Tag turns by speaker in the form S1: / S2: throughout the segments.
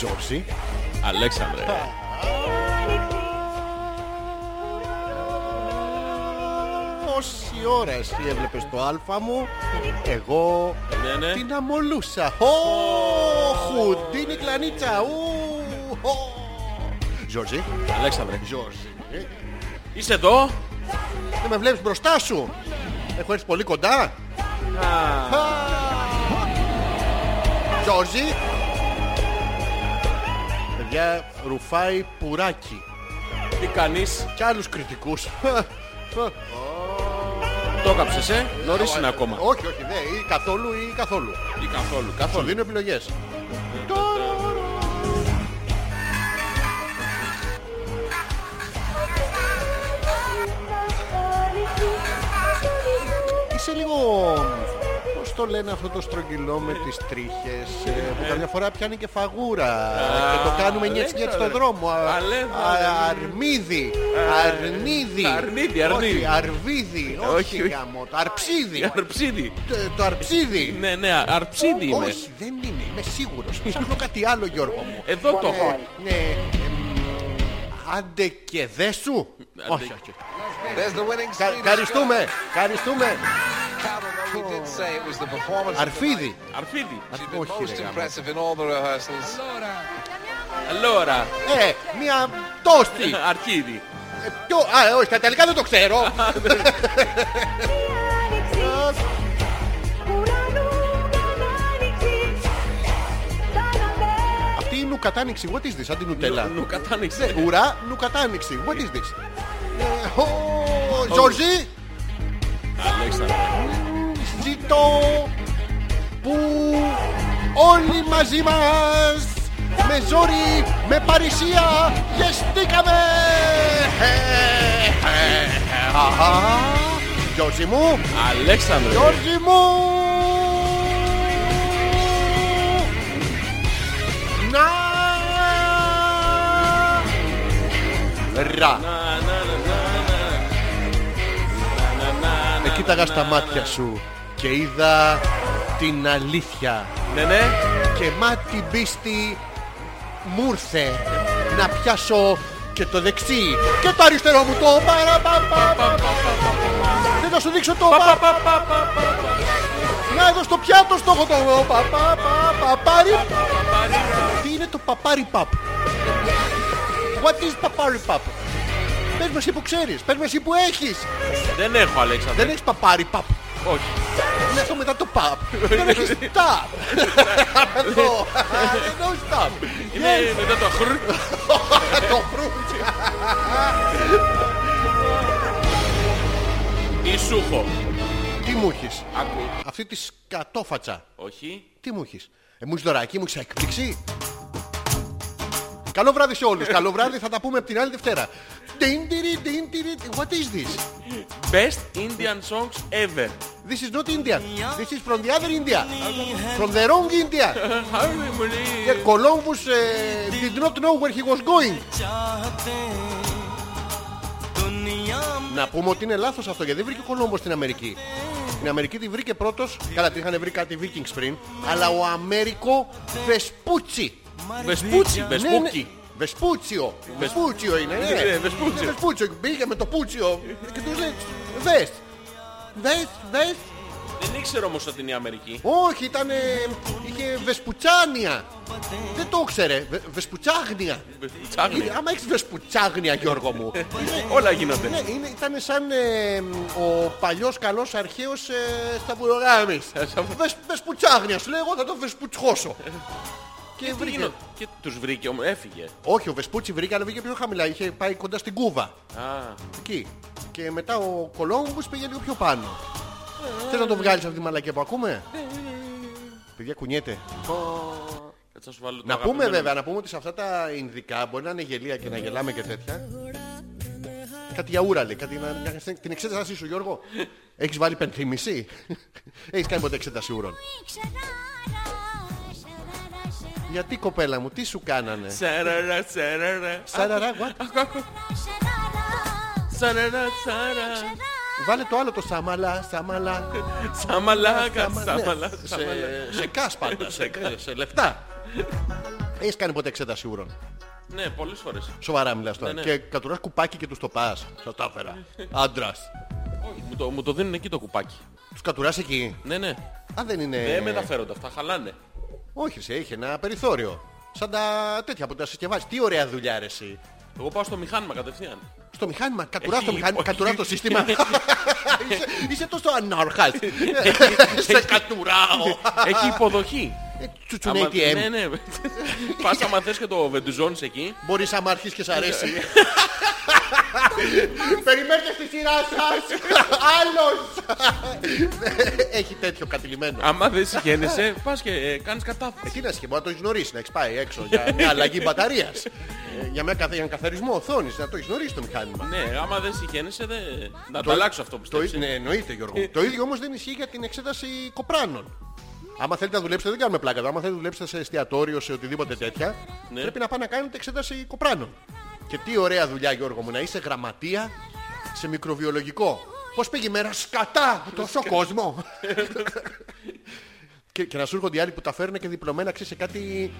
S1: Ζόρζι.
S2: Αλέξανδρε.
S1: Ε, Όση ώρα εσύ έβλεπες το αλφα μου, εγώ
S2: Ναι, ναι.
S1: την αμολούσα. Ω, χουντίνη κλανίτσα. Ου, ω. Ζόρζι,
S2: Αλέξανδρε.
S1: Ζόρζι. ε,
S2: Είσαι εδώ.
S1: Δεν με βλέπεις μπροστά σου. Έχω έρθει πολύ κοντά. Α. Ζόρζι. Παιδιά, ρουφάει πουράκι.
S2: Τι κάνεις.
S1: Κι άλλους κριτικούς.
S2: Το έκαψες, ε. Νωρίς είναι ακόμα.
S1: Όχι, όχι, δεν. Ή καθόλου ή καθόλου.
S2: Ή καθόλου.
S1: Σου
S2: Καθόλου.
S1: δίνω επιλογές. Είσαι λίγο... Πώς το λένε αυτό το στρογγυλό με τις τρίχες ε, που καμιά φορά πιάνει και φαγούρα και το κάνουμε νιέτσι νιέτσι στον
S2: Αλέξανδρε.
S1: δρόμο. Α,
S2: Αλέξανδρε.
S1: α, Αρμίδι. Αρνίδι.
S2: Ε, Αρνίδι, αρνίδι. Ε,
S1: Όχι, αρβίδι. Όχι,
S2: όχι. Ε,
S1: γάμο. Το αρψίδι.
S2: Αρψίδι.
S1: Το- Το αρψίδι.
S2: Ναι, ναι, αρψίδι είμαι.
S1: Όχι, δεν είναι. Είμαι σίγουρος. Ψάχνω κάτι άλλο Γιώργο μου.
S2: Εδώ το έχω.
S1: Ε, Ναι. εμ, Άντε και δε σου.
S2: Άντε.
S1: Όχι, όχι. Κα- Ευχαριστούμε. Ευχαριστούμε.
S3: Although we did say it was the performance of the night.
S1: Αρφίδι.
S2: Αρφίδι.
S3: She's been
S1: Όχι,
S3: most
S1: ρε,
S3: impressive in all the rehearsals.
S2: Λόρα.
S1: Ε, μια τόστη.
S2: Αρχίδι.
S1: Ε, Ποιο, α, ε, όχι, τα τελικά δεν το ξέρω. Αυτή η νουκατάνοιξη, what is this, σαν την νουτέλα.
S2: Νου κατάνοιξε.
S1: Ουρά, νουκατάνοιξη, what is this. Ε, ο, Ζορζί,
S2: Αλέξανδρε.
S1: ζητώ που όλοι μαζί μας με ζόρι, με παρησία γεστήκαμε. Ε, ε, ε, αχα. Γιώργη μου,
S2: Αλέξανδρε.
S1: Γιώργη μου. Να. Ρα.
S2: Να, να, να, να, να. Να, να, να,
S1: Με
S2: να,
S1: κοίταγα στα
S2: να,
S1: μάτια
S2: να.
S1: σου και είδα την αλήθεια.
S2: Ναι, ναι.
S1: Και μα την πίστη μου ήρθε να πιάσω και το δεξί και το αριστερό μου το παραπαπα. Δεν θα σου δείξω το πα- Να εδώ στο πιάτο στο έχω το πα- πα- πα- παπάρι. Τι είναι το παπάρι παπ. What is παπάρι παπ. Πες με εσύ που ξέρεις, πες με εσύ που έχεις.
S2: Δεν έχω, Αλέξανδρε.
S1: Δεν έχεις παπάρι παπ.
S2: Όχι.
S1: Είναι αυτό μετά το παπ. Δεν έχεις ταπ. Αυτό. Δεν έχεις ταπ.
S2: Είναι μετά το χρ.
S1: Το φρούτ.
S2: Ισούχο.
S1: Τι μου έχεις.
S2: Άκου.
S1: Αυτή τη σκατόφατσα.
S2: Όχι.
S1: Τι μου έχεις. Ε, μου έχεις δωράκι, μου έχεις έκπληξη. Καλό βράδυ σε όλους. Καλό βράδυ θα τα πούμε από την άλλη Δευτέρα. Τιν, τυρι, τιν, τυρι. What is this?
S2: Best Indian songs ever.
S1: This is not Indian. This is from the other India. From the wrong India. Yeah, Columbus eh, did not know where he was going. Να πούμε ότι είναι λάθος αυτό γιατί δεν βρήκε ο Κολόμπος στην Αμερική. Την Αμερική τη βρήκε πρώτος, καλά τη είχαν βρει κάτι Vikings πριν, αλλά ο Αμερικό Βεσπούτσι.
S2: Βεσπούτσι,
S1: Ναι, ναι.
S2: Βεσπούκι.
S1: Βεσπούτσιο. Βεσπούτσιο είναι. ναι.
S2: Ναι, Βεσπούτσιο.
S1: Βεσπούτσιο. Μπήκε με το πούτσιο και τους λέει Βες. Βες, βες.
S2: Δεν ήξερα όμως ότι είναι η Αμερική.
S1: Όχι, ήταν. ε, είχε Βεσπουτσάνια. Δεν το ήξερε. Βε- Βεσπουτσάγνια.
S2: Τσάγνη.
S1: Είναι- Άμα έχεις Βεσπουτσάγνια, Γιώργο μου.
S2: Ναι, Όλα γίνονται.
S1: ναι, είναι, ήταν σαν ε, μ, ο παλιός καλός αρχαίος ε, Σταυρογάμης. Βεσ, Βεσπουτσάγνια, σου λέει, εγώ θα το Βεσπουτσχώσω. και
S2: Ε, Τι
S1: βρήκε.
S2: γίνο- Και τους βρήκε όμως, έφυγε.
S1: Όχι, ο Βεσπούτσι βρήκε, αλλά βγήκε πιο χαμηλά. Είχε πάει κοντά στην Κούβα.
S2: Α,
S1: Εκεί. Και μετά ο Κολόμπους πήγε λίγο πιο πάνω. Θες να το βγάλεις από τη μαλακία που ακούμε. Παιδιά κουνιέται.
S2: έτσι να σου βάλω το
S1: Να πούμε
S2: αγαπημένο
S1: βέβαια, να πούμε ότι σε αυτά τα Ινδικά μπορεί να είναι γελία και να γελάμε και τέτοια. Κάτι για ούρα λέει. Κάτι να- να- Την εξέτασή σου Γιώργο. Έχεις βάλει πενθυμισή. Έχεις κάνει ποτέ εξέταση ούρων. Γιατί κοπέλα μου, τι σου κάνανε.
S2: Σαραρα, σαραρα.
S1: Σαραρα, what?
S2: Σαραρα, σαρα.
S1: Βάλε το άλλο το σαμαλά, σαμαλά.
S2: Σαμαλάκα,
S1: Ναι,
S2: σαμαλάκα.
S1: σε- Σε κάσπα, σε- σε λεφτά. Έχεις κάνει ποτέ εξέταση ούρων.
S2: Ναι, πολλές φορές.
S1: Σοβαρά μιλάς τώρα.
S2: Ναι, ναι.
S1: Και κατουράς κουπάκι και τους το πας. Σας τα έφερα. Άντρας.
S2: Όχι, μου το, μου το δίνουν εκεί το κουπάκι.
S1: Τους κατουράς εκεί.
S2: Ναι, ναι.
S1: Α, δεν είναι...
S2: Δεν μεταφέρονται αυτά, χαλάνε.
S1: Όχι, σε έχει ένα περιθώριο. Σαν τα τέτοια που τα συσκευάζει. Τι ωραία δουλειά, ρε, εσύ.
S2: Εγώ πάω στο μηχάνημα κατευθείαν.
S1: Στο μηχάνημα, κατουρά το
S2: Εκεί,
S1: μηχάνημα,
S2: όχι.
S1: κατουρά το σύστημα. είσαι, είσαι τόσο Ε, ανάρχας. Σε κατουράω.
S2: Έχει υποδοχή.
S1: Ε, Τσουτσουν
S2: Άμα- Ναι,
S1: ATM.
S2: ναι. Πας άμα θες και το βεντουζώνεις εκεί.
S1: Μπορείς άμα αρχίσεις και σ' αρέσει.
S2: Ναι.
S1: Περιμένετε στη σειρά σας. Άλλος. Έχει τέτοιο κατηλημένο.
S2: Άμα δεν συγχαίνεσαι, πας και ε, κάνεις κατάθλιψη.
S1: Εκεί να σχεδόν να το έχεις γνωρίσει, να έχεις πάει έξω για μια αλλαγή μπαταρίας. για, μια καθε- για έναν καθαρισμό οθόνης, να το έχεις γνωρίσει το μηχάνημα.
S2: Ναι, άμα δεν συγχαίνεσαι, δεν... να το αλλάξω αυτό ε.
S1: Το,
S2: πιστεύεις.
S1: ίδιο- ναι, εννοείται Γιώργο. το ίδιο όμως δεν ισχύει για την εξέταση κοπράνων. Άμα θέλετε να δουλέψετε, δεν κάνουμε πλάκα. εδώ. Άμα θέλετε να δουλέψετε σε εστιατόριο, σε οτιδήποτε τέτοια,
S2: Ναι.
S1: πρέπει να πάνε να κάνετε εξέταση κοπράνων. Και τι ωραία δουλειά, Γιώργο μου, να είσαι γραμματεία σε μικροβιολογικό. Πώς πήγε η μέρα, σκατά, τόσο κόσμο. και, και να σου έρχονται οι άλλοι που τα φέρνουν και διπλωμένα, ξέρεις σε κάτι.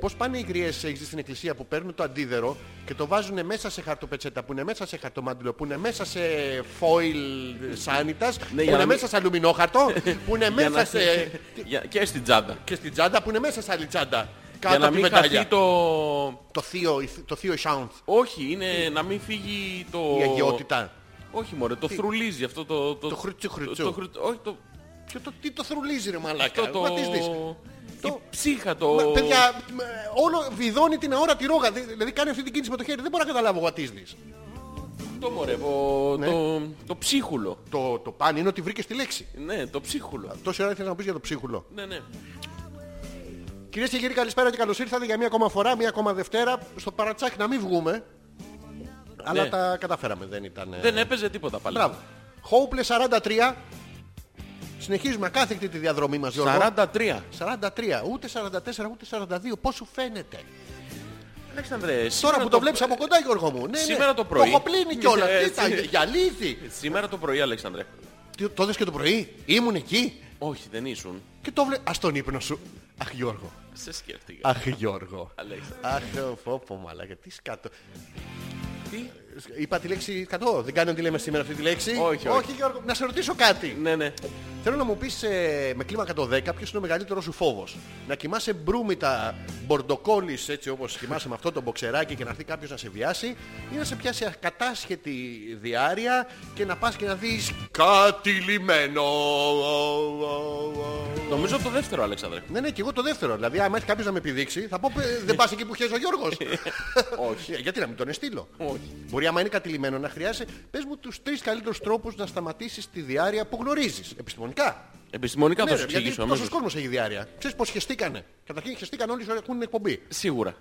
S1: Πώς πάνε οι γριές έχεις δει στην εκκλησία που παίρνουν το αντίδερο και το βάζουν μέσα σε χαρτοπετσέτα που είναι μέσα σε χαρτομάντιλο που είναι μέσα σε foil σάνιτας που
S2: Ναι, για
S1: είναι
S2: να μην-
S1: μέσα σε αλουμινόχαρτο που είναι
S2: Για
S1: μέσα Ε, σε...
S2: για- Και στην τσάντα.
S1: και στην τσάντα που είναι μέσα σε άλλη τσάντα κάτω
S2: Για να
S1: από τη
S2: μην
S1: μετάλλια.
S2: χαθεί
S1: Το...
S2: το...
S1: θείο, η θ- το θείο Ισάουνθ,
S2: Όχι, είναι να μην φύγει το...
S1: η αγιότητα.
S2: Όχι μωρέ, το θρουλίζει αυτό το...
S1: Το χρουτσου-χρουτσου.
S2: το χρου- Όχι, το...
S1: Και το, τι το θρουλίζει ρε μαλάκα.
S2: Αυτό το...
S1: What is this? Το-
S2: Η ψύχα, το...
S1: Μα, παιδιά, μ, όλο βιδώνει την αόρατη ρόγα. Δη- Δηλαδή κάνει αυτή την κίνηση με το χέρι. Δεν μπορώ να καταλάβω what is this.
S2: Το μωρέ, ο-
S1: Ναι.
S2: το... το ψίχουλο.
S1: Το, το παν είναι ότι βρήκες τη λέξη.
S2: Ναι, το ψίχουλο.
S1: Τόση ώρα ήθελα να πεις για το ψίχουλο.
S2: Ναι, ναι.
S1: Κυρίες και κύριοι, καλησπέρα και καλώς ήρθατε για μία ακόμα φορά, μία ακόμα Δευτέρα. Στο παρατσάκι να μην βγούμε. Αλλά
S2: Ναι.
S1: τα καταφέραμε, δεν ήταν. ε,
S2: Δεν έπαιζε τίποτα πάλι.
S1: Μπράβο. Hopeless 43. Συνεχίζουμε ακάθεκτη τη διαδρομή μας Γιώργο.
S2: 43.
S1: 43, ούτε 44, ούτε 42. Πώς σου φαίνεται.
S2: Αλέξτε, Ανδρέ,
S1: Τώρα
S2: σήμερα
S1: που το βλέπεις από κοντά, Γιώργο μου. Ναι, ναι.
S2: Σήμερα το πρωί.
S1: Το έχω πλύνει κιόλας.
S2: Ε,
S1: Κοίτα,
S2: έτσι.
S1: γυαλίδι.
S2: Σήμερα το πρωί, Αλέξανδρε.
S1: Τι, Το δες και το πρωί. Ήμουν εκεί
S2: Όχι, δεν ήσουν.
S1: και το βλέπω. Ας τον ύπνο σου. Αχ, Γιώργο.
S2: Σε σκέφτηκα.
S1: Αχ, Γιώργο.
S2: Αλέξανδρε.
S1: Αχ, φόπο μαλάκα, τι σκάτω.
S2: Τι?
S1: Είπα τη λέξη σκατώ, δεν κάνω τι λέμε σήμερα αυτή τη λέξη.
S2: Όχι, όχι.
S1: Γιώργο, να σε ρωτήσω κάτι.
S2: Ναι, ναι.
S1: Θέλω να μου πεις ε, με κλίμακα το 10 ποιος είναι ο μεγαλύτερος σου φόβος. Να κοιμάσαι μπρούμητα μπορντοκόλλης έτσι όπως κοιμάσαι με αυτό το μποξεράκι και να έρθει κάποιος να σε βιάσει ή να σε πιάσει ακατάσχετη διάρκεια και να πας και να δεις κάτι λιμένο.
S2: Νομίζω το δεύτερο, Αλέξανδρε.
S1: Ναι, ναι, και εγώ το δεύτερο. Δηλαδή, άμα έρθει κάποιος να με επιδείξει, θα πω «Ε, δεν πας εκεί που χέζει ο Γιώργος. Ε,
S2: Όχι.
S1: Γιατί να μην τον εστείλω.
S2: Όχι.
S1: Μπορεί άμα είναι κατηλημένο να χρειάζεσαι, πες μου τους τρεις καλύτερους τρόπους να σταματήσεις τη διάρκεια που γνωρίζεις επιστημονικά.
S2: Επιστημονικά
S1: Ναι,
S2: θα σου
S1: ρε, γιατί
S2: εξηγήσω
S1: τόσος
S2: αμέσως.
S1: κόσμος έχει διάρκεια. Ξέρεις πως χεστήκανε. Καταρχήν χεστήκαν όλοι οι ώρα που είναι εκπομπή.
S2: Σίγουρα.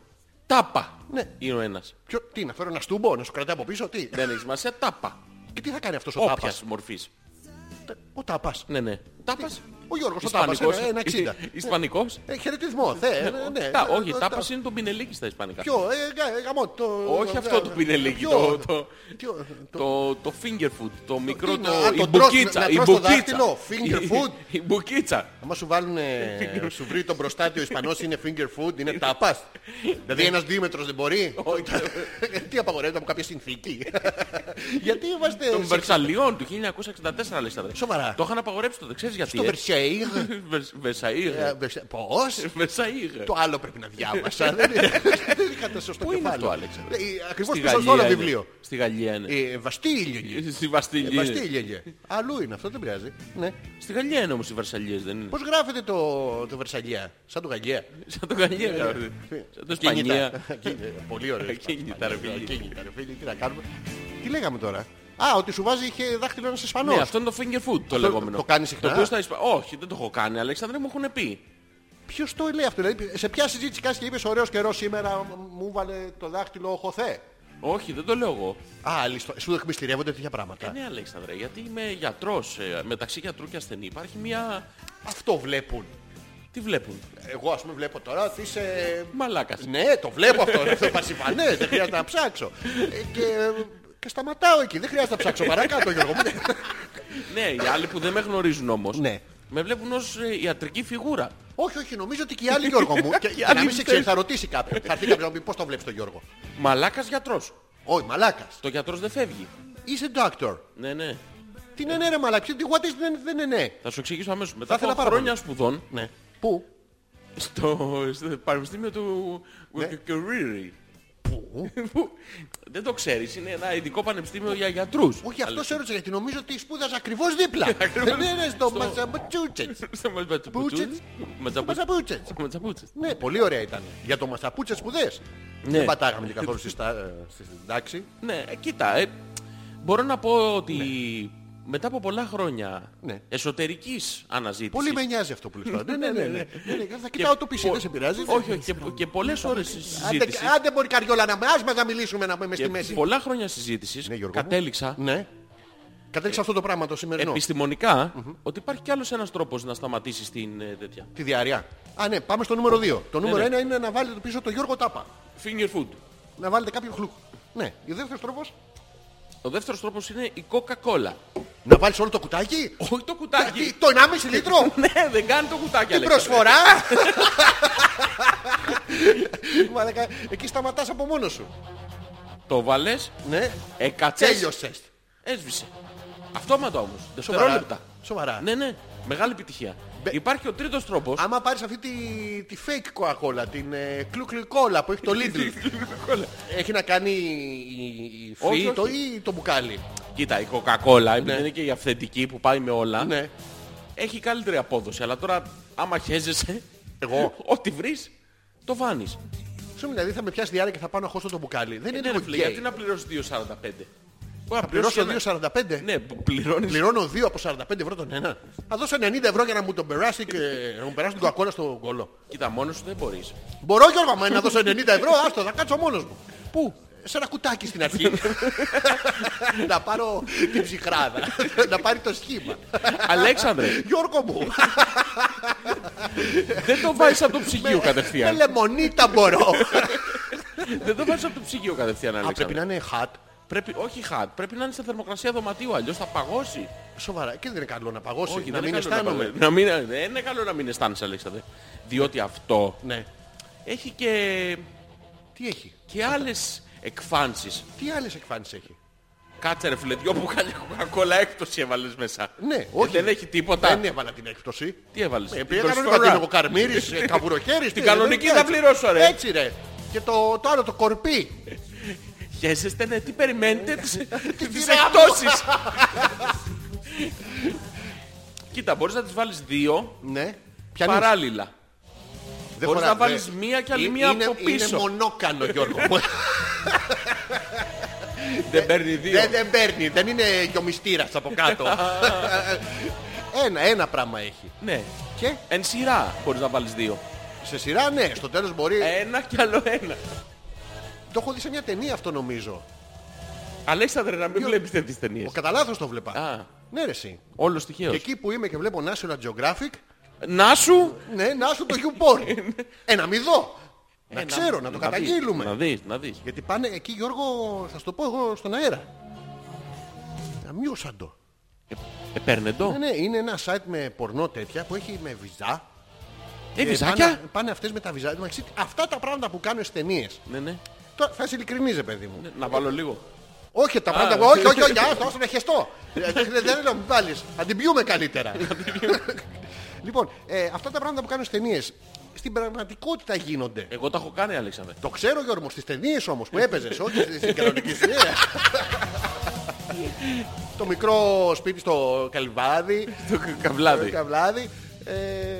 S2: Τάπα.
S1: Ναι.
S2: Είναι ο ένας.
S1: Ποιο, τι, να φέρω ένα στούμπο, να σου κρατάει από πίσω, τι.
S2: Δεν έχεις σημασία. Τάπα.
S1: Και τι θα κάνει αυτός ο
S2: Ναι. Όποιας
S1: Τάπας.
S2: μορφής.
S1: Ο Τάπας.
S2: Ναι, ναι. Τάπας.
S1: Ο Γιώργος ο Τάπας,
S2: Ισπανικός.
S1: ένα, ένα 60.
S2: Ισπανικός.
S1: Ε, χαιρετισμό, θε, ναι, ναι.
S2: Τα- Όχι,
S1: Τα-
S2: τάπας είναι τον πινελίκι στα ισπανικά.
S1: Ποιο, ε, γα- ε, γαμώ, το...
S2: Όχι αυτό το πινελίκι,
S1: ποιο-
S2: το- το-
S1: ποιο- το-
S2: Το, το finger food, το μικρό
S1: τι
S2: το...
S1: να-
S2: η
S1: τον τρως-
S2: μπουκίτσα.
S1: να
S2: η
S1: τρως το
S2: μπουκίτσα.
S1: δάχτυλο, finger
S2: Η-
S1: food.
S2: Η μπουκίτσα.
S1: Άμα σου βάλουν, σου βρει τον προστάτη ο Ισπανός είναι finger food, είναι τάπας. δηλαδή ένας δίμετρος δεν μπορεί.
S2: Ναι. Όχι.
S1: Τι απαγορεύεται από κάποια συνθήκη. Γιατί είμαστε...
S2: Των
S1: Ε, σε-
S2: Βερσαλιών του 1964, Αλέξανδρε.
S1: Σοβαρά.
S2: Το είχαν απαγορέψει τότε, ξέρεις γιατί.
S1: Στο
S2: ε?
S1: Βερσέιγ.
S2: Βερσ- Βερσαίγε.
S1: Ε, Βερσέ- Πώς.
S2: Βερσαίγε.
S1: Το άλλο πρέπει να διάβασα. δεν, δεν είχα το σωστό
S2: Πού είναι
S1: κεφάλαιο.
S2: αυτό, Αλέξανδρε?
S1: Ε, Ακριβώς
S2: Στη
S1: πίσω στο
S2: Γαλλία
S1: άλλο
S2: είναι.
S1: βιβλίο.
S2: Στη Γαλλία είναι.
S1: Ε, Βαστίλιο.
S2: Στη Βαστίλη. είναι.
S1: Βαστίλιο. Αλλού είναι αυτό, δεν πειράζει. Ναι.
S2: Στη Γαλλία είναι όμως οι Βερσαλιές, δεν είναι.
S1: Πώς γράφεται το, το Βερσαλιά, σαν το Γαλλία.
S2: Σαν το
S1: Ε,
S2: Γαλλία. γράφεται. Σαν το Ισπανία.
S1: Κίνητα. Κίνητα. Ε, Πολύ ωραία.
S2: Κίνητα, ρε φίλε.
S1: Κίνητα, ρε φίλε. Τι να κάνουμε. Τι λέγαμε τώρα. Α, ότι σου βάζει είχε δάχτυλο ένας
S2: Ναι,
S1: Ισπανός.
S2: αυτό είναι το finger food το λεγόμενο.
S1: το κάνεις συχνά?
S2: Το οποίο στα Ισπα- Όχι, δεν το έχω κάνει, Αλέξανδρε, μου έχουν πει.
S1: Ποιος το λέει αυτό. Δηλαδή, σε ποια συζήτηση κάνεις και είπες ωραίος καιρός σήμερα μου βάλε το δάχτυλο ο Χωθέ.
S2: Όχι, δεν το λέω εγώ.
S1: Α, άλλοι στο- σου εκμυστηρεύονται τέτοια
S2: Ε,
S1: πράγματα.
S2: ναι, Αλέξανδρε, γιατί είμαι γιατρός. μεταξύ γιατρού και ασθενή υπάρχει μια.
S1: Αυτό βλέπουν.
S2: Τι βλέπουν.
S1: Εγώ, ας πούμε, βλέπω τώρα ότι είσαι.
S2: Μαλάκας.
S1: Ναι, το βλέπω αυτό. αυτό πασιφανέ, δεν χρειάζεται να ψάξω. Ε, και, και σταματάω εκεί. Δεν χρειάζεται να ψάξω παρακάτω, Γιώργο. μου.
S2: ναι, οι άλλοι που δεν με γνωρίζουν όμως.
S1: Ναι.
S2: Με βλέπουν ως ιατρική φιγούρα.
S1: όχι, όχι, νομίζω ότι και οι άλλοι Γιώργο μου. Και, και να
S2: άλλοι
S1: μην σε ξέρει,
S2: μισθές.
S1: θα ρωτήσει κάποιο. Θα έρθει κάποιος να μου πει πώς το βλέπεις τον Γιώργο.
S2: Μαλάκας γιατρός.
S1: Όχι, μαλάκας.
S2: Το γιατρός δεν φεύγει.
S1: Είσαι doctor.
S2: Ναι, ναι.
S1: Τι ναι, ναι, ρε μαλάκα. Τι what is δεν δεν ναι, ναι.
S2: Θα σου εξηγήσω αμέσως. Μετά
S1: ήθελα
S2: από
S1: πάρα
S2: χρόνια σπουδών
S1: Ναι. Πού?
S2: στο, στο Πανεπιστήμιο του
S1: Ναι.
S2: Κουρίρι.
S1: Πού?
S2: Δεν το ξέρεις, είναι ένα ειδικό πανεπιστήμιο για γιατρούς.
S1: Όχι, αυτός σε ρώτησα γιατί νομίζω ότι σπούδαζα ακριβώς δίπλα.
S2: Ακριβώς.
S1: Ναι, ναι, στο
S2: Στο-
S1: Massachusetts. Πούτσες. Ματσαπούτσες.
S2: Ματσαπούτσες. Ματσαπούτσες.
S1: Ναι, πολύ ωραία ήταν. Για το Μασαπούτσε σπουδές.
S2: Ναι.
S1: Δεν πατάγαμε και καθόλου στη, στα- ε, στη συντάξη.
S2: Ναι, ε, κοίτα, ε, μπορώ να πω ότι μετά από πολλά χρόνια
S1: Ναι.
S2: εσωτερικής αναζήτησης...
S1: Πολύ με νοιάζει αυτό που λες τώρα. ναι, ναι, ναι, ναι. ναι, ναι. Θα κοιτάω το PC,
S2: πο-
S1: δεν σε πειράζει.
S2: Όχι, όχι, και, και πολλές ώρες
S1: Άντε,
S2: συζήτησης.
S1: άντε μπορεί καριόλα να με άσμα να μιλήσουμε να πούμε στη
S2: και
S1: μέση.
S2: πολλά χρόνια συζήτησης
S1: Ναι, Γιώργο μου.
S2: κατέληξα
S1: Ναι. Κατέληξα αυτό το πράγμα το σημερινό.
S2: επιστημονικά ότι υπάρχει κι άλλος ένας τρόπος να σταματήσεις την ε, τέτοια.
S1: Τη διάρκεια. Α, ναι, πάμε στο νούμερο 2. Το νούμερο 1
S2: ναι.
S1: είναι να βάλετε πίσω το Γιώργο Τάπα.
S2: Finger food.
S1: Να βάλετε κάποιο χλουκ. Ναι, ο δεύτερος τρόπος.
S2: Ο δεύτερος τρόπος είναι η Coca-Cola.
S1: Να βάλεις όλο το κουτάκι.
S2: Όχι το
S1: Τι,
S2: κουτάκι.
S1: Το 1,5 λίτρο.
S2: ναι, δεν κάνει το κουτάκι,
S1: Την
S2: Αλέξανδρε.
S1: προσφορά. Μαλάκα, εκεί σταματάς από μόνος σου.
S2: Το βάλες,
S1: Ναι.
S2: εκατσές.
S1: Τέλειωσες.
S2: Έσβησε. Αυτόματα όμως.
S1: Σοβαρά.
S2: Δευτερόλεπτα.
S1: Σοβαρά.
S2: Ναι, ναι. Μεγάλη επιτυχία.
S1: Μπε-
S2: Υπάρχει ο τρίτος τρόπος.
S1: Άμα πάρεις αυτή τη, τη fake Coca-Cola, την ε, κλουκλι cola που έχει το Lidl, έχει να κάνει η, η
S2: Όχι,
S1: φύη
S2: όχι.
S1: το, ή το μπουκάλι.
S2: Κοίτα, η Coca-Cola επειδή είναι και η αυθεντική που πάει με όλα.
S1: Ναι.
S2: Έχει καλύτερη απόδοση. Αλλά τώρα, άμα χέζεσαι,
S1: Εγώ.
S2: ό,τι βρεις, το βάνεις.
S1: Σου δηλαδή θα με πιάσει διάρκεια και θα πάω να χώσω το μπουκάλι. Δεν είναι
S2: Ε, ναι, ρε
S1: εγώ
S2: φίλε,
S1: γκέι.
S2: γιατί να πληρώσεις 2,45. Μπορεί να
S1: Πληρώσω
S2: ένα-
S1: 2,45.
S2: Ναι, πληρώνεις.
S1: Πληρώνω 2 από 45 ευρώ τον ένα. Θα δώσω 90 ευρώ για να μου τον περάσει και να μου περάσει την Coca-Cola στο κόλλο.
S2: Κοίτα, μόνος σου δεν μπορείς.
S1: Μπορώ Γιώργο άμα είναι να δώσω 90 ευρώ, άστο, θα κάτσω μόνος μου. Πού? Σε ένα κουτάκι στην αρχή. να πάρω την ψυχράδα. να πάρει το σχήμα.
S2: Αλέξανδρε,
S1: Γιώργο μου,
S2: δεν το βάζει από το ψυγείο
S1: με
S2: κατευθείαν.
S1: λεμονίτα μπορώ.
S2: Δεν το βάζει από το ψυγείο κατευθείαν,
S1: Α, πρέπει
S2: Αλέξανδρε.
S1: να είναι hot.
S2: Πρέπει, όχι χατ, πρέπει να είναι σε θερμοκρασία δωματίου, αλλιώς θα παγώσει.
S1: Σοβαρά. Και δεν είναι καλό να παγώσει.
S2: Όχι,
S1: να
S2: δεν
S1: μην
S2: είναι καλό
S1: αισθάνομαι.
S2: Να, παγώσει. να μην, δεν είναι καλό να μην αισθάνεσαι, Αλέξανδρε. Διότι αυτό
S1: Ναι.
S2: έχει και,
S1: Τι έχει.
S2: και άλλες εκφάνσεις.
S1: Τι άλλες εκφάνσεις έχει.
S2: Κάτσε ρε φίλε, δυο μπουκάλια κοκακόλα έκπτωση έβαλες μέσα.
S1: Ναι,
S2: Ε,
S1: όχι.
S2: Δεν έχει τίποτα.
S1: Δεν έβαλα την έκπτωση.
S2: Τι έβαλες.
S1: Ε,
S2: την
S1: Πήγα κανονικά
S2: προσφορά.
S1: την Λογοκαρμύρης, ε, καβουροχέρης.
S2: Την
S1: τι, δεν
S2: κανονική
S1: είναι
S2: θα
S1: έτσι.
S2: πληρώσω, ρε.
S1: Έτσι ρε. Και το, το άλλο το κορπί.
S2: Χαίσεστε, ναι, τι περιμένετε, τις, τις
S1: ρε,
S2: εκπτώσεις. Κοίτα, μπορείς να τις βάλεις δύο
S1: Ναι. Πιανείς.
S2: παράλληλα.
S1: Δεν
S2: Μπορείς
S1: χωρά-
S2: να βάλεις
S1: δεν-
S2: μία και άλλη
S1: Είναι-
S2: μία
S1: είναι-
S2: από πίσω.
S1: Είναι μονόκανο Γιώργο. Ναι,
S2: Δεν παίρνει δύο.
S1: δεν, δεν παίρνει, δεν είναι γιομιστήρας από κάτω. ένα, ένα πράγμα έχει.
S2: Ναι.
S1: Και
S2: Εν σειρά μπορείς να βάλεις δύο.
S1: σε σειρά ναι, στο τέλος μπορεί...
S2: Ένα κι άλλο ένα.
S1: Το έχω δει σε μια ταινία αυτό νομίζω.
S2: Αλέξανδρε, να μην βλέπεις τέτοιες
S1: Ο
S2: ταινίες.
S1: κατά λάθος το βλέπα.
S2: Α.
S1: Ναι ρε εσύ.
S2: Όλο
S1: Και
S2: τυχαίος.
S1: εκεί που είμαι και βλέπω National Geographic,
S2: Να σου!
S1: ναι, να σου το Ε, YouPorn. ένα μηδό. Ε, Να
S2: Ένα-
S1: ξέρω, να το
S2: δεις,
S1: καταγγείλουμε.
S2: Ε, Να δεις, να δεις.
S1: Γιατί πάνε εκεί Γιώργο, θα σου το πω εγώ στον αέρα. Αμείωσαν το.
S2: Ε, παίρνε
S1: Ναι,
S2: το.
S1: ναι, είναι ένα site με πορνό τέτοια που έχει με βυζά.
S2: Ε,
S1: Ε,
S2: βυζάκια.
S1: Πάνε, πάνε αυτές με τα βυζάκια. Εντάξει, Αυτά τα πράγματα που κάνουν στις ταινίες.
S2: Ναι, ναι.
S1: Τώρα θα είσαι ειλικρινής, ρε παιδί μου.
S2: Ναι, Να βάλω λίγο.
S1: Όχι τα πράγματα
S2: Α.
S1: που... Όχι, όχι, όχι, άστο, άστο να χεστώ. Ε, Δεν δεν θέλω να μου βάλεις. Θα την πιούμε καλύτερα. Λοιπόν, ε, αυτά τα πράγματα που κάνουν στις ταινίες, στην πραγματικότητα γίνονται.
S2: Εγώ τα έχω κάνει, Αλέξανδρε.
S1: Το ξέρω Γιώργο μου, στις ταινίες όμως που έπαιζες, όχι στην κανονική σου. Ε. Το μικρό σπίτι στο Καλυβάδι,
S2: Το καβλάδι.
S1: Καβλάδι.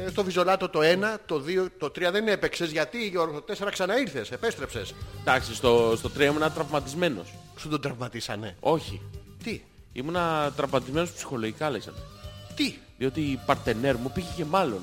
S1: Ε, στο Βιζολάτο το 1, το 2, το 3 δεν έπαιξες γιατί Γιώργο, το 4 ξαναήρθες, επέστρεψες.
S2: Εντάξει, στο, στο 3 ήμουνα τραυματισμένος.
S1: Σου τον τραυματίσανε.
S2: Όχι.
S1: Τι,
S2: Ήμουνα τραυματισμένος ψυχολογικά, Αλέξανδρε.
S1: τι,
S2: Διότι η παρτενέρ μου πήγε και μάλλον.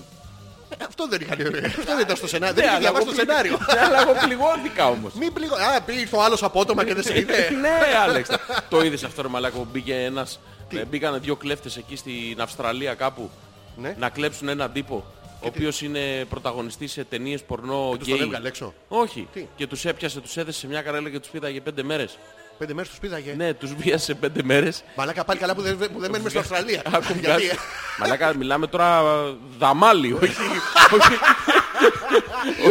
S1: Αυτό δεν είχα Αυτό δεν ήταν στο σενάριο. Δεν
S2: Ναι,
S1: είχε
S2: αλλά
S1: διαβάσει
S2: εγώ
S1: το
S2: πλη-
S1: σενάριο.
S2: Ναι, αλλά εγώ πληγώθηκα όμως.
S1: Μην πληγώ. Α, πει- ήρθε ο άλλος απότομα και δεν σε είδε.
S2: ναι, Άλεξ. το είδες αυτό ρε μαλάκα που μπήκε ένας... ε, Μπήκανε δύο κλέφτες εκεί στην Αυστραλία κάπου
S1: Ναι.
S2: να κλέψουν έναν τύπο ο οποίος είναι πρωταγωνιστής σε ταινίες πορνό
S1: τους
S2: γκέι.
S1: τον έβγαλε έξω.
S2: Όχι.
S1: Τι?
S2: Και τους έπιασε, τους έδεσε σε μια καρέλα και τους πήδαγε πέντε μέρες.
S1: Πέντε μέρες τους πήδαγε.
S2: Ναι, τους βίασε πέντε μέρες.
S1: Μαλάκα πάλι καλά που δεν, που δεν μένουμε στην Αυστρalία.
S2: Άκου,
S1: Γιατί ε?
S2: βγάζει- Μαλάκα, μιλάμε τώρα δαμάλι, όχι,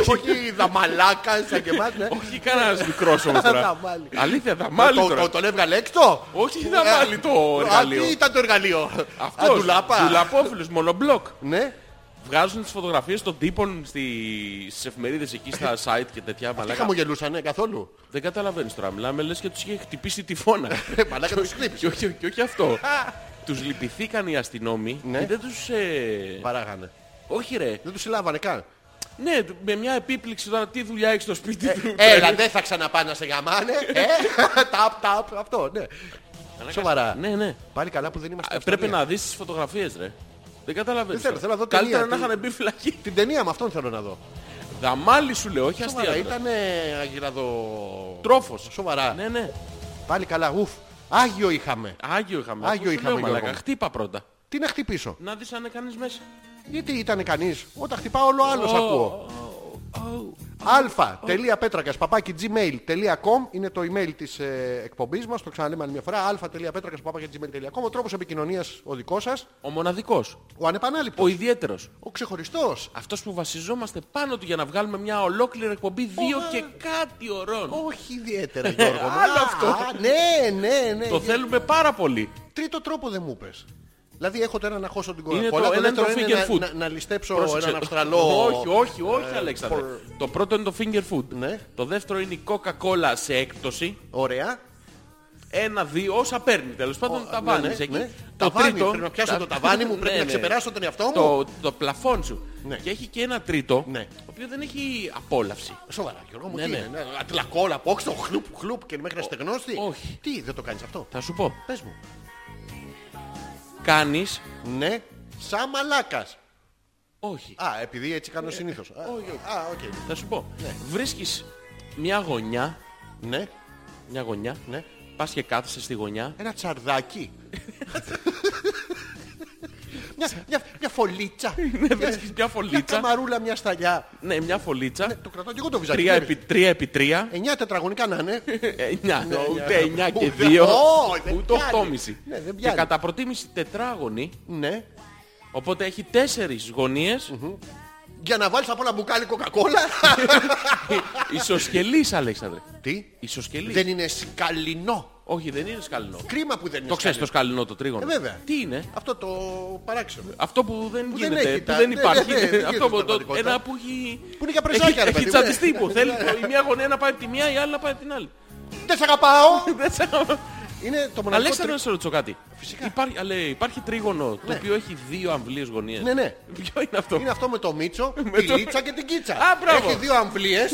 S2: όχι,
S1: όχι δαμαλάκα σαν και εμάς, ναι.
S2: όχι κανένας μικρός όμως τώρα.
S1: Δαμάλι.
S2: Αλήθεια, δαμάλι
S1: Το-
S2: τώρα.
S1: το- Τον έβγαλε έξω.
S2: Όχι δαμάλι το
S1: Α,
S2: εργαλείο.
S1: Τι ήταν το εργαλείο.
S2: Αυτός,
S1: Α, ντουλάπα.
S2: Δουλαπόφιλος, μονομπλοκ.
S1: Ναι.
S2: Βγάζουν τις φωτογραφίες των τύπων στη... στις εφημερίδες εκεί στα site και τέτοια
S1: Δεν
S2: μαλάκα.
S1: χαμογελούσανε καθόλου.
S2: Δεν καταλαβαίνεις τώρα, μιλάμε λες και τους είχε χτυπήσει τυφώνα.
S1: Ε, Μαλάκα τους κλείψει.
S2: και, όχι, και όχι αυτό. τους λυπηθήκαν οι αστυνόμοι
S1: Ναι.
S2: και δεν τους... ε,
S1: Παράγανε.
S2: Όχι ρε.
S1: Δεν τους συλλάβανε καν.
S2: Ναι, με μια επίπληξη τώρα τι δουλειά έχεις στο σπίτι του.
S1: Ε, Έλα, δεν θα ξαναπάνε να σε γαμάνε. Ε, Ταπ, ταπ, αυτό, ναι. Σοβαρά.
S2: Ναι, ναι.
S1: Πάλι καλά που δεν
S2: Ε,
S1: είμαστε. στην
S2: Πρέπει
S1: Αυστραλία.
S2: να δεις τις φωτογραφίες ρε. Δεν καταλαβαίνεις.
S1: Δεν θέλω,
S2: τώρα.
S1: θέλω να δω
S2: Καλύτερα να
S1: ταινία, τι-
S2: είχαν μπει φυλακή.
S1: Την ταινία με αυτόν θέλω να δω.
S2: Δαμάλι σου λέω, όχι
S1: Σοβαρά,
S2: αστεία. τώρα.
S1: ήταν αγυραδο...
S2: Τρόφος.
S1: Σοβαρά.
S2: Ναι, ναι.
S1: Πάλι καλά, ουφ. Άγιο είχαμε.
S2: Άγιο είχαμε.
S1: Άγιο
S2: Σου
S1: είχαμε, Γιώργο
S2: λέω, μαλάκα.
S1: μου.
S2: Χτύπα πρώτα.
S1: Τι να χτυπήσω.
S2: Να δεις αν είναι κανείς μέσα.
S1: Γιατί ήταν κανείς. Όταν χτυπάω όλο άλλος ακούω. αλφα.πέτρακας παπάκι gmail.com είναι το email της ε, εκπομπής μας. Το ξαναλέμε άλλη μια φορά. αλφα.πέτρακας παπάκι gmail.com Ο τρόπος επικοινωνίας ο δικός σας.
S2: Ο μοναδικός.
S1: Ο ανεπανάληπτος.
S2: Ο ιδιαίτερος.
S1: Ο ξεχωριστός.
S2: Αυτός που βασιζόμαστε πάνω του για να βγάλουμε μια ολόκληρη εκπομπή δύο και κάτι ωρών.
S1: Όχι ιδιαίτερα Γιώργο. μου.
S2: Άλλο
S1: Α,
S2: αυτό.
S1: α, Ναι, ναι, ναι.
S2: Το θέλουμε πάρα πολύ.
S1: Τρίτο τρόπο δεν μου είπες. Δηλαδή έχω το ένα να χώσω την
S2: Είναι
S1: κορακόλα,
S2: το-
S1: το
S2: ένα είναι
S1: δεύτερο
S2: το
S1: είναι
S2: finger
S1: να,
S2: food.
S1: να, να ληστέψω
S2: Πρόσεξε.
S1: έναν Αυστραλό.
S2: Όχι, όχι, όχι, Αλέξανδρε.
S1: for-
S2: Το πρώτο είναι το finger food.
S1: Ναι.
S2: Το δεύτερο είναι η Coca-Cola σε έκπτωση.
S1: Ωραία.
S2: Ένα-δύο, όσα παίρνει τέλος πάντων
S1: Ο,
S2: τα
S1: ναι,
S2: βάνεις.
S1: ναι, ναι.
S2: εκεί.
S1: Ταβάνι, πρέπει να πιάσω το ταβάνι μου, πρέπει να
S2: Ναι, ναι.
S1: ξεπεράσω τον εαυτό μου.
S2: Το, το πλαφόν σου.
S1: Ναι.
S2: Και έχει και ένα τρίτο,
S1: Ναι.
S2: το οποίο δεν έχει απόλαυση.
S1: Σοβαρά, Γιώργο μου,
S2: Ναι,
S1: τι
S2: ναι.
S1: είναι. ναι, Ατλακόλα, πόξτο, χλουπ, χλουπ και μέχρι να στεγνώσει.
S2: όχι.
S1: Τι, δεν το κάνεις αυτό.
S2: Θα σου πω.
S1: Πες μου.
S2: Κάνεις...
S1: Ναι, σαν μαλάκας.
S2: Όχι.
S1: Α, επειδή έτσι
S2: Ε,
S1: κάνω συνήθως. Α, Α, οκ.
S2: Θα σου πω. Βρίσκεις μια γωνιά,
S1: Ναι,
S2: μια γωνιά,
S1: ναι.
S2: πας και κάθεσαι στη γωνιά.
S1: Ένα τσαρδάκι. μια, μια, μια φωλίτσα. Ε,
S2: Ναι, βρίσκεις μια
S1: Μια
S2: φωλίτσα.
S1: καμαρούλα, μια σταλιά.
S2: Ναι, μια φωλίτσα.
S1: Το κρατάω και εγώ το βυζάκι.
S2: Τρία
S1: δεν
S2: επί τρία επί τρία. Ε,
S1: 9 τετραγωνικά να είναι.
S2: Εννιά,
S1: Ναι,
S2: ούτε εννιά και
S1: Ούτε-
S2: δύο,
S1: Ω, δεν
S2: ούτε
S1: πιάνει.
S2: οχτώμιση.
S1: Ναι, δεν
S2: Και
S1: πιάνει.
S2: κατά προτίμηση τετράγωνη,
S1: ναι.
S2: οπότε έχει τέσσερις γωνίες,
S1: Για να βάλεις από ένα μπουκάλι κοκακόλα.
S2: ισοσκελής Αλέξανδρε.
S1: Τι.
S2: Ισοσκελής.
S1: Δεν είναι σκαλινό.
S2: Όχι, δεν είναι σκαλινό.
S1: Κρίμα που δεν είναι
S2: Το ξέρεις το
S1: σκαλινό.
S2: σκαλινό το τρίγωνο.
S1: Ε, βέβαια.
S2: Τι είναι.
S1: Αυτό το παράξενο.
S2: Αυτό που δεν
S1: Που δεν
S2: γίνεται,
S1: έχει
S2: που
S1: τα-
S2: δεν
S1: ναι,
S2: υπάρχει.
S1: ναι, ναι, δεν γίνεται
S2: αυτό που
S1: στην
S2: το,
S1: πραγματικότητα.
S2: ένα που έχει...
S1: Που είναι για πρεζάκια, ρε
S2: έχει, έχει
S1: παιδί μου,
S2: τσατιστεί
S1: ναι.
S2: που θέλει η μία γωνία να πάει από τη μία, η άλλη να πάει από την άλλη.
S1: Δεν σε αγαπάω.
S2: Δεν σε-
S1: είναι το μοναδικό.
S2: Αλέξανδρε,
S1: τρι-
S2: να σε ρωτήσω κάτι.
S1: Φυσικά.
S2: Υπάρχει, αλλά υπάρχει τρίγωνο το οποίο έχει δύο αμβλίες γωνίες.
S1: Ναι, ναι.
S2: Ποιο είναι αυτό.
S1: Είναι αυτό με το μίτσο, τη
S2: το-
S1: λίτσα και την κίτσα.
S2: Α, μπράβο.
S1: Έχει δύο αμβλίες.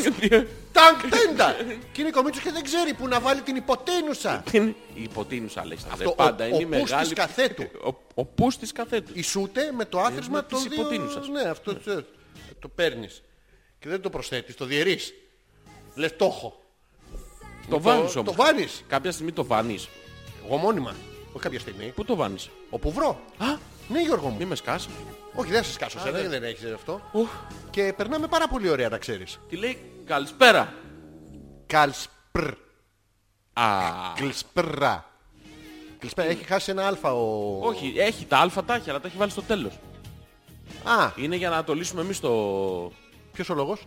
S1: Τάγκ τέντα. και είναι κομίτσο και δεν ξέρει που να βάλει την υποτένουσα.
S2: Είναι η υποτίμουσα Αλέξανδρε.
S1: Αυτό,
S2: Ε, πάντα
S1: ο-
S2: είναι
S1: ο
S2: η
S1: πους της
S2: μεγάλη.
S1: καθέτου.
S2: Ο, ο πους της καθέτου.
S1: Ισούται με το
S2: με
S1: άθροισμα των
S2: τις
S1: δύο.
S2: υποτείνουσας.
S1: Ναι, αυτό το, το παίρνεις. Και δεν το προσθέτεις, το διαιρείς. Λες το έχω.
S2: Το βάνεις
S1: Το
S2: όμως.
S1: βάνεις.
S2: Κάποια στιγμή το βάνεις.
S1: Εγώ μόνιμα. Όχι κάποια στιγμή.
S2: Πού το βάνεις.
S1: Όπου βρω.
S2: Α,
S1: Ναι, Γιώργο μου.
S2: μη με σκάς.
S1: Όχι, δεν σε σκάσω σένα, δεν έχεις αυτό.
S2: Ου,
S1: Και περνάμε πάρα πολύ ωραία, να ξέρεις.
S2: Τι λέει καλησπέρα.
S1: Καλσπρ.
S2: Α,
S1: Κλεισπρά. Κλεισπρά. Έχει χάσει ένα αλφα ο...
S2: όχι, έχει τα αλφα τα έχει, αλλά τα έχει βάλει στο τέλος.
S1: Α,
S2: Είναι για να το λύσουμε εμείς το...
S1: ποιος ο λόγος.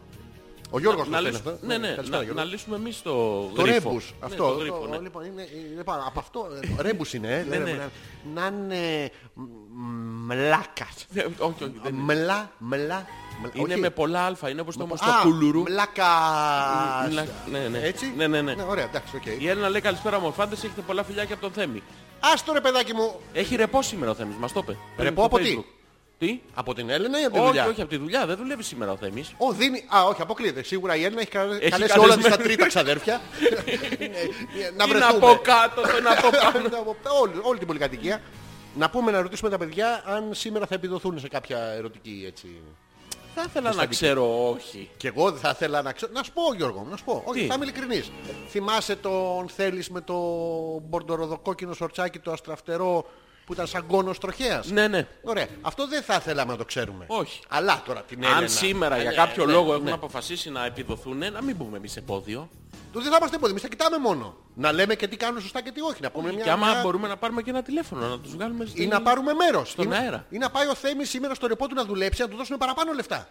S1: Ο Γιώργος
S2: να
S1: το στέλνει
S2: λύσουμε-
S1: αυτό.
S2: Ναι, ναι,
S1: καλησπέρα,
S2: να,
S1: Γιώργο.
S2: να λύσουμε εμείς το
S1: Το
S2: γρίφο.
S1: ρέμπους.
S2: Ναι,
S1: Αυτό.
S2: το γρίφο,
S1: το-
S2: ναι.
S1: Λοιπόν, είναι, είναι πάνω. από αυτό. ε, Ρέμπους είναι. ε, δεν
S2: ναι.
S1: ρέμπους, Να να είναι μ- μλάκας.
S2: Ε, Όχι, όχι, δεν είναι.
S1: Μλά, μλά. μλά.
S2: Είναι
S1: Όχι.
S2: με πολλά αλφα, είναι όπως το όμως το
S1: Α,
S2: κουλουρού.
S1: Μλάκας.
S2: Μλα- ναι, ναι.
S1: Έτσι.
S2: Ναι, ναι, ναι.
S1: Ωραία, εντάξει, οκ.
S2: Η Έλληνα λέει καλησπέρα μορφάντες, έχετε πολλά φιλιά και από τον Θέμη.
S1: Άστο ρε παιδάκι μου.
S2: Έχει ρεπό σήμερα ο Θέμης, μας το είπε. Πριν
S1: Ρεπό
S2: στο
S1: από τι?
S2: Facebook. Τι?
S1: Από την Έλενα ή από τη
S2: Όχι,
S1: δουλειά.
S2: όχι, από τη δουλειά. Δεν δουλεύει σήμερα ο Θέμης.
S1: Ω, δίνει... Α, όχι, αποκλείεται. Σίγουρα η Έλληνα έχει, κα-
S2: Έχει
S1: καλέσει
S2: καλεσμένο.
S1: όλα της τα τρίτα ξαδέρφια. Ε, να
S2: Τι να πω
S1: βρεθούμε.
S2: κάτω, το να πω πάνω.
S1: όλη, όλη την πολυκατοικία. Να πούμε να ρωτήσουμε τα παιδιά αν σήμερα θα επιδοθούν σε κάποια ερωτική έτσι.
S2: Θα ήθελα να ξέρω, όχι.
S1: Και εγώ δεν θα ήθελα να ξέρω. Να σου πω, Γιώργο, μου, να σου πω. Όχι,
S2: Τι?
S1: θα είμαι ειλικρινής. Θυμάσαι τον θέλει με το μπορντοροδοκόκκινο σορτσάκι το αστραφτερό που ήταν σαν κόνος τροχέας.
S2: Ναι, ναι.
S1: Ωραία. Αυτό δεν θα θέλαμε να το ξέρουμε.
S2: Όχι.
S1: Αλλά τώρα την Έλενα.
S2: Αν σήμερα για
S1: Ναι,
S2: κάποιο
S1: ναι,
S2: λόγο
S1: ναι.
S2: έχουν αποφασίσει να επιδοθούν, ε, να μην μπούμε εμείς εμπόδιο.
S1: Το Δεν θα είμαστε πόδι, εμείς θα κοιτάμε μόνο. Να λέμε και τι κάνουν σωστά και τι όχι. Να πούμε μια.
S2: Και άμα
S1: μια-
S2: μπορούμε να πάρουμε και ένα τηλέφωνο, να τους βγάλουμε
S1: Ή
S2: στην-
S1: να πάρουμε μέρος.
S2: στον αέρα.
S1: Ή να πάει ο Θέμης σήμερα στο ρεπό του να δουλέψει, να του δώσουμε παραπάνω λεφτά.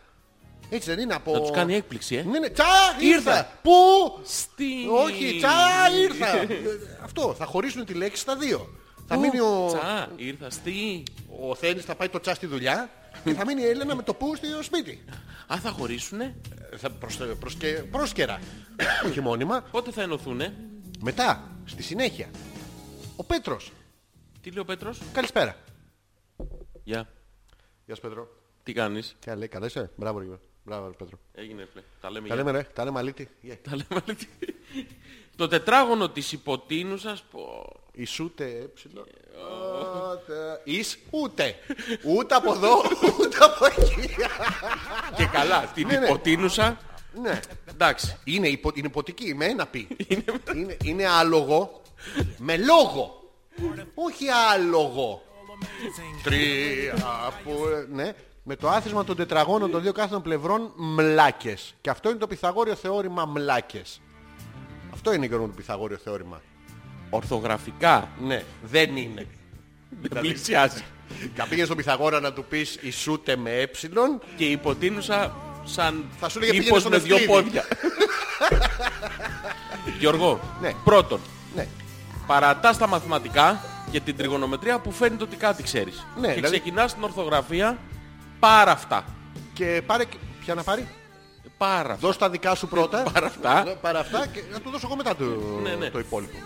S1: Έτσι δεν είναι από.
S2: Να τους κάνει έκπληξη, ε.
S1: Ναι, ναι. Τσα ήρθα.
S2: Ήρθα.
S1: Πού.
S2: Στη-
S1: Όχι, τσα ήρθα. Ε, Αυτό. Θα χωρίσουν τη λέξη στα δύο. Θα μείνει ο.
S2: Τσα, ήρθα στη.
S1: Ο Θέμης θα πάει το τσα στη δουλειά και θα μείνει η Έλενα με το πού στο σπίτι.
S2: Α, θα χωρίσουνε.
S1: Ε, Θα προστε- προσκε- πρόσκαιρα. Όχι μόνιμα.
S2: Πότε θα ενωθούνε.
S1: Μετά, στη συνέχεια. Ο Πέτρος.
S2: Τι λέει ο Πέτρος.
S1: Καλησπέρα.
S2: Γεια.
S1: Γεια σου Πέτρο.
S2: Τι κάνεις.
S1: Τι λέει, καλά είσαι. Μπράβο, Γιώργο. Μπράβο, ρε, Πέτρο.
S2: Έγινε πλέ. Τα λέμε
S1: Τα
S2: για
S1: λέμε, ρε. Τα λέμε αλήτη. Yeah.
S2: Τα λέμε αλλά τι- Το τετράγωνο της υποτείνουσας πω,
S1: Εις ούτε έψιλο. Ότε. Εις ούτε. Ούτε από εδώ, ούτε από εκεί.
S2: Και καλά Την
S1: Ναι, ναι.
S2: υποτείνουσα
S1: ναι.
S2: Εντάξει
S1: Είναι, υπο, είναι υποτική, με ένα πει. είναι, είναι άλογο με λόγο. Όχι άλογο. Τρία που... Ναι. Με το άθροισμα των τετραγώνων των δύο κάθετων πλευρών μλάκες. Και αυτό είναι το πυθαγόριο θεώρημα μλάκες. Αυτό είναι Γιώργο το πυθαγόριο θεώρημα.
S2: Ορθογραφικά
S1: Ναι, δεν είναι.
S2: Δεν πλησιάζει
S1: Θα πήγες στον Πυθαγόρα να του πεις ισούτε με ε,
S2: Και η υποτείνουσα σαν
S1: Θα σου έλεγε
S2: ύπος
S1: πήγαινε στον
S2: με δύο
S1: Ευκλήδη.
S2: πόδια Γιώργο
S1: Ναι.
S2: Πρώτον
S1: Ναι.
S2: Παρατάς τα μαθηματικά και την τριγωνομετρία που φαίνεται ότι κάτι ξέρεις
S1: Ναι,
S2: Και
S1: δηλαδή-
S2: ξεκινάς την ορθογραφία Πάρα αυτά
S1: Και πάρε... και- Ποια να πάρει?
S2: Πάρα αυτά
S1: Δώσ' τα δικά σου πρώτα.
S2: Πάρε αυτά.
S1: Ναι, Πάρε αυτά και να του δώσω εγώ μετά το,
S2: Ναι, ναι.
S1: το υπόλοιπο.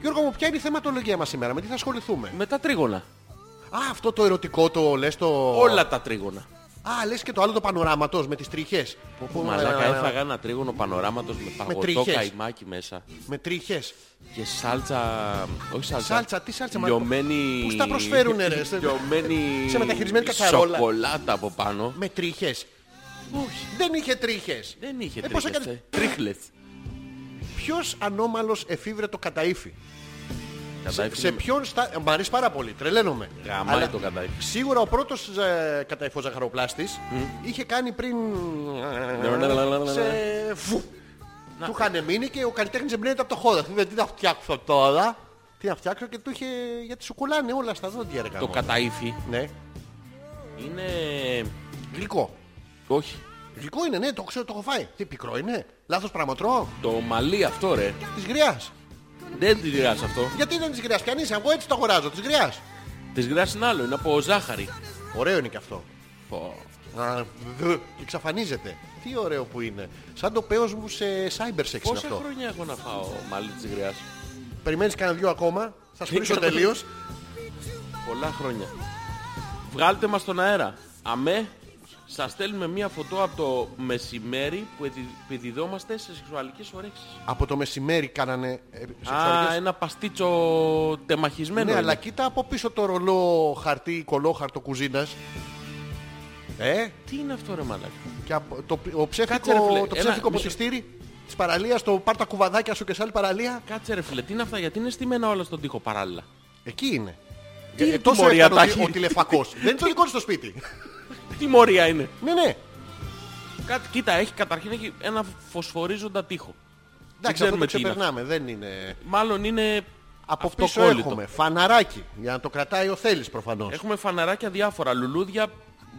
S1: Γιώργο μου, ποια είναι η θεματολογία μας σήμερα, με τι θα ασχοληθούμε.
S2: Με τα τρίγωνα
S1: Α, αυτό το ερωτικό το λες το...
S2: Όλα τα τρίγωνα
S1: Α, λες και το άλλο το πανοράματος με τις τριχές. Πω, πω,
S2: Μαλάκα
S1: ε, ε, ε,
S2: έφαγα ένα τρίγωνο πανοράματος με παγωτό
S1: τρίχες.
S2: καϊμάκι μέσα
S1: Με τριχές.
S2: και σάλτσα. Όχι σάλτσα.
S1: Σάλτσα, τι σάλτσα, μαλάκα.
S2: Λιωμένη.
S1: Πού στα προσφέρουνε, ρε, σε-
S2: Λιωμένη.
S1: σε μεταχειρισμένη κατσαρόλα.
S2: Σοκολάτα από πάνω.
S1: Με τριχές.
S2: Όχι.
S1: Δεν είχε τριχές.
S2: Δεν είχε
S1: Ε, πώς
S2: τρίχες.
S1: έκανες-
S2: ε. Τρίχλες.
S1: Ποιος ανώμαλος εφήβρε το καταήφι. Σε,
S2: Κατάφυγε
S1: σε ποιον στα... ε, Μ' αρέσει πάρα πολύ, τρελαίνομαι.
S2: Γαμάει το καταήφι.
S1: Σίγουρα ο πρώτος ε, καταήφος ζαχαροπλάστης είχε κάνει πριν... ε, σε... Φου. Του είχαν μείνει και ο καλλιτέχνης εμπνέεται από το χώρο. Δηλαδή τι να φτιάξω τώρα. Τι να φτιάξω και του είχε... Γιατί σου κολλάνε όλα στα δόντια ρε
S2: Το
S1: γαμώ.
S2: καταήφι
S1: Ναι.
S2: είναι.
S1: Γλυκό.
S2: Όχι.
S1: Γλυκό είναι, ναι, το ξέρω, το έχω φάει. Τι πικρό είναι. Λάθος πραγματρό.
S2: Το μαλλί αυτό ρε.
S1: Της γριάς.
S2: Δεν τη γράς αυτό.
S1: Γιατί δεν της γριάς. Κι αν είσαι, εγώ έτσι το αγοράζω. Της γριάς.
S2: Της γράς είναι άλλο. Είναι από ζάχαρη.
S1: Ωραίο είναι και αυτό.
S2: Πω.
S1: Α, δ, και εξαφανίζεται. Τι ωραίο που είναι. Σαν το πέος μου σε cyber sex είναι
S2: Πόσα
S1: αυτό.
S2: χρόνια έχω να φάω μαλλί της γριάς.
S1: Περιμένεις κανένα δυο ακόμα. Θα σπίσω
S2: Καλά.
S1: τελείως.
S2: Πολλά χρόνια. Βγάλτε μας στον αέρα. Αμέ, σας στέλνουμε μία φωτό από το μεσημέρι που εδι- επιδιδόμαστε σε σεξουαλικές ορέξεις.
S1: Από το μεσημέρι κάνανε ε,
S2: Α,
S1: σεξουαλικές.
S2: ένα παστίτσο τεμαχισμένο.
S1: Ναι,
S2: είναι.
S1: αλλά κοίτα από πίσω το ρολό χαρτί, κολό χαρτοκουζίνας. Ε,
S2: Τι είναι αυτό ρε μαλάκα.
S1: και από, το, πι- ο
S2: Κάτσε, ρε,
S1: ψεύτικο,
S2: φίλε.
S1: το
S2: Ένα,
S1: ψεύτικο
S2: μισό.
S1: ποτιστήρι της παραλίας, το πάρ τα κουβαδάκια σου και σε άλλη παραλία.
S2: Κάτσε ρε φίλε, τι είναι αυτά, γιατί είναι στημένα όλα στον τοίχο παράλληλα.
S1: Εκεί είναι. Ε,
S2: Τι είναι
S1: τόσο
S2: τιμωρία,
S1: έκανε ο
S2: τα
S1: τι-
S2: έχει.
S1: ο τηλεφακός. Δεν είναι το δικό του στο σπίτι.
S2: Τι μορία είναι.
S1: Ναι, ναι.
S2: Κάτι, κοίτα, έχει καταρχήν έχει ένα φωσφορίζοντα τοίχο.
S1: Εντάξει, αυτό
S2: ξέρουμε
S1: το
S2: τι είναι
S1: ξεπερνάμε. Δεν είναι...
S2: Μάλλον είναι
S1: Από
S2: αυτό
S1: πίσω έχουμε φαναράκι για να το κρατάει ο Θέλης προφανώς.
S2: Έχουμε φαναράκια διάφορα, λουλούδια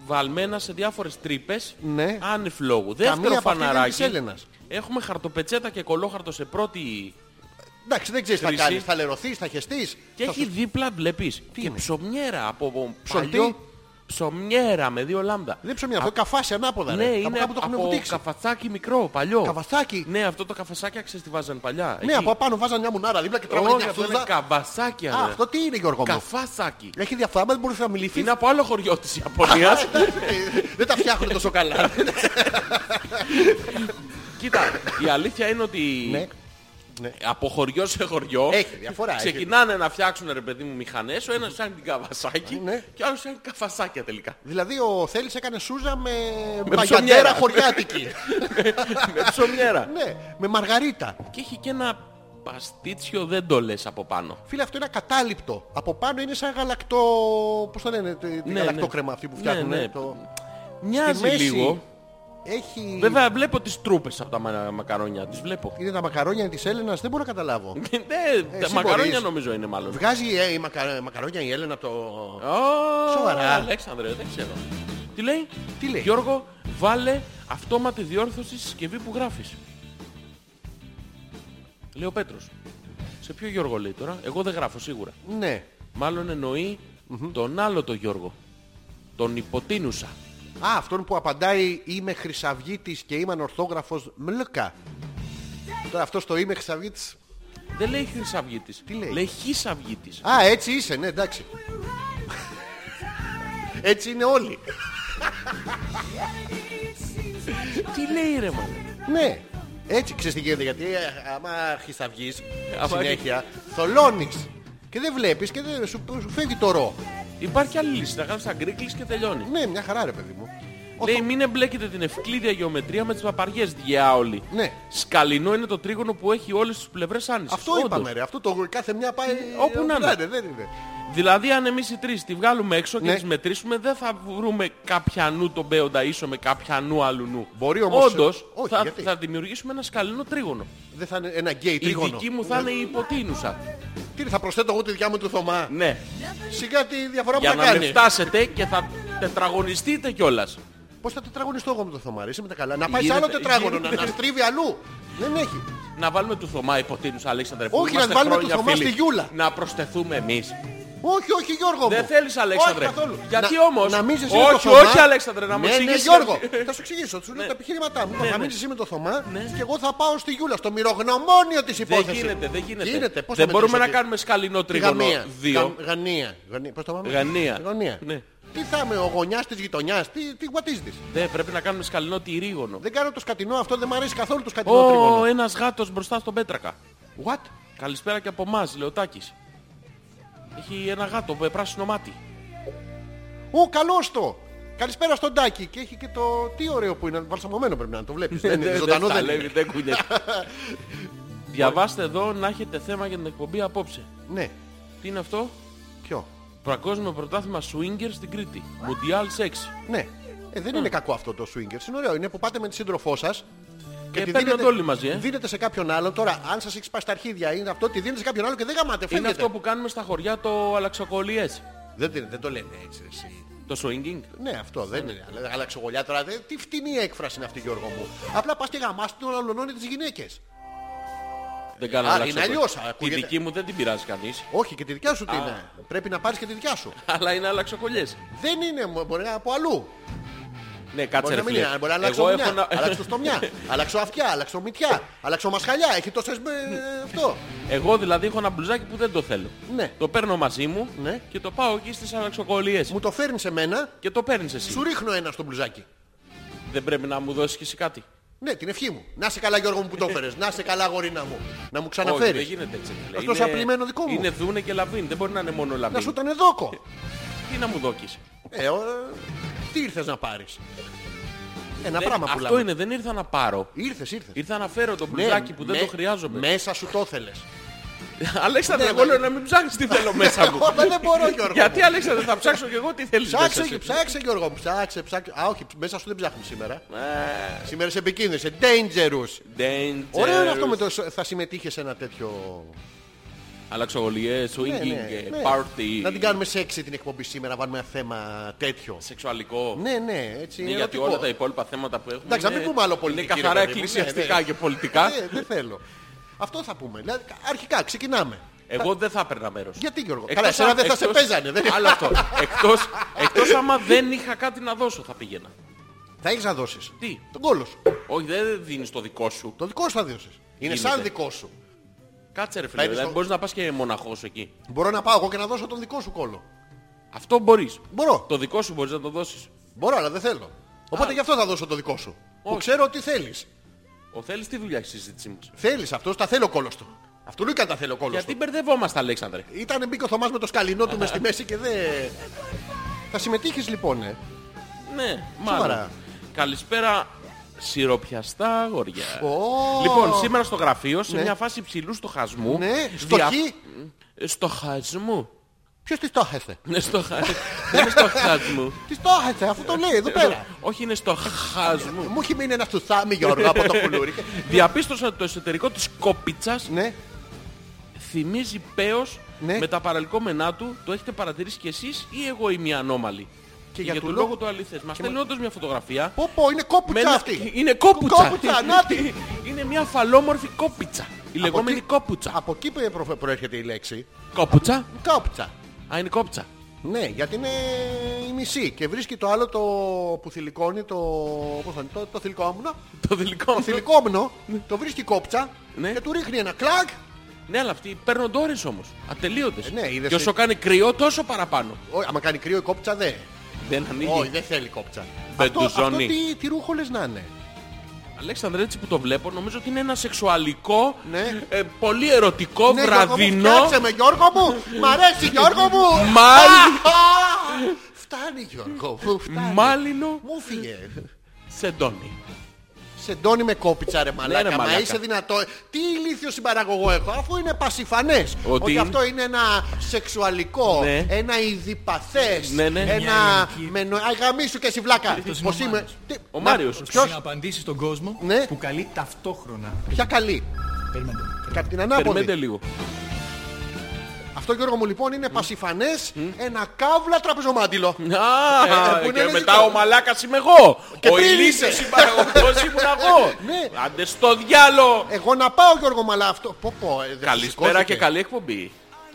S2: βαλμένα σε διάφορες τρύπες
S1: Ναι.
S2: άνευ λόγου.
S1: από
S2: Δεύτερο
S1: αυτά ήταν της
S2: φαναράκι.
S1: Έλενας.
S2: Έχουμε χαρτοπετσέτα και κολόχαρτο σε πρώτη.
S1: Εντάξει δεν ξέρεις τι θα
S2: Χρυσή.
S1: κάνεις, θα λερωθείς, θα χεστείς.
S2: Και
S1: θα
S2: έχει
S1: σου-
S2: δίπλα, βλέπεις, και
S1: είναι?
S2: ψωμιέρα από
S1: Ψωμί?
S2: παλιό. Ψωμιέρα με δύο λάμδα.
S1: Δεν ψωμί, αυτό καφάσι ανάποδα.
S2: ναι,
S1: ρε. Κάπου-
S2: είναι
S1: κάπου το
S2: από
S1: έχουν βουτήξει.
S2: καφατσάκι μικρό, παλιό.
S1: Καβασάκι.
S2: Ναι, αυτό το καφασάκι ξέρεις τι βάζαν παλιά.
S1: Ναι, από πάνω βάζανε μια μουνάρα δίπλα και τραβάνε
S2: Όχι,
S1: μια
S2: αυτό
S1: φούδα.
S2: είναι καβασάκι.
S1: Α, αυτό τι είναι Γιώργο μου.
S2: Καφάσάκι.
S1: Έχει διαφορά, δεν μπορούσε να μιληθεί.
S2: Είναι από άλλο χωριό της Ιαπωνίας.
S1: Δεν τα φτιάχνουν τόσο
S2: Ναι.
S1: καλά.
S2: Κοίτα, η αλήθεια είναι ότι
S1: Ναι.
S2: από χωριό σε χωριό.
S1: Έχει διαφορά, έχει.
S2: Ξεκινάνε να φτιάξουν ρε παιδί μου μηχανές. Ο ένας φτιάχνει την καβασάκι
S1: Ναι.
S2: και ο άλλος φτιάχνει καφασάκια τελικά.
S1: Δηλαδή ο Θέλης έκανε σούζα με,
S2: Με
S1: παγιατέρα
S2: ψωμιέρα.
S1: χωριάτικη.
S2: Με ψωμιέρα.
S1: ναι, με μαργαρίτα.
S2: και έχει και ένα παστίτσιο δεν το λες από πάνω.
S1: Φίλε, αυτό είναι ακατάληπτο. Από πάνω είναι σαν γαλακτό. Πώς το λένε, ναι,
S2: Ναι,
S1: γαλακτό
S2: ναι.
S1: κρέμα αυτή που
S2: Ναι,
S1: φτιάχνουν. ε,
S2: ναι.
S1: Το...
S2: Μοιάζει
S1: μέση.
S2: λίγο.
S1: Έχει.
S2: Βέβαια βλέπω τις τρούπες από τα μα- μακαρόνια. Τις βλέπω.
S1: Είναι τα μακαρόνια της Έλενας, δεν μπορώ να καταλάβω.
S2: ναι, τα
S1: Ε, εσύ
S2: μακαρόνια
S1: μπορείς.
S2: νομίζω είναι μάλλον.
S1: Βγάζει ε, η μακα- μακαρόνια η Έλενα από το.
S2: Ω, ε,
S1: Σοβαρά.
S2: Αλέξανδρε, δεν ξέρω. Τι λέει?
S1: Τι λέει?
S2: Γιώργο, βάλε αυτόματη διόρθωση στη συσκευή που γράφεις. Λέει ο Πέτρος. Σε ποιο Γιώργο λέει τώρα. Εγώ δεν γράφω σίγουρα.
S1: Ναι.
S2: Μάλλον εννοεί τον άλλο το Γιώργο. Τον υποτείνουσα.
S1: Α, αυτόν που απαντάει είμαι χρυσαυγίτης και είμαι ανορθόγραφος μλκα. Τώρα αυτός το είμαι χρυσαυγίτης.
S2: Δεν λέει χρυσαυγίτης.
S1: Τι λέει?
S2: Λέει χισαυγίτης.
S1: Α, έτσι είσαι, ναι, εντάξει. έτσι είναι όλοι.
S2: Τι λέει ρε μάνα.
S1: ναι. Έτσι ξέρεις τι γίνεται, γιατί ε, άμα χρυσαυγείς
S2: Ε, Άμα-
S1: συνέχεια, θολώνεις. Και δεν βλέπεις και δεν, σου, σου φεύγει το ρο.
S2: Υπάρχει άλλη λύση. Να κάνεις αγκρίκλεις και τελειώνει.
S1: Ναι, μια χαρά ρε παιδί μου. Ο-
S2: Λέει μην εμπλέκετε την ευκλήδια γεωμετρία με τις παπαριές διάολοι.
S1: Ναι.
S2: Σκαλινό είναι το τρίγωνο που έχει όλες τις πλευρές άνηση.
S1: Αυτό είπαμε ρε, αυτό το κάθε μια πάει
S2: Ε, Όπου να είναι.
S1: δεν είναι.
S2: Δηλαδή αν εμείς οι τρεις τη βγάλουμε έξω
S1: Ναι.
S2: και τις μετρήσουμε δεν θα βρούμε κάποια νου τον Μπέοντα ίσο με κάποια νου άλλου νου.
S1: Μπορεί όμως- ε,
S2: Όντως
S1: Όχι,
S2: θα,
S1: γιατί?
S2: θα δημιουργήσουμε ένα σκαλινό τρίγωνο.
S1: Δεν θα είναι ένα γκέι τρίγωνο.
S2: Η δική μου θα είναι η υποτείνουσα.
S1: Τι θα προσθέτω εγώ τη δικιά μου του Θωμά.
S2: Ναι.
S1: Σιγά τη διαφορά που
S2: Για
S1: θα
S2: να με
S1: κάνει.
S2: φτάσετε και θα τετραγωνιστείτε κιόλας.
S1: Πώς θα τετραγωνιστώ εγώ με το Θωμά, ρε, είσαι με τα καλά. Να πάει σε
S2: Γίνεται-
S1: άλλο τετράγωνο, να,
S2: γίνεται-
S1: να στρίβει αλλού. Δεν έχει.
S2: Να βάλουμε του Θωμά υποτείνουσα, Αλέξανδρε. που
S1: Όχι, να
S2: είμαστε
S1: βάλουμε
S2: χρόνια
S1: του Θωμά
S2: φίλοι.
S1: στη Γιούλα.
S2: Να προσθεθούμε εμείς.
S1: Όχι, όχι Γιώργο μου.
S2: Δεν θέλεις, Αλέξανδρε.
S1: Όχι, καθόλου.
S2: Γιατί
S1: Να-
S2: όμως-
S1: Να μείνεις εσύ
S2: Όχι,
S1: με το Θωμά.
S2: όχι, Αλέξανδρε, να μου
S1: ναι, ναι,
S2: εξηγήσεις.
S1: Γιώργο. θα σου εξηγήσω. Σου λέω
S2: Ναι.
S1: τα επιχειρήματά μου.
S2: Ναι,
S1: Να
S2: ναι.
S1: μείνεις εσύ με το Θωμά
S2: Ναι.
S1: και εγώ θα πάω στη Γιούλα, στο μυρογνωμόνιο της
S2: Δεν
S1: υπόθεσης.
S2: γίνεται, δεν γίνεται.
S1: Γίνεται. Πώς θα
S2: δεν μπορούμε
S1: μετρήσω
S2: να
S1: τη-
S2: κάνουμε σκαλινό
S1: τη
S2: τρίγωνο.
S1: Γαμία.
S2: Δύο.
S1: Γα- Γανία. Γανία. Πώς το πάμε.
S2: Γανία. Ναι.
S1: Τι θα είμαι, ο γονιάς της γειτονιάς. Τι, τι what is this.
S2: Δεν πρέπει να κάνουμε σκαλινό τυρίγωνο.
S1: Δεν κάνω το σκατινό αυτό, δεν μου αρέσει καθόλου το σκατινό τρίγωνο.
S2: Ω, ε. ένας γάτος μπροστά στον πέτρακα.
S1: What?
S2: Καλησπέρα και από εμάς, Λεωτάκης. Έχει ένα γάτο με πράσινο μάτι.
S1: Ω, καλός το! Καλησπέρα στον Τάκη. Και έχει και το. Τι ωραίο που είναι. Βαλσαμωμένο πρέπει να είναι, το βλέπεις. δεν είναι ζωντανό,
S2: τα
S1: δεν
S2: λέει,
S1: είναι.
S2: Ναι, δεν κουνιέται. Διαβάστε εδώ να έχετε θέμα για την εκπομπή απόψε.
S1: Ναι,
S2: Τι είναι αυτό?
S1: ποιο.
S2: Παγκόσμιο πρωτάθλημα Swinger στην Κρήτη. Μουντιάλ σεξ.
S1: Ναι. Ε, δεν είναι κακό αυτό το swingers. Είναι ωραίο. Είναι που πάτε με τη σύντροφό σας.
S2: Και παίρνονται όλοι μαζί, ε.
S1: Δίνετε σε κάποιον άλλον. Τώρα, αν σας έχει πάει στα αρχίδια, είναι αυτό. Τη δίνετε σε κάποιον άλλον και δεν γαμάτε. Φεύγετε.
S2: Είναι αυτό που κάνουμε στα χωριά το αλλαξοκολλιές.
S1: δεν, την- δεν το λένε έτσι. ρε, εσύ.
S2: Το swinging.
S1: Ναι, αυτό δεν είναι. Αλλά αλλαξογολιά τώρα. δεν- Τι φτηνή έκφραση είναι αυτή, Γιώργο μου. Απλά πας και γαμάς τον άλλον τις γυναίκες.
S2: Δεν κάνω
S1: Α,
S2: αλλάξω
S1: είναι
S2: το-
S1: αλλιώς,
S2: Τη
S1: ακούγεται.
S2: δική μου δεν την πειράζει κανείς.
S1: Όχι, και τη δικιά σου τι είναι. Πρέπει να πάρεις και τη δικιά σου.
S2: Αλλά είναι αλλαξοκολλιές.
S1: Δεν είναι, μπο- μπορεί να είναι από αλλού.
S2: Ναι, κάτσε
S1: Μπορεί
S2: ρε
S1: να μην είναι,
S2: φίλε.
S1: μπορεί να αλλάξω
S2: Εγώ
S1: μυαλιά,
S2: έχω να...
S1: αλλάξω στομιά, αλλάξω αυτιά, αλλάξω μυτιά, αλλάξω μασχαλιά. Έχει τόσες με αυτό.
S2: Εγώ δηλαδή έχω ένα μπλουζάκι που δεν το θέλω.
S1: Ναι.
S2: Το παίρνω μαζί μου
S1: Ναι.
S2: και το πάω εκεί στις αλλαξοκολλιές.
S1: Μου το φέρνεις εμένα,
S2: Και το παίρνεις εσύ.
S1: σου ρίχνω ένα στο μπλουζάκι.
S2: Δεν πρέπει να μου δώσεις και εσύ κάτι.
S1: Ναι, την ευχή μου. Να σε καλά Γιώργο μου που το φέρες, να σε καλά γορίνα μου. Να μου
S2: Όχι, δεν
S1: ξαναφέρεις.
S2: γίνεται έτσι. φίλε.
S1: Αυτός
S2: Είναι-
S1: απλημένο δικό μου.
S2: Είναι δούνε και λαβίν. Δεν μπορεί να είναι μόνο λαβίν.
S1: Να σου τον εδόκο.
S2: Τι να μου δόκεις.
S1: ε, ο, ε, τι ήρθες να πάρεις. Ένα
S2: Δεν-
S1: πράγμα
S2: Ναι, Αυτό
S1: πουλάμε.
S2: είναι, δεν ήρθα να πάρω.
S1: Ήρθες, ήρθες.
S2: Ήρθα να φέρω το
S1: Ναι,
S2: μπλουζάκι που δεν
S1: με-
S2: το χρειάζομαι.
S1: Μέσα σου το θέλες.
S2: Αλέξανδρε,
S1: Ναι,
S2: εγώ λέω
S1: ναι.
S2: να μην ψάχνεις τι θέλω μέσα μου.
S1: Εγώ δεν μπορώ Γιώργο.
S2: Γιατί
S1: μου.
S2: Αλέξανδρε θα ψάξω και εγώ τι θέλεις μέσα
S1: Ψάξε,
S2: σου.
S1: ψάξε Γιώργο μου, ψάξε, ψάξε. Α, όχι, μέσα σου δεν ψάχνουμε σήμερα.
S2: Ε,
S1: Σήμερα είσαι επικίνδυνο, είσαι dangerous.
S2: Dangerous.
S1: Ωραίο είναι αυτό με το θα συμμετείχες σε ένα τέτοιο.
S2: Αλλαξογολιές,
S1: Ναι,
S2: swinging,
S1: ναι,
S2: ε,
S1: ναι.
S2: party.
S1: Να την κάνουμε σεξι την εκπομπή σήμερα, βάλουμε ένα θέμα τέτοιο.
S2: Σεξουαλικό.
S1: Ναι, ναι, έτσι.
S2: Ναι, γιατί
S1: ερωτικό.
S2: όλα τα υπόλοιπα θέματα που έχουμε.
S1: Εντάξει, να μην
S2: είναι-
S1: πούμε άλλο
S2: Είναι
S1: πολιτική.
S2: καθαρά
S1: ρε παιδί μου.
S2: εκκλησιαστικά
S1: Ναι, ναι.
S2: και πολιτικά.
S1: Ναι, δεν θέλω. Αυτό θα πούμε. Δηλαδή, αρχικά ξεκινάμε.
S2: Εγώ δεν θα έπαιρνα μέρος.
S1: Γιατί, Γιώργο? Καλά, εσένα δεν θα σε παίζανε, δεν-
S2: Άλλο αυτό. Εκτός, εκτός άμα δεν είχα κάτι να δώσω θα πήγαινα.
S1: Θα έχεις να δώσεις.
S2: Τι?
S1: Τον κόλο σου.
S2: Όχι, δεν δίνεις το δικό σου.
S1: Το δικό σου θα δώσεις. Είναι
S2: Γίνεται.
S1: σαν δικό σου.
S2: Κάτσε ρε φίλε.
S1: είναι
S2: Δηλαδή
S1: στο-
S2: μπορείς να πας και μοναχός εκεί.
S1: Μπορώ να πάω εγώ και να δώσω τον δικό σου κόλο.
S2: Αυτό μπορείς.
S1: Μπορώ.
S2: Το δικό σου μπορείς να το δώσεις.
S1: Μπορώ, αλλά δεν θέλω. Οπότε γι' αυτό θα δώσω το δικό σου. Που
S2: Όχι.
S1: ξέρω ότι θέλεις.
S2: Ο Θέλεις τι δουλειά έχεις στη συζήτησή μας.
S1: Θέλεις αυτός, τα θέλω κόλωστο. Αυτό λέει τα θέλω κόλωστο.
S2: Γιατί μπερδευόμαστε, Αλέξανδρε.
S1: Ήταν μπήκε ο Θωμάς με το σκαλινό του μες στη μέση και δεν. Θα συμμετείχε λοιπόν, ε.
S2: Ναι,
S1: Σοβαρά.
S2: μάλλον. Καλησπέρα, σιροπιαστά αγόρια.
S1: Ω.
S2: Λοιπόν, σήμερα στο γραφείο, σε
S1: Ναι.
S2: μια φάση ψηλού στοχασμού.
S1: Ναι, στο χ.
S2: Ε, Στοχασμού.
S1: Ποιος τη το έχετε.
S2: Ναι, στοχα... δεν είναι στοχασμού.
S1: Τη το έχετε, αυτό
S2: Ε,
S1: το λέει εδώ πέρα.
S2: Όχι, είναι στοχασμού.
S1: Μου έχει μείνει ένα τσουθάμι Γιώργο από το κουλούρι.
S2: Διαπίστωσα ότι το εσωτερικό της κόπιτσας
S1: ναι,
S2: θυμίζει πέος
S1: Ναι.
S2: με τα παραλικόμενά του. Το έχετε παρατηρήσει κι εσείς ή εγώ είμαι ανώμαλη. Και,
S1: για
S2: για,
S1: του
S2: τον
S1: λόγου-
S2: λόγο του αληθές. Μας στέλνει όντως μια φωτογραφία.
S1: πω πω, είναι κόπιτσα
S2: ένα-
S1: αυτή.
S2: Είναι κόπιτσα.
S1: Κόπιτσα, να τη.
S2: είναι μια φαλόμορφη κόπιτσα. Η λεγόμενη
S1: εκεί-
S2: κόπιτσα.
S1: Από εκεί προ- προέρχεται η λέξη.
S2: Κόπιτσα.
S1: Κόπιτσα.
S2: Α, είναι κόπιτσα.
S1: Ναι, γιατί είναι η μισή. Και βρίσκει το άλλο το που θηλυκώνει το. Πώς θα είναι, το, το θηλυκόμουνο.
S2: Το θηλυκό.
S1: Το
S2: αυτό.
S1: θηλυκόμουνο το βρίσκει κόπτσα
S2: Ναι.
S1: και του ρίχνει ένα κλακ.
S2: Ναι, αλλά αυτοί παίρνουν ώρες όμως. Ατελείωτες.
S1: Ε, ναι, είδες-
S2: και όσο κάνει κρυό, τόσο παραπάνω.
S1: Ω, άμα κάνει κρύο η κόπτσα δεν.
S2: Δεν ανοίγει.
S1: Όχι, δεν θέλει κόπτσα. Αυτό, αυτό
S2: Πεντουζώνει.
S1: τι, τι ρούχο λες να είναι.
S2: Αλέξανδρε, έτσι που το βλέπω, νομίζω ότι είναι ένα σεξουαλικό,
S1: Ναι.
S2: ε, πολύ ερωτικό,
S1: Ναι, Γιώργο μου,
S2: βραδινό.
S1: φτιάξε με Γιώργο μου. Μ' αρέσει Γιώργο μου.
S2: Μάλι-
S1: Α, α, Φτάνει Γιώργο μου. Φτάνει.
S2: Μάλινο
S1: Μου φύγε.
S2: σεντόνι.
S1: Σε ντώνει με κόπιτσα ρε μαλάκα.
S2: Ναι, ρε,
S1: μα
S2: μαλάκα.
S1: είσαι δυνατό. Τι ηλίθιο συμπαραγωγό έχω, αφού είναι πασιφανές. Ότι...
S2: Ότι-
S1: αυτό είναι ένα σεξουαλικό,
S2: Ναι.
S1: ένα ειδιπαθές.
S2: Ναι, ναι.
S1: Ένα. Με νο... Α, γαμίσου και εσύ βλάκα.
S4: Αυτός
S1: Πως
S4: είναι ο
S1: είμαι.
S4: Μάριος.
S1: Τι-
S2: Ο
S1: να-
S2: Μάριος.
S1: Ποιος,
S4: να απαντήσει στον κόσμο
S1: Ναι.
S4: που καλεί ταυτόχρονα.
S1: ποια καλή.
S4: Περιμένετε.
S1: Κατά την
S2: Περιμένετε
S1: ανάποδη.
S2: λίγο.
S1: Αυτό Γιώργο μου λοιπόν είναι πασιφανέ, ένα κάβλα τραπεζομάντιλο.
S2: Α,
S1: Ε, που είναι
S2: και
S1: λογικό.
S2: μετά ο μαλάκας είμαι εγώ.
S1: Και
S2: ο
S1: πριν
S2: ηλίσιος
S1: είσαι.
S2: συμπαραγωγός ήμουν εγώ.
S1: Ναι.
S2: Άντε στο διάλο.
S1: Εγώ να πάω Γιώργο μου, αλλά αυτό. Πω, πω, ε, δεν
S2: Καλησπέρα
S1: σηκώθηκε.
S2: και καλή εκπομπή.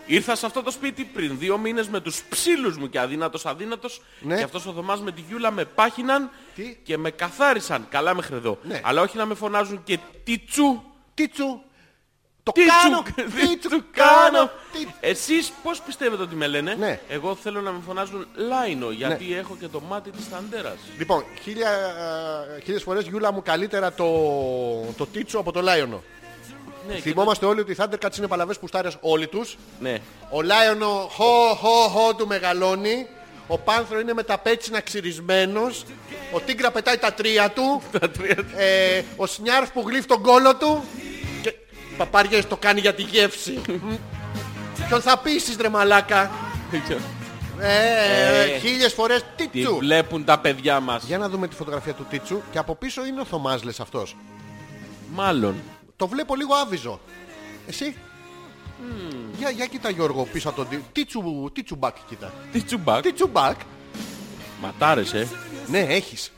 S2: Ήρθα σε αυτό το σπίτι πριν δύο μήνες με τους ψήλους μου και αδύνατος αδύνατος
S1: Ναι.
S2: και αυτός ο Θωμάς με τη Γιούλα με πάχυναν
S1: Τι?
S2: και με καθάρισαν. Καλά μέχρι εδώ.
S1: Ναι.
S2: Αλλά όχι να με φωνάζουν και τίτσου
S1: Τίτσου. Το
S2: Τι
S1: κάνω.
S2: τσου-
S1: Τι τσου κάνω. Τι-
S2: Εσείς πώς πιστεύετε ότι με λένε.
S1: Ναι.
S2: Εγώ θέλω να με φωνάζουν Λάινο γιατί έχω και το μάτι της Ταντέρας.
S1: Λοιπόν, χίλια, ε, χίλιες φορές Γιούλα μου καλύτερα το, το Τίτσο από το Λάιονο.
S2: Ναι, και-
S1: Θυμόμαστε όλοι ότι οι Thundercats είναι παλαβές πουστάρες όλοι τους.
S2: ναι.
S1: Ο Λάιονο χω χω χω του μεγαλώνει. Ο Πάνθρο είναι με τα πέτσινα ξυρισμένος. Ο Τίγκρα πετάει τα τρία του. ε, ο Σνιάρφ που γλύφει τον κόλο του. Και παπάριες το κάνει για τη γεύση. Μμ. Ποιον θα πείσεις ρε μαλάκα. Ε,
S2: Ε.
S1: χίλιες φορές
S2: Τι
S1: Τίτσου.
S2: βλέπουν τα παιδιά μας.
S1: Για να δούμε τη φωτογραφία του Τίτσου και από πίσω είναι ο Θωμάς λες αυτός.
S2: Μάλλον.
S1: Το βλέπω λίγο άβυζο. Εσύ. Για, για κοίτα Γιώργο πίσω από τον Τί- Τίτσου. Τίτσου μπακ κοίτα.
S2: Τι τσουμπάκ.
S1: Τίτσου μπακ.
S2: Ματάρες ε.
S1: Ναι έχεις.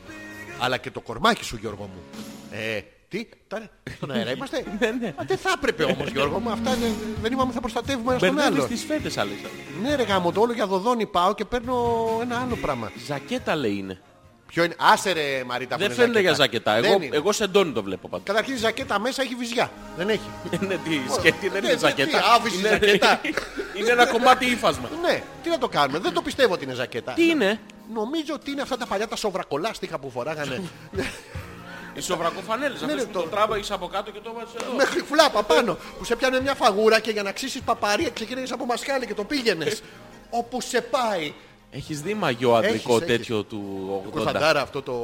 S1: Αλλά και το κορμάκι σου Γιώργο μου. Ε, τι, τώρα, στον αέρα είμαστε.
S2: Ναι, ναι.
S1: Α, δεν θα έπρεπε όμως Γιώργο μου. Αυτά είναι- δεν είπαμε θα προστατεύουμε ένα τον
S2: Μπερδεύεις
S1: άλλο.
S2: τις φέτες Αλέξανδρε.
S1: Ναι ρε γάμο, το όλο για δοδόνι πάω και παίρνω ένα άλλο πράγμα.
S2: Ζακέτα λέει είναι.
S1: Ποιο είναι, άσε ρε Μαρίτα. που
S2: Δεν
S1: είναι
S2: φαίνεται για ζακέτα.
S1: Δεν
S2: Εγώ,
S1: είναι.
S2: εγώ σεντόνι το βλέπω πάντα.
S1: Καταρχήν η ζακέτα μέσα έχει βυζιά. Δεν έχει.
S2: Ναι, τι σκέτη δεν
S1: Ναι,
S2: είναι
S1: τι,
S2: ζακέτα.
S1: τι, άβυζη
S2: Είναι-
S1: ζακέτα.
S2: Είναι ένα κομμάτι ύφασμα.
S1: Ναι, τι να το κάνουμε, δεν το πιστεύω ότι είναι ζακέτα.
S2: Τι είναι.
S1: Νομίζω ότι είναι αυτά τα παλιά τα σοβρακολάστιχα που φοράγανε.
S2: Οι σοβρακοφανέλες.
S1: Ναι,
S2: Αυτές
S1: ναι,
S2: που το
S1: το-
S2: τράβαγες από κάτω και το βάζεις εδώ.
S1: Μέχρι φλάπα πάνω. Που σε πιάνε μια φαγούρα και για να ξύσεις παπαρία ξεκίνησες από μασχάλη και το πήγαινες. Όπου σε πάει.
S2: Έχεις δει μαγιό αντρικό
S1: Έχεις, έχεις.
S2: τέτοιο του 80.
S1: Κουρθαντάρα αυτό το.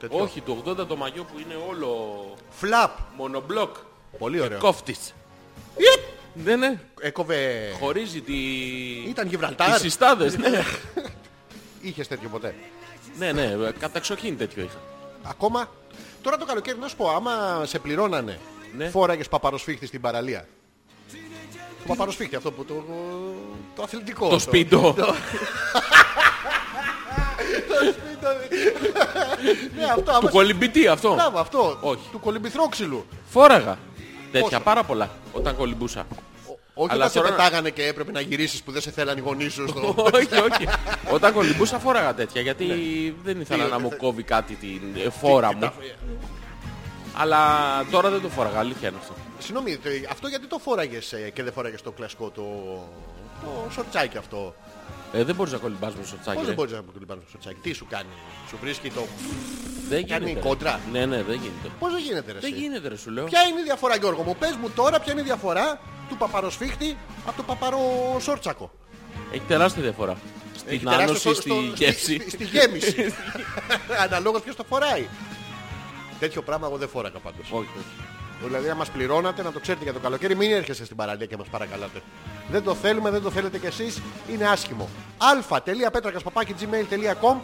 S1: Τέτοιο.
S2: Όχι, του 80 το μαγιό που είναι όλο
S1: Φλαπ.
S2: μονομπλοκ.
S1: Πολύ ωραίο.
S2: Κόφτης. Ναι, ναι.
S1: Έκοβε.
S2: Χωρίζει τη...
S1: Ήταν
S2: Τις
S1: Γιβραλτάρ.
S2: συστάδες. ναι.
S1: Είχες τέτοιο ποτέ.
S2: ναι, ναι. Καταξοχήν τέτοιο είχα.
S1: Ακόμα. Τώρα το καλοκαίρι να σου πω, άμα σε πληρώνανε,
S2: Ναι.
S1: φόραγες παπαροσφίχτης στην παραλία. Το παπαροσφίχτη αυτό που το. Το αθλητικό.
S2: Το σπίτι.
S1: Ναι, αυτό. άμα
S2: Του
S1: σε-
S2: κολυμπητή αυτό.
S1: Μπράβο, αυτό.
S2: Όχι.
S1: Του κολυμπηθρόξυλου.
S2: Φόραγα. Τέτοια
S1: Πόσα?
S2: πάρα πολλά όταν κολυμπούσα.
S1: Όχι
S2: Αλλά
S1: όταν σε
S2: τώρα-
S1: πετάγανε και έπρεπε να γυρίσεις που δεν σε θέλαν οι γονείς σου στο...
S2: όχι, όχι. Όταν κολυμπούσα φόραγα τέτοια γιατί δεν ήθελα
S1: Ναι. Τι,
S2: να
S1: δεν
S2: μου
S1: θε-
S2: κόβει κάτι την ε, φόρα μου. Αλλά τώρα δεν το φόραγα, αλήθεια είναι αυτό.
S1: ε, Συγγνώμη, το- αυτό γιατί το φόραγες ε, και δεν φόραγες το κλασικό το... Το σορτσάκι αυτό.
S2: Ε, δεν μπορείς να κολυμπάς με σορτσάκι.
S1: Πώς
S2: ρε.
S1: δεν μπορείς να κολυμπάς με το σορτσάκι. Τι σου κάνει. Σου βρίσκει το.
S2: Δεν
S1: κάνει
S2: γίνεται. ρε.
S1: κόντρα.
S2: Ναι, ναι, δεν γίνεται.
S1: Πώς δεν γίνεται, ρε.
S2: Δεν
S1: εσύ?
S2: γίνεται, ρε, σου λέω.
S1: Ποια είναι η διαφορά, Γιώργο μου. Πες μου τώρα, ποια είναι η διαφορά του παπαροσφίχτη από το παπαροσόρτσακο.
S2: Έχει τεράστια διαφορά.
S1: Έχει
S2: Στην
S1: τεράστιο
S2: άνοση,
S1: στο- στο-
S2: στη
S1: στη- στη-
S2: γεύση.
S1: Στη γέμιση. Αναλόγως ποιος το φοράει. Τέτοιο πράγμα εγώ δεν φόραγα πάντως.
S2: Όχι, όχι.
S1: Δηλαδή, αν μα πληρώνατε, να το ξέρετε για το καλοκαίρι, μην έρχεστε στην παραλία και μας παρακαλάτε. Δεν το θέλουμε, δεν το θέλετε κι εσείς, είναι άσχημο. α.πέτρακα.gmail.com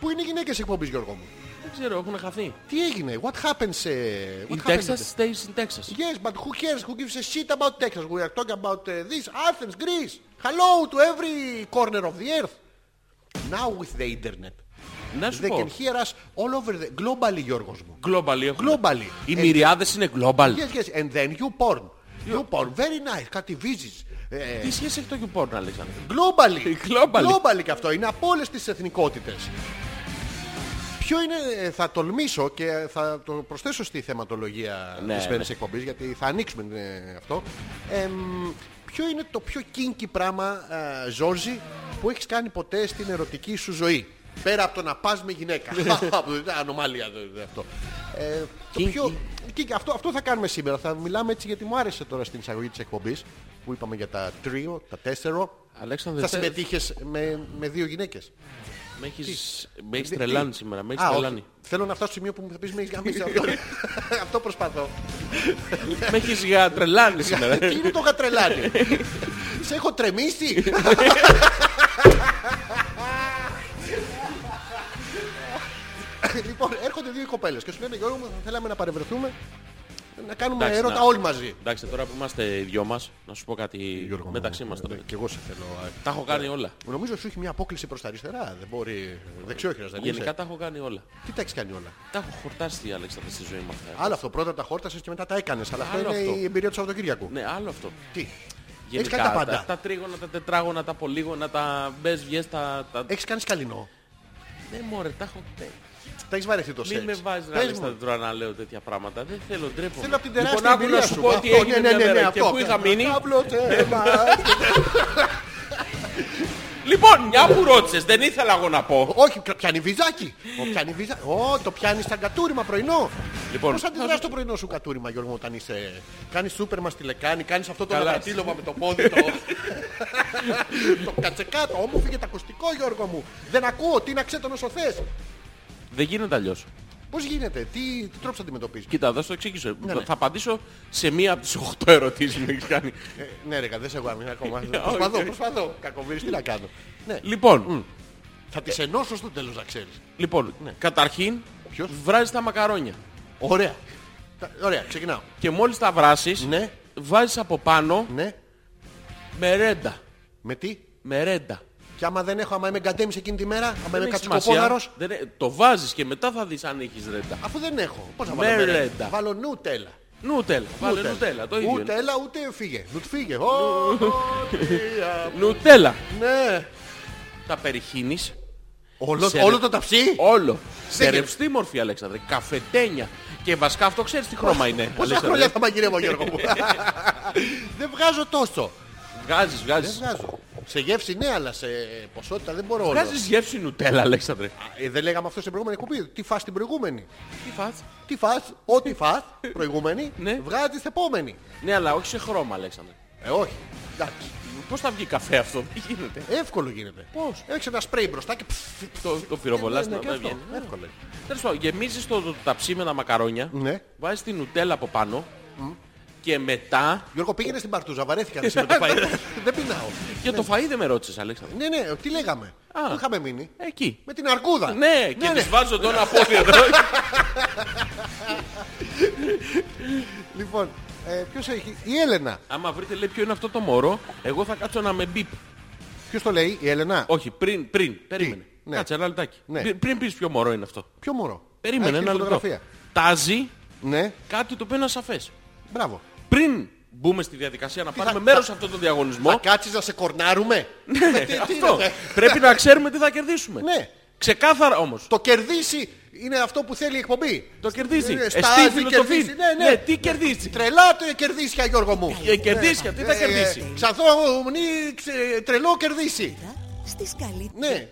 S1: Πού είναι οι γυναίκες εκπομπής, Γιώργο μου.
S2: Δεν ξέρω, έχουν χαθεί.
S1: Τι έγινε, what happens, ε, what
S2: In
S1: happened
S2: Texas stays in Texas.
S1: Yes, but who cares? Who gives a shit about Texas? We are talking about uh, this Athens, Greece. Hello to every corner of the earth. Now with the internet,
S2: Να σου
S1: they
S2: πω.
S1: can hear us all over the globally, Γιώργος μου.
S2: Globally έχουμε.
S1: Globally. Ε,
S2: Οι
S1: And-
S2: μυριάδες είναι global.
S1: Yes, yes, and then you porn. You porn, very nice. Κάτι βίζεις. Ε,
S2: Τι σχέση έχει το YouPorn, Αλέξανδρε.
S1: Globally.
S2: Globally.
S1: Globally και αυτό. Είναι από όλες τις εθνικότητες. Ποιο είναι, ε, θα τολμήσω και θα το προσθέσω στη θεματολογία
S2: Ναι,
S1: της σημερινής
S2: ναι.
S1: εκπομπής γιατί θα ανοίξουμε ε, αυτό. Εμ, ποιο είναι το πιο kinky πράγμα, ε, Ζόρζη, που έχεις κάνει ποτέ στην ερωτική σου ζωή. Πέρα από το να πας με γυναίκα. Ανομαλία δε- δε αυτό. Ε, το
S2: Kinky.
S1: πιο... kinky. αυτό, αυτό θα κάνουμε σήμερα. Θα μιλάμε έτσι γιατί μου άρεσε τώρα στην εισαγωγή της εκπομπής που είπαμε για τα τρίο, τα τέσσερο.
S2: Αλέξανδρε,
S1: Θα
S2: θε-
S1: συμμετείχες με, με δύο γυναίκες.
S2: με έχεις, με έχεις
S1: Τι-
S2: τρελάνει
S1: τι?
S2: σήμερα. Με
S1: Α,
S2: έχεις
S1: όχι.
S2: τρελάνει.
S1: Θέλω να φτάσω στο σημείο που μου θα πεις με έχεις γαμίσει αυτό. αυτό προσπαθώ.
S2: με έχεις για τρελάνει σήμερα.
S1: Τι είναι το γατρελάνι. Σε έχω τρεμίσει. λοιπόν, έρχονται δύο κοπέλες και σου λένε Γιώργο μου θα θέλαμε να παρευρεθούμε να κάνουμε
S2: Εντάξει,
S1: έρωτα
S2: να-
S1: ε, όλοι μαζί.
S2: Εντάξει, τώρα που είμαστε οι δυο μας, να σου πω κάτι
S1: Γιώργο μου,
S2: μεταξύ μας.
S1: ε,
S2: τώρα.
S1: Και εγώ σε θέλω. ε.
S2: Τα έχω κάνει όλα.
S1: Νομίζω σου έχει μια απόκληση προς τα αριστερά. Δεν μπορεί. Δεξιόχειρας δεν
S2: Γενικά
S1: είσαι.
S2: τα έχω κάνει όλα.
S1: Τι Ε, τα έχεις κάνει όλα.
S2: Τα έχω χορτάσει, Αλέξανδρε, στη ζωή μου αυτά.
S1: Άλλο αυτό. Πρώτα τα χόρτασες και μετά τα έκανες. Αλλά αυτό
S2: Άλλο
S1: είναι
S2: αυτό.
S1: η εμπειρία του Σαββατοκύριακου.
S2: Ναι, άλλο αυτό.
S1: Τι. Έχεις
S2: Γενικά,
S1: κάνει τα πάντα.
S2: Τα, τα τρίγωνα, τα τετράγωνα, τα πολύγωνα, τα μπες, βγες, τα... τα...
S1: Έχεις κάνει σκαλινό.
S2: Ναι, μωρέ, τα έχω... ναι.
S1: Τα έχεις βαρεθεί το σεξ.
S2: Μην με βάζεις να
S1: Πες
S2: λες
S1: μου.
S2: τώρα να λέω τέτοια πράγματα. Δεν θέλω, ντρέπομαι.
S1: Θέλω από την τεράστια
S2: Λοιπόν, άκου
S1: εμπειρία
S2: να
S1: σου.
S2: σου πω ότι
S1: Αυτό, ναι,
S2: έγινε μια μέρα και
S1: αυτό.
S2: που είχα μείνει.
S1: Καύλο τέμα.
S2: Λοιπόν, μια που ρώτησες, δεν ήθελα εγώ να πω.
S1: Όχι, πιάνει βυζάκι. Ο, πιάνει βυζά... Ω, το πιάνεις σαν κατούριμα πρωινό.
S2: Λοιπόν,
S1: Πώς αντιδράς το πρωινό σου κατούριμα, Γιώργο, μου, όταν είσαι... Κάνεις σούπερ μας τη λεκάνη, κάνεις αυτό το
S2: Καλά.
S1: μετατύλωμα με το πόδι, το... το κατσεκάτο. Ω, μου φύγε το ακουστικό, Γιώργο μου. Δεν ακούω, τι να ξέρω όσο θες.
S2: δεν γίνεται αλλιώς.
S1: Πώς γίνεται, τι, τι τρόπους αντιμετωπίζεις.
S2: Κοίτα, θα σου το εξήγησω.
S1: ναι.
S2: Θα απαντήσω σε μία από τις 8 ερωτήσεις που έχεις κάνει.
S1: Ε, ναι, ρε, δεν σε έχω αμήνει ακόμα.
S2: Όχι.
S1: προσπαθώ, προσπαθώ. Κακοβίρι, τι να κάνω. Ναι,
S2: Λοιπόν,
S1: θα τις ενώσω στο τέλος, να ξέρεις.
S2: λοιπόν, καταρχήν,
S1: Ναι. Ποιος?
S2: βράζεις τα μακαρόνια.
S1: Ωραία. Τα- Ωραία, ξεκινάω.
S2: Και μόλις τα βράσεις,
S1: Ναι.
S2: βάζεις από πάνω
S1: Ναι,
S2: μερέντα.
S1: με τι.
S2: Μερέντα.
S1: Και άμα δεν έχω, άμα είμαι γκαντέμις εκείνη τη μέρα, άμα είμαι
S2: Δεν έχει σημασία.
S1: κατσικοπόδαρος,
S2: Δεν ε- Το βάζεις και μετά θα δεις αν έχεις ρέντα.
S1: αφού δεν έχω. Πώς θα
S2: Με
S1: βάλω μερέντα.
S2: Ναι, ρέντα.
S1: Βάλω νουτέλα.
S2: Νουτέλα. Βάλε νουτέλα. Το ίδιο. είναι.
S1: Νουτέλα ούτε φύγε. Νουτ φύγε. Ω, ωραία.
S2: Νουτέλα.
S1: Ναι.
S2: Τα περιχύνεις.
S1: Όλο,
S2: Σε-
S1: όλο το ταψί.
S2: Όλο. Σε
S1: γίνεται.
S2: ρευστή μορφή, Αλέξανδρε. Καφετένια. Και βασικά αυτό ξέρεις τι χρώμα είναι.
S1: Πόσα
S2: Αλέξανδρε.
S1: χρόνια θα μαγειρεύω Γιώργο μου. δεν βγάζω τόσο.
S2: Βγάζεις,
S1: Δεν
S2: βγάζεις.
S1: βγάζω. Σε γεύση ναι, αλλά σε ποσότητα δεν μπορώ όλος.
S2: Βγάζεις γεύση νουτέλα, Αλέξανδρε.
S1: Ε, δεν λέγαμε αυτό στην προηγούμενη κουμπί. Τι φας την προηγούμενη.
S2: Τι φας.
S1: Τι φας, ό,τι φας, προηγούμενη,
S2: Ναι.
S1: βγάζει την επόμενη.
S2: Ναι, αλλά όχι σε χρώμα, Αλέξανδρε.
S1: Ε, όχι. Εντάξει.
S2: Πώς θα βγει καφέ αυτό, δεν γίνεται.
S1: Εύκολο γίνεται.
S2: Πώς?
S1: Έχεις ένα σπρέι μπροστά και πφ,
S2: Το, το πυροβολάς
S1: ναι,
S2: να
S1: και
S2: να
S1: αυτό.
S2: βγαίνει.
S1: Εύκολο.
S2: Τέλος πάντων, γεμίζεις το, το ταψί με τα μακαρόνια.
S1: Ναι.
S2: Βάζεις την νουτέλα από πάνω. Και μετά...
S1: Γιώργο πήγαινε στην παρτούζα, βαρέθηκα να σε με το φαΐ.
S2: Ναι.
S1: Δεν πεινάω.
S2: Και το φαΐ δεν με ρώτησες, Αλέξανδρε.
S1: Ναι, ναι, τι λέγαμε.
S2: Α.
S1: Πού είχαμε μείνει.
S2: Εκεί.
S1: Με την αρκούδα.
S2: Ναι, και τις βάζω τον απόδιο.
S1: Λοιπόν, ε, ποιος έχει. Η Έλενα.
S2: Άμα βρείτε λέει ποιο είναι αυτό το μωρό, εγώ θα κάτσω να με μπιπ.
S1: Ποιος το λέει, η Έλενα.
S2: Όχι, πριν, πριν, περίμενε.
S1: Ναι.
S2: Κάτσε ένα λεπτάκι.
S1: Ναι.
S2: Πρι- Πριν πεις ποιο μωρό είναι αυτό.
S1: Ποιο μωρό.
S2: Περίμενε
S1: Α, έχει
S2: ένα
S1: τη
S2: λεπτό.
S1: φωτογραφία.
S2: Τάζει
S1: Ναι,
S2: κάτι το οποίο είναι ασαφές.
S1: μπράβο.
S2: Πριν μπούμε στη διαδικασία να πάρουμε
S1: θα-
S2: μέρος σε αυτόν τον διαγωνισμό,
S1: Θα κάτσεις να σε κορνάρουμε.
S2: ναι,
S1: Τι- τι
S2: αυτό.
S1: είναι,
S2: πρέπει να ξέρουμε τι θα κερδίσουμε.
S1: Ναι.
S2: Ξεκάθαρα όμως.
S1: Το κερδίσει είναι αυτό που θέλει η εκπομπή.
S2: Το κερδίζει.
S1: Ε,
S2: Εστί
S1: στάζει,
S2: φιλοσοφή.
S1: κερδίζει. Ναι, ναι.
S2: τι κερδίζει.
S1: Τρελά το κερδίσια Γιώργο μου. Ναι.
S2: Ε, Κερδίσει, τι θα κερδίσει.
S1: Ξανθό ομνή, ξε- τρελό κερδίσει.
S5: Στις καλύτερες.
S1: Ναι.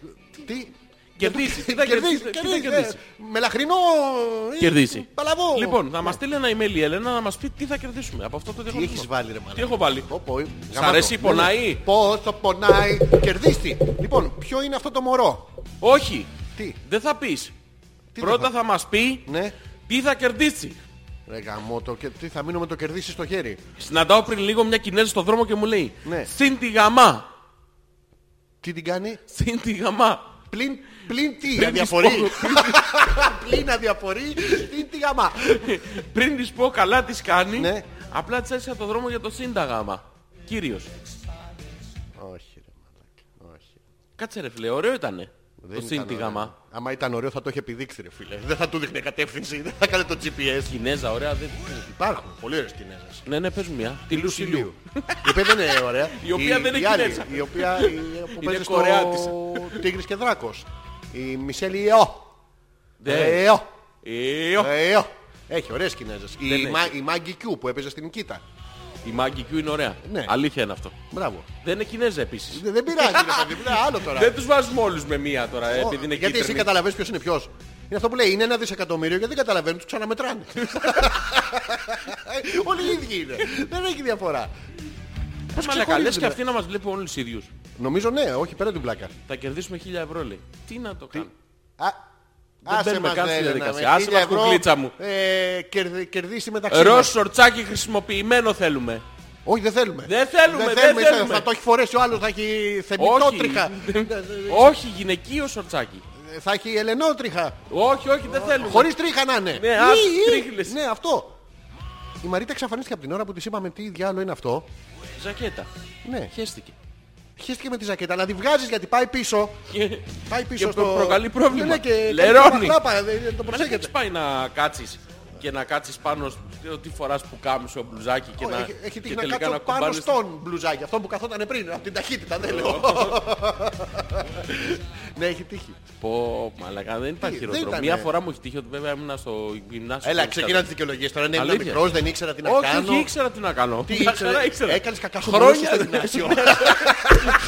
S1: Τι.
S2: Κερδίσει, τι θα κερδίσει. τι θα κερδίσει.
S1: ναι. Μελαχρινό. ή
S2: Κερδίσει.
S1: ε, Παλαβό.
S2: Λοιπόν, θα μας στείλει ένα email η Ελένα να μας πει τι θα κερδίσουμε από αυτό το
S1: Τι
S2: διαγωνισμό.
S1: έχεις βάλει ρε μαλάκα. ε.
S2: Τι έχω βάλει.
S1: Όπω,
S2: Σ' αρέσει, πονάει?
S1: Πώς το πονάει. Κερδίστη. Λοιπόν, ποιο είναι αυτό το μωρό.
S2: Όχι.
S1: Τι.
S2: Δεν θα πεις.
S1: Τι
S2: Πρώτα
S1: θα-
S2: θα μας πει
S1: Ναι.
S2: τι θα κερδίσει.
S1: Ρε γαμώτο, και τι θα μείνω με το κερδίσει στο χέρι.
S2: Συναντάω πριν λίγο μια Κινέζα στον δρόμο και μου λέει
S1: Ναι.
S2: Συν τη γαμά.
S1: Τι την κάνει.
S2: Συν τη γαμά.
S1: Πλην, πλην τι,
S2: Πλην
S1: αδιαφορεί.
S2: της
S1: πλην αδιαφορεί, πλην τη γαμά.
S2: Πριν τη πω καλά τη κάνει,
S1: Ναι.
S2: απλά τη έσχα το δρόμο για το συν τα γάμα. Κύριος.
S1: Όχι ρε μαλάκα, όχι.
S2: Κάτσε ρε φίλε, ωραίο ήτανε.
S1: Δεν
S2: το
S1: ήταν
S2: συν τη
S1: ωραίο.
S2: γαμά.
S1: Άμα ήταν ωραίο θα το είχε επιδείξει ρε φίλε. Δεν θα του δείχνε κατεύθυνση, δεν θα κάνει το GPS.
S2: Κινέζα, ωραία. Δεν...
S1: Υπάρχουν πολύ ωραίες Κινέζες.
S2: Ναι, ναι, πες μου μια. Τη Λουσιλίου.
S1: Η οποία δεν είναι ωραία.
S2: Η οποία δεν είναι
S1: άλλη,
S2: Κινέζα.
S1: Η οποία η- που παίζει στο
S2: Κορεάτης.
S1: Τίγρης και Δράκος. Η Μισελ Ιεό.
S2: Δεν.
S1: Ιεό.
S2: Ιω.
S1: Ιεό. Ε, Έχει ωραίες Κινέζες.
S2: Δεν
S1: Η,
S2: έχει.
S1: Μα- η Μάγκη Κιού που έπαιζε στην Νικήτα.
S2: Η Μάγκη Κιού είναι ωραία.
S1: Ναι.
S2: Αλήθεια είναι αυτό.
S1: Μπράβο.
S2: Δεν είναι Κινέζα επίσης.
S1: Δεν, δεν πειράζει, ρε παιδί μου, είναι άλλο τώρα.
S2: Δεν τους βάζουμε όλους με μία τώρα, ε,
S1: Ω,
S2: επειδή είναι
S1: γιατί
S2: κίτρινη.
S1: εσύ καταλαβαίνεις ποιος είναι ποιος. Είναι αυτό που λέει, είναι ένα δισεκατομμύριο γιατί δεν καταλαβαίνουν, τους ξαναμετράνε. Όλοι οι ίδιοι είναι. δεν έχει διαφορά. Πώς
S2: Μαλάκα,
S1: ξεχωρίζουν,
S2: λες ναι,
S1: ρε.
S2: και αυτοί να μας βλέπουν όλους ίδιους.
S1: Νομίζω ναι, όχι πέρα την πλάκα.
S2: Θα κερδίσουμε 1000 ευρώ λέει. Τι να το κάνω.
S1: Α,
S2: μπαίνουμε
S1: μας, ναι,
S2: καν στη
S1: Έλενα,
S2: διαδικασία.
S1: με
S2: Άσε
S1: 1000
S2: μας,
S1: ευρώ,
S2: κουκλίτσα μου.
S1: Ε, κερδι- κερδίσει μεταξύ
S2: Ρο
S1: μας.
S2: σορτσάκι χρησιμοποιημένο θέλουμε.
S1: Όχι, δεν θέλουμε.
S2: Δεν θέλουμε, δεν
S1: θα-
S2: θέλουμε.
S1: Θα το έχει φορέσει ο άλλος, θα έχει θεμητότριχα.
S2: όχι, γυναικείο σορτσάκι.
S1: θα έχει ελενότριχα.
S2: Όχι, όχι, δεν θέλουμε.
S1: Χωρίς τρίχα να είναι.
S2: Ναι, άσε,
S1: Ή, ή.
S2: τρίχλες.
S1: Ναι, αυτό. Η Μαρίτα εξαφανίστηκε από την ώρα που της είπαμε τι διάλογο είναι αυτό.
S2: Ζακέτα.
S1: Ναι.
S2: Χαίστηκε.
S1: Χαίστηκε με τη ζακέτα, αλλά τη βγάζεις γιατί πάει πίσω.
S2: Και-
S1: Πάει πίσω
S2: Και
S1: στο...
S2: προ- προκαλεί πρόβλημα.
S1: Ναι, ναι, και...
S2: Λερώνει.
S1: και- Χλάπα, δεν- Το
S2: Μα δεν
S1: προσέχετε.
S2: πάει να κάτσεις και να κάτσεις πάνω στο τι φοράς που κάμισο μπλουζάκι και
S1: Όχι,
S2: να.
S1: Έχει, έχει
S2: και
S1: τύχει να
S2: τελικά
S1: κάτσω πάνω
S2: κουμπάνεις-
S1: στον μπλουζάκι. Αυτό που καθόταν πριν, από την ταχύτητα, δεν λέω. ναι, έχει τύχει.
S2: Πω, μαλακά, δεν υπάρχει
S1: Τι, δεν
S2: χειρότερο.
S1: ήτανε.
S2: Μία φορά μου έχει τύχει ότι βέβαια ήμουν στο γυμνάσιο.
S1: Έλα,
S2: του
S1: ξεκινά
S2: Ρίξαρτ.
S1: τις δικαιολογίες τώρα. Είναι
S2: Αλήθεια.
S1: μικρός, δεν ήξερα τι να
S2: Όχι,
S1: κάνω.
S2: όχι, ήξερα τι να κάνω.
S1: Τι
S2: Μια
S1: ήξερε,
S2: χαρά ήξερα.
S1: έκανες κακά σου μόνο
S2: Χρόνια,
S1: στο γυμνάσιο.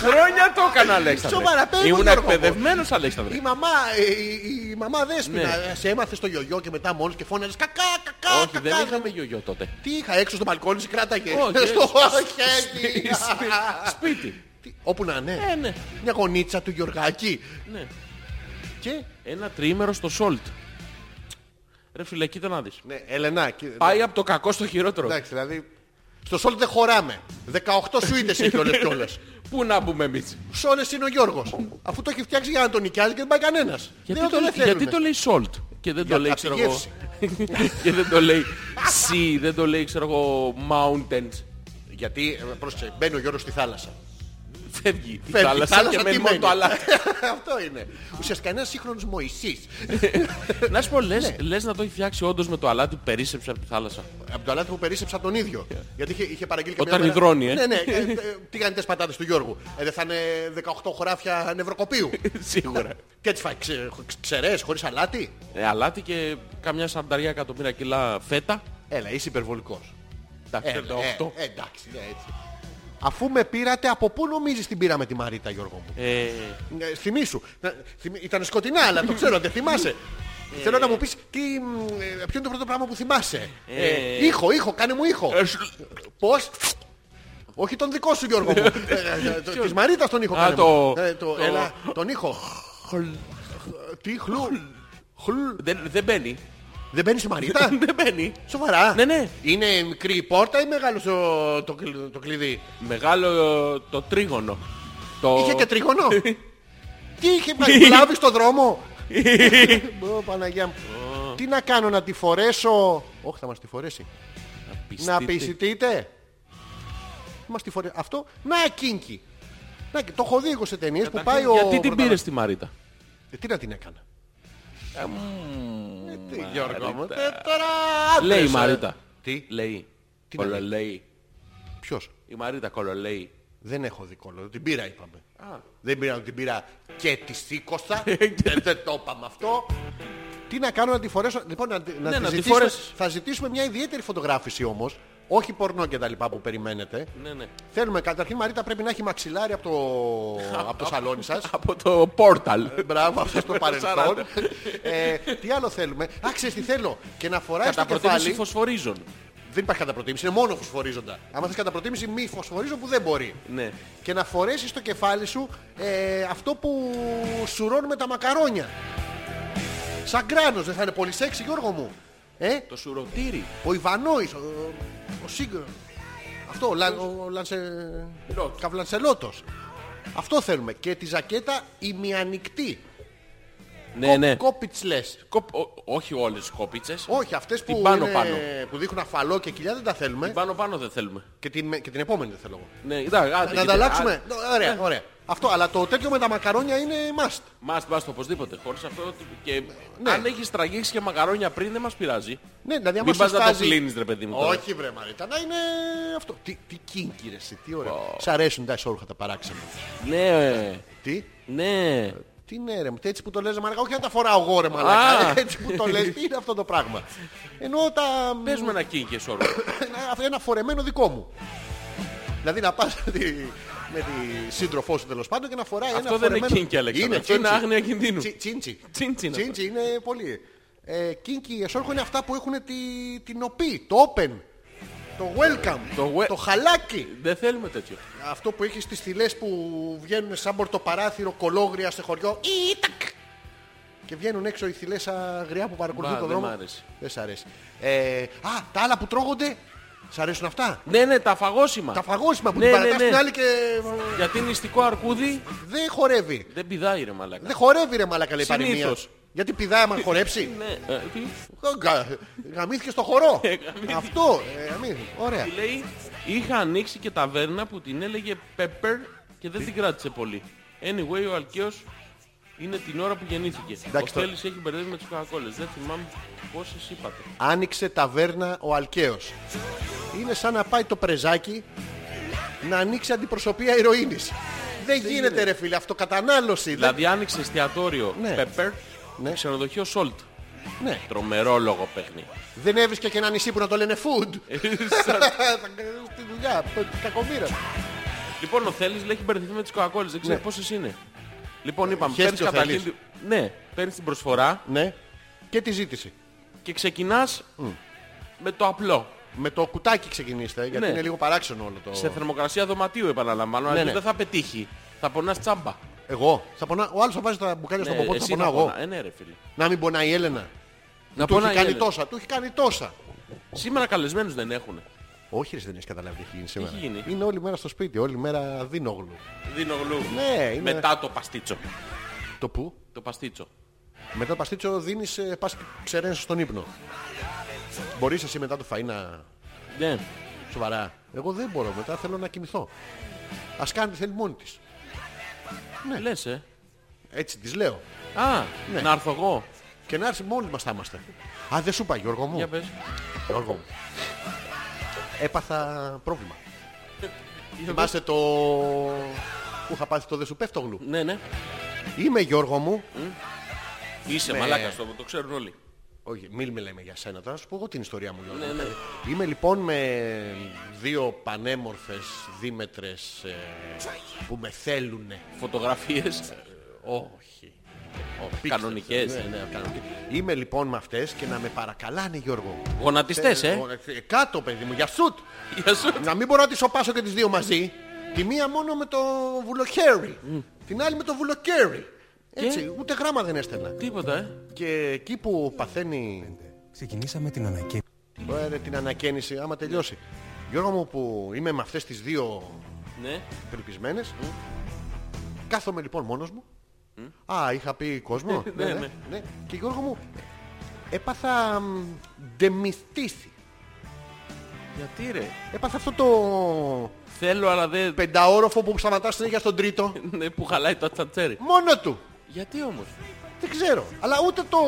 S2: χρόνια το έκανα, Αλέξανδρε.
S1: Σοβαρά, πες μου,
S2: Ήμουν
S1: Γιώργο μου.
S2: εκπαιδευμένος, Αλέξανδρε.
S1: Η μαμά, ε, η, η μαμά δέσποινα,
S2: Ναι.
S1: σε έμαθε στο γιογιό και μετά μόνος και φώναζες κακά, κακά,
S2: Όχι,
S1: κακά.
S2: δεν είχαμε γιογιό τότε.
S1: Τι είχα έξω στο μπαλκόνι, σε κράταγε.
S2: Όχι,
S1: στο
S2: σ-
S1: χέρι.
S2: Σπίτι.
S1: Τι, Όπου να είναι.
S2: Ε, ναι.
S1: Μια γονίτσα του Γιωργάκη.
S2: Ναι.
S1: Και.
S2: Ένα τριήμερο στο Σόλτ. Ρε φίλε, κοίτα να δεις.
S1: Ναι, Ελενά. και-
S2: Πάει από το κακό στο χειρότερο.
S1: Εντάξει, δηλαδή. Στο Σόλτ δεν χωράμε. 18 σουίτες έχει όλες και όλες.
S2: Πού να μπούμε εμείς.
S1: Σε όλες είναι ο Γιώργος. Αφού το έχει φτιάξει για να τον νοικιάζει και δεν πάει κανένας.
S2: Γιατί,
S1: Ναι, δεν
S2: το,
S1: τον
S2: λέει-
S1: θέλουνε.
S2: γιατί το λέει salt και δεν
S1: Για-
S2: το λέει
S1: απ'
S2: ξέρω
S1: τη
S2: εγώ
S1: γεύση.
S2: και δεν το λέει sea, δεν το λέει ξέρω εγώ mountains.
S1: Γιατί, ε, πρόσεξε, μπαίνει ο Γιώργος στη θάλασσα.
S2: Φεύγει η
S1: Φεύγει η
S2: θάλασσα και μένει μόνο
S1: μένει.
S2: το αλάτι.
S1: Αυτό είναι. Ουσιαστικά είναι ένας σύγχρονος Μωυσής.
S2: Να σου πω
S1: Ναι.
S2: λες, λες να το έχει φτιάξει όντως με το αλάτι που περίσσεψε από τη θάλασσα.
S1: Από το αλάτι που περίσσεψα τον ίδιο. Γιατί είχε, είχε παραγγείλει και
S2: Ε. Όταν
S1: μια μέρα-
S2: υδρώνει, ε.
S1: Ναι, ναι. ε, ε, τηγανιτές πατάτες του Γιώργου. Ε, δεν θα είναι 18 χωράφια νευροκοπίου.
S2: Σίγουρα.
S1: Και έτσι φάει ξε, ξερές, χωρίς αλάτι.
S2: Ε, αλάτι και καμιά σαρανταριά εκατομμύρια κιλά φέτα.
S1: Έλα, είσαι υπερβολικός.
S2: Εντάξει,
S1: Έλα, ε,
S2: 38.
S1: ε, εντάξει, ναι, έτσι. Αφού με πήρατε, από πού νομίζεις την πήραμε τη Μαρίτα, Γιώργο μου.
S2: Ε,
S1: Ε, θυμήσου. Να- θυμ- Ήταν σκοτεινά, αλλά το ξέρω, δεν θυμάσαι. Θέλω να μου πεις τι, μ, ε, ποιο είναι το πρώτο πράγμα που θυμάσαι. Ε, ήχο, ήχο, κάνε μου ήχο.
S2: ε, σ-
S1: Πώς. Όχι τον δικό σου Γιώργο μου. Ε, το- Της Μαρίτας τον ήχο
S2: Α,
S1: κάνε
S2: το-
S1: μου. Ε, το-
S2: το-
S1: Έλα, τον ήχο. Τι, χλου. Χλου.
S2: δεν, δεν μπαίνει.
S1: Δεν μπαίνεις η Μαρίτα.
S2: δεν μπαίνει.
S1: Σοβαρά.
S2: Ναι, ναι.
S1: Είναι μικρή η πόρτα ή μεγάλο το, το, κλει- το κλειδί.
S2: Μεγάλο ε, το τρίγωνο. Το...
S1: Είχε και τρίγωνο. Τι είχε πλάβει στο δρόμο. Ω, Παναγιά μου. Τι να κάνω να τη φορέσω. Όχι, θα μας τη φορέσει. Να πιστείτε. Μας τη φορέσει. Αυτό. Να κίνκι. Να, το έχω δει εγώ σε ταινίες που πάει ο...
S2: Γιατί την
S1: πρωταγωνιστής.
S2: πήρες τη Μαρίτα.
S1: Ε, Τι να την έκανα. Ε, τι, Γιώργο μου.
S2: Μαρίτα.
S1: τε- Τώρα άντρες,
S2: Λέει η
S1: ε.
S2: Μαρίτα.
S1: Τι.
S2: Λέει.
S1: να λέει.
S2: Κολολέει.
S1: Ποιος.
S2: Η Μαρίτα κολολέει.
S1: Δεν έχω δικόλο. Την πήρα είπαμε. Δεν πήρα την πήρα και της σήκωσα.
S2: Ε,
S1: δεν, δεν το είπαμε αυτό. Τι να κάνω να τη φορέσω. Λοιπόν, να, τη- να,
S2: Ναι,
S1: τη
S2: να τη
S1: ζητήσουμε-
S2: φορέσεις.
S1: θα ζητήσουμε μια ιδιαίτερη φωτογράφηση όμως. Όχι πορνό και τα λοιπά που περιμένετε.
S2: Ναι, ναι.
S1: Θέλουμε καταρχήν Μαρίτα πρέπει να έχει μαξιλάρι από το, από το σαλόνι σας.
S2: Από το πόρταλ.
S1: Μπράβο, αυτό το παρελθόν.
S2: Σαράντα.
S1: ε, τι άλλο θέλουμε. Α, ξέρεις τι θέλω. Και να φοράει
S2: Κατά
S1: στο
S2: προτίμηση
S1: κεφάλι.
S2: φωσφορίζων.
S1: Δεν υπάρχει κατά προτίμηση, είναι μόνο φωσφορίζοντα. Άμα θες κατά προτίμηση, μη φωσφορίζω που δεν μπορεί.
S2: Ναι.
S1: Και να φορέσεις στο κεφάλι σου ε, αυτό που σουρώνει με τα μακαρόνια. Σαν κράνος, δεν θα είναι πολύ σεξι, Γιώργο μου. Ε,
S2: Το σουρωτήρι.
S1: ο Ιβανόης, ο, ο Σίγκρο. Αυτό, ο, Λαν, ο, Λανσε...
S2: Λότ.
S1: Καβλανσελότος. Αυτό θέλουμε. Και τη ζακέτα ημιανικτή.
S2: Ναι, ναι.
S1: Κόπιτσλες.
S2: Κοπ- ο- Όχι όλες τις κόπιτσες.
S1: Όχι, αυτές
S2: Την
S1: που,
S2: πάνω
S1: είναι-
S2: πάνω.
S1: που δείχνουν αφαλό και κοιλιά δεν τα θέλουμε.
S2: Την πάνω πάνω δεν θέλουμε.
S1: Και την, και την επόμενη δεν θέλω εγώ.
S2: Ναι, εντάξει, άντε,
S1: Να
S2: κοίτα,
S1: ανταλλάξουμε.
S2: άντε.
S1: Ναι, Ωραία, ωραία. Αυτό, αλλά το τέτοιο με τα μακαρόνια είναι must.
S2: Must, must, οπωσδήποτε. Χωρίς αυτό και...
S1: Ναι.
S2: Αν έχεις τραγίξει και μακαρόνια πριν δεν μας πειράζει.
S1: Ναι, δηλαδή άμα
S2: Μην
S1: σου
S2: πας να το
S1: στάζει...
S2: κλείνεις ρε παιδί μου. τώρα.
S1: Όχι βρε Μαρίτα, να είναι αυτό. Τι, τι κίνκι ρε, εσύ, τι ωραία. Σ' αρέσουν τα εσόρουχα τα παράξενα.
S2: Ναι,
S1: Τι,
S2: ναι.
S1: τι ναι ρε, έτσι που το λες ρε μαλάκα, όχι να τα φοράω εγώ ρε μαλάκα.
S2: Α.
S1: Έτσι που το λες, τι είναι αυτό το πράγμα. Ενώ τα...
S2: Πες μου ένα κίνκι όρο.
S1: ένα- ένα φορεμένο δικό μου. Δηλαδή να πας με τη, με τη σύντροφό σου τέλος πάντων και να φοράει ένα
S2: Αυτό δεν είναι
S1: φορεμένο...
S2: κίνκι Αλέξανδρα. Αυτό είναι
S1: τσίντσι.
S2: άγνοια κινδύνου.
S1: Τσι- Τσίντσι.
S2: Τσίντσι είναι
S1: Τσίντσι είναι πολύ. Ε, κίνκι εσόργο είναι αυτά που έχουν τη, την οπή, το open, το welcome,
S2: Το we-
S1: χαλάκι.
S2: Δεν θέλουμε τέτοιο.
S1: Αυτό που έχεις στις θηλές που βγαίνουν σαν πορτοπαράθυρο κολόγρια σε χωριό. Ιτακ! Και βγαίνουν έξω οι θηλές αγριά που παρακολουθούν
S2: Μπα,
S1: τον
S2: δεν
S1: δρόμο.
S2: μ' αρέσει.
S1: Δεν σ' αρέσει. Ε, α, τα άλλα που τρώγονται. Σ' αρέσουν αυτά.
S2: Ναι, ναι, τα φαγόσιμα.
S1: Τα φαγόσιμα που
S2: Ναι,
S1: την
S2: ναι,
S1: παρατάς
S2: ναι.
S1: την άλλη και
S2: Γιατί νηστικό αρκούδι
S1: δεν χορεύει.
S2: δεν πηδάει ρε μαλάκα.
S1: Δεν χορεύει ρε μαλάκα λέει
S2: Συνήθως.
S1: παροιμία. Γιατί πηδάει άμα χορέψει.
S2: Ναι, ε, τι,
S1: Γα- Γαμήθηκε στο χορό.
S2: Ε, γαμήθηκε.
S1: Αυτό. ε, γαμήθηκε. Ωραία.
S2: τι λέει, είχα ανοίξει και ταβέρνα που την έλεγε Pepper και δεν την κράτησε πολύ. Anyway, ο Αλκαίος είναι την ώρα που γεννήθηκε. Ο
S1: Εντάξει, το-
S2: Στέλης έχει μπερδεύει με τις κοκακόλες. Δεν θυμάμαι πόσες είπατε.
S1: Ναι. Άνοιξε ταβέρνα ο Αλκαίος. Είναι σαν να πάει το πρεζάκι να ανοίξει αντιπροσωπεία ηρωίνης. Δεν γίνεται ρε φίλε, αυτοκατανάλωση. Δεν-
S2: Δηλαδή άνοιξε εστιατόριο
S1: Ναι.
S2: Pepper,
S1: Ναι.
S2: ξενοδοχείο Salt.
S1: Ναι.
S2: Τρομερό λόγο παίχνει.
S1: Δεν έβρισκε και ένα νησί που να το λένε food. Ε, Θα κάνεις τη δουλειά, κακομήρα.
S2: Λοιπόν, ο Θέλης λέει έχει μπερδευτεί με τις κοκακόλες, δεν ξέρει
S1: Ναι.
S2: πόσες είναι. Λοιπόν, είπαμε,
S1: Χαίρεται
S2: παίρνεις
S1: ο
S2: κατά
S1: Θέλης.
S2: την... Ναι, παίρνεις την προσφορά
S1: Ναι. Και τη ζήτηση.
S2: και ξεκινάς με το απλό.
S1: Με το κουτάκι ξεκινήστε, γιατί
S2: Ναι.
S1: είναι λίγο παράξενο όλο το.
S2: Σε θερμοκρασία δωματίου επαναλαμβάνω, αλλιώς
S1: ναι.
S2: δεν θα πετύχει. Θα πονάς τσάμπα.
S1: Εγώ. Θα πονά... Ο άλλος θα βάζει τα μπουκάλια στον ποπό, του, θα
S2: εσύ
S1: πονάω
S2: να
S1: εγώ.
S2: πονά- Ε, ναι, ρε φίλε.
S1: Να μην πονάει η Έλενα.
S2: Να
S1: του έχει
S2: πονάει η
S1: κάνει
S2: Έλενα.
S1: τόσα, του έχει κάνει τόσα.
S2: Σήμερα καλεσμένους δεν έχουν.
S1: Όχι, ρε, δεν έχεις καταλάβει τι έχει γίνει σήμερα.
S2: έχει γίνει?
S1: Είναι όλη μέρα στο σπίτι, όλη μέρα δεινόγλου.
S2: Δίνω γλου.
S1: Ναι, είναι-
S2: Μετά το παστίτσο.
S1: Το που?
S2: Το παστίτσο.
S1: Μετά το ε, παστίτσιο δίνει, πα ξεραίνεσαι στον ύπνο. Μπορείς εσύ μετά το φαΐ να.
S2: Ναι.
S1: σοβαρά. Εγώ δεν μπορώ μετά, θέλω να κοιμηθώ. Ας κάνει τι θέλει μόνη της.
S2: Λες, ε.
S1: Έτσι της λέω.
S2: Α,
S1: Ναι.
S2: να έρθω εγώ.
S1: Και να έρθει μόνοι μας θα είμαστε. Α, δεν σου είπα, Γιώργο μου.
S2: Για πες.
S1: Γιώργο μου. Έπαθα πρόβλημα.
S2: Ε,
S1: Θυμάστε το. που είχα πάθει το δε σου πέφτω γλου.
S2: Ναι, ναι.
S1: Είμαι Γιώργο μου.
S2: Είσαι
S1: Ναι.
S2: μαλάκας, το, το ξέρουν όλοι.
S1: Όχι, μην με λέμε για σένα τώρα, να σου πω εγώ την ιστορία μου.
S2: Ναι,
S1: Γιώργο. Είμαι λοιπόν με δύο πανέμορφες δίμετρες ε, που με θέλουνε.
S2: Φωτογραφίες. Ε,
S1: Όχι. Πίξτε.
S2: Κανονικές.
S1: Ε, Ναι, ναι, κανονικές. Είμαι λοιπόν με αυτές και να με παρακαλάνε Γιώργο. μου.
S2: Γονατιστές, ε.
S1: Ε, Κάτω παιδί μου, για σουτ.
S2: Γεια σου.
S1: να μην μπορώ να τις σοπάσω και τις δύο μαζί. Τη μία μόνο με το βουλοχέρι. Την άλλη με το βουλοχέρι. Έτσι, ούτε γράμμα δεν έστελνα.
S2: Τίποτα, ε.
S1: Και εκεί που παθαίνει
S5: Ξεκινήσαμε την ανακαίνιση.
S1: Ωραία, ε, την ανακαίνιση άμα τελειώσει. Γιώργο μου που είμαι με αυτές τις δύο
S2: Ναι.
S1: ελπισμένες κάθομαι λοιπόν μόνος μου. Α, είχα πει κόσμο. ναι, ναι, ναι. Και Γιώργο μου έπαθα μ, ντεμιστήση.
S2: Γιατί ρε.
S1: Έπαθα αυτό το
S2: Θέλω αλλά δεν...
S1: πενταόροφο που σταματάς συνέχεια στον τρίτο.
S2: Ναι, που χαλάει το τσατσέρι.
S1: Μόνο του.
S2: Γιατί όμως.
S1: Δεν ξέρω. Αλλά ούτε το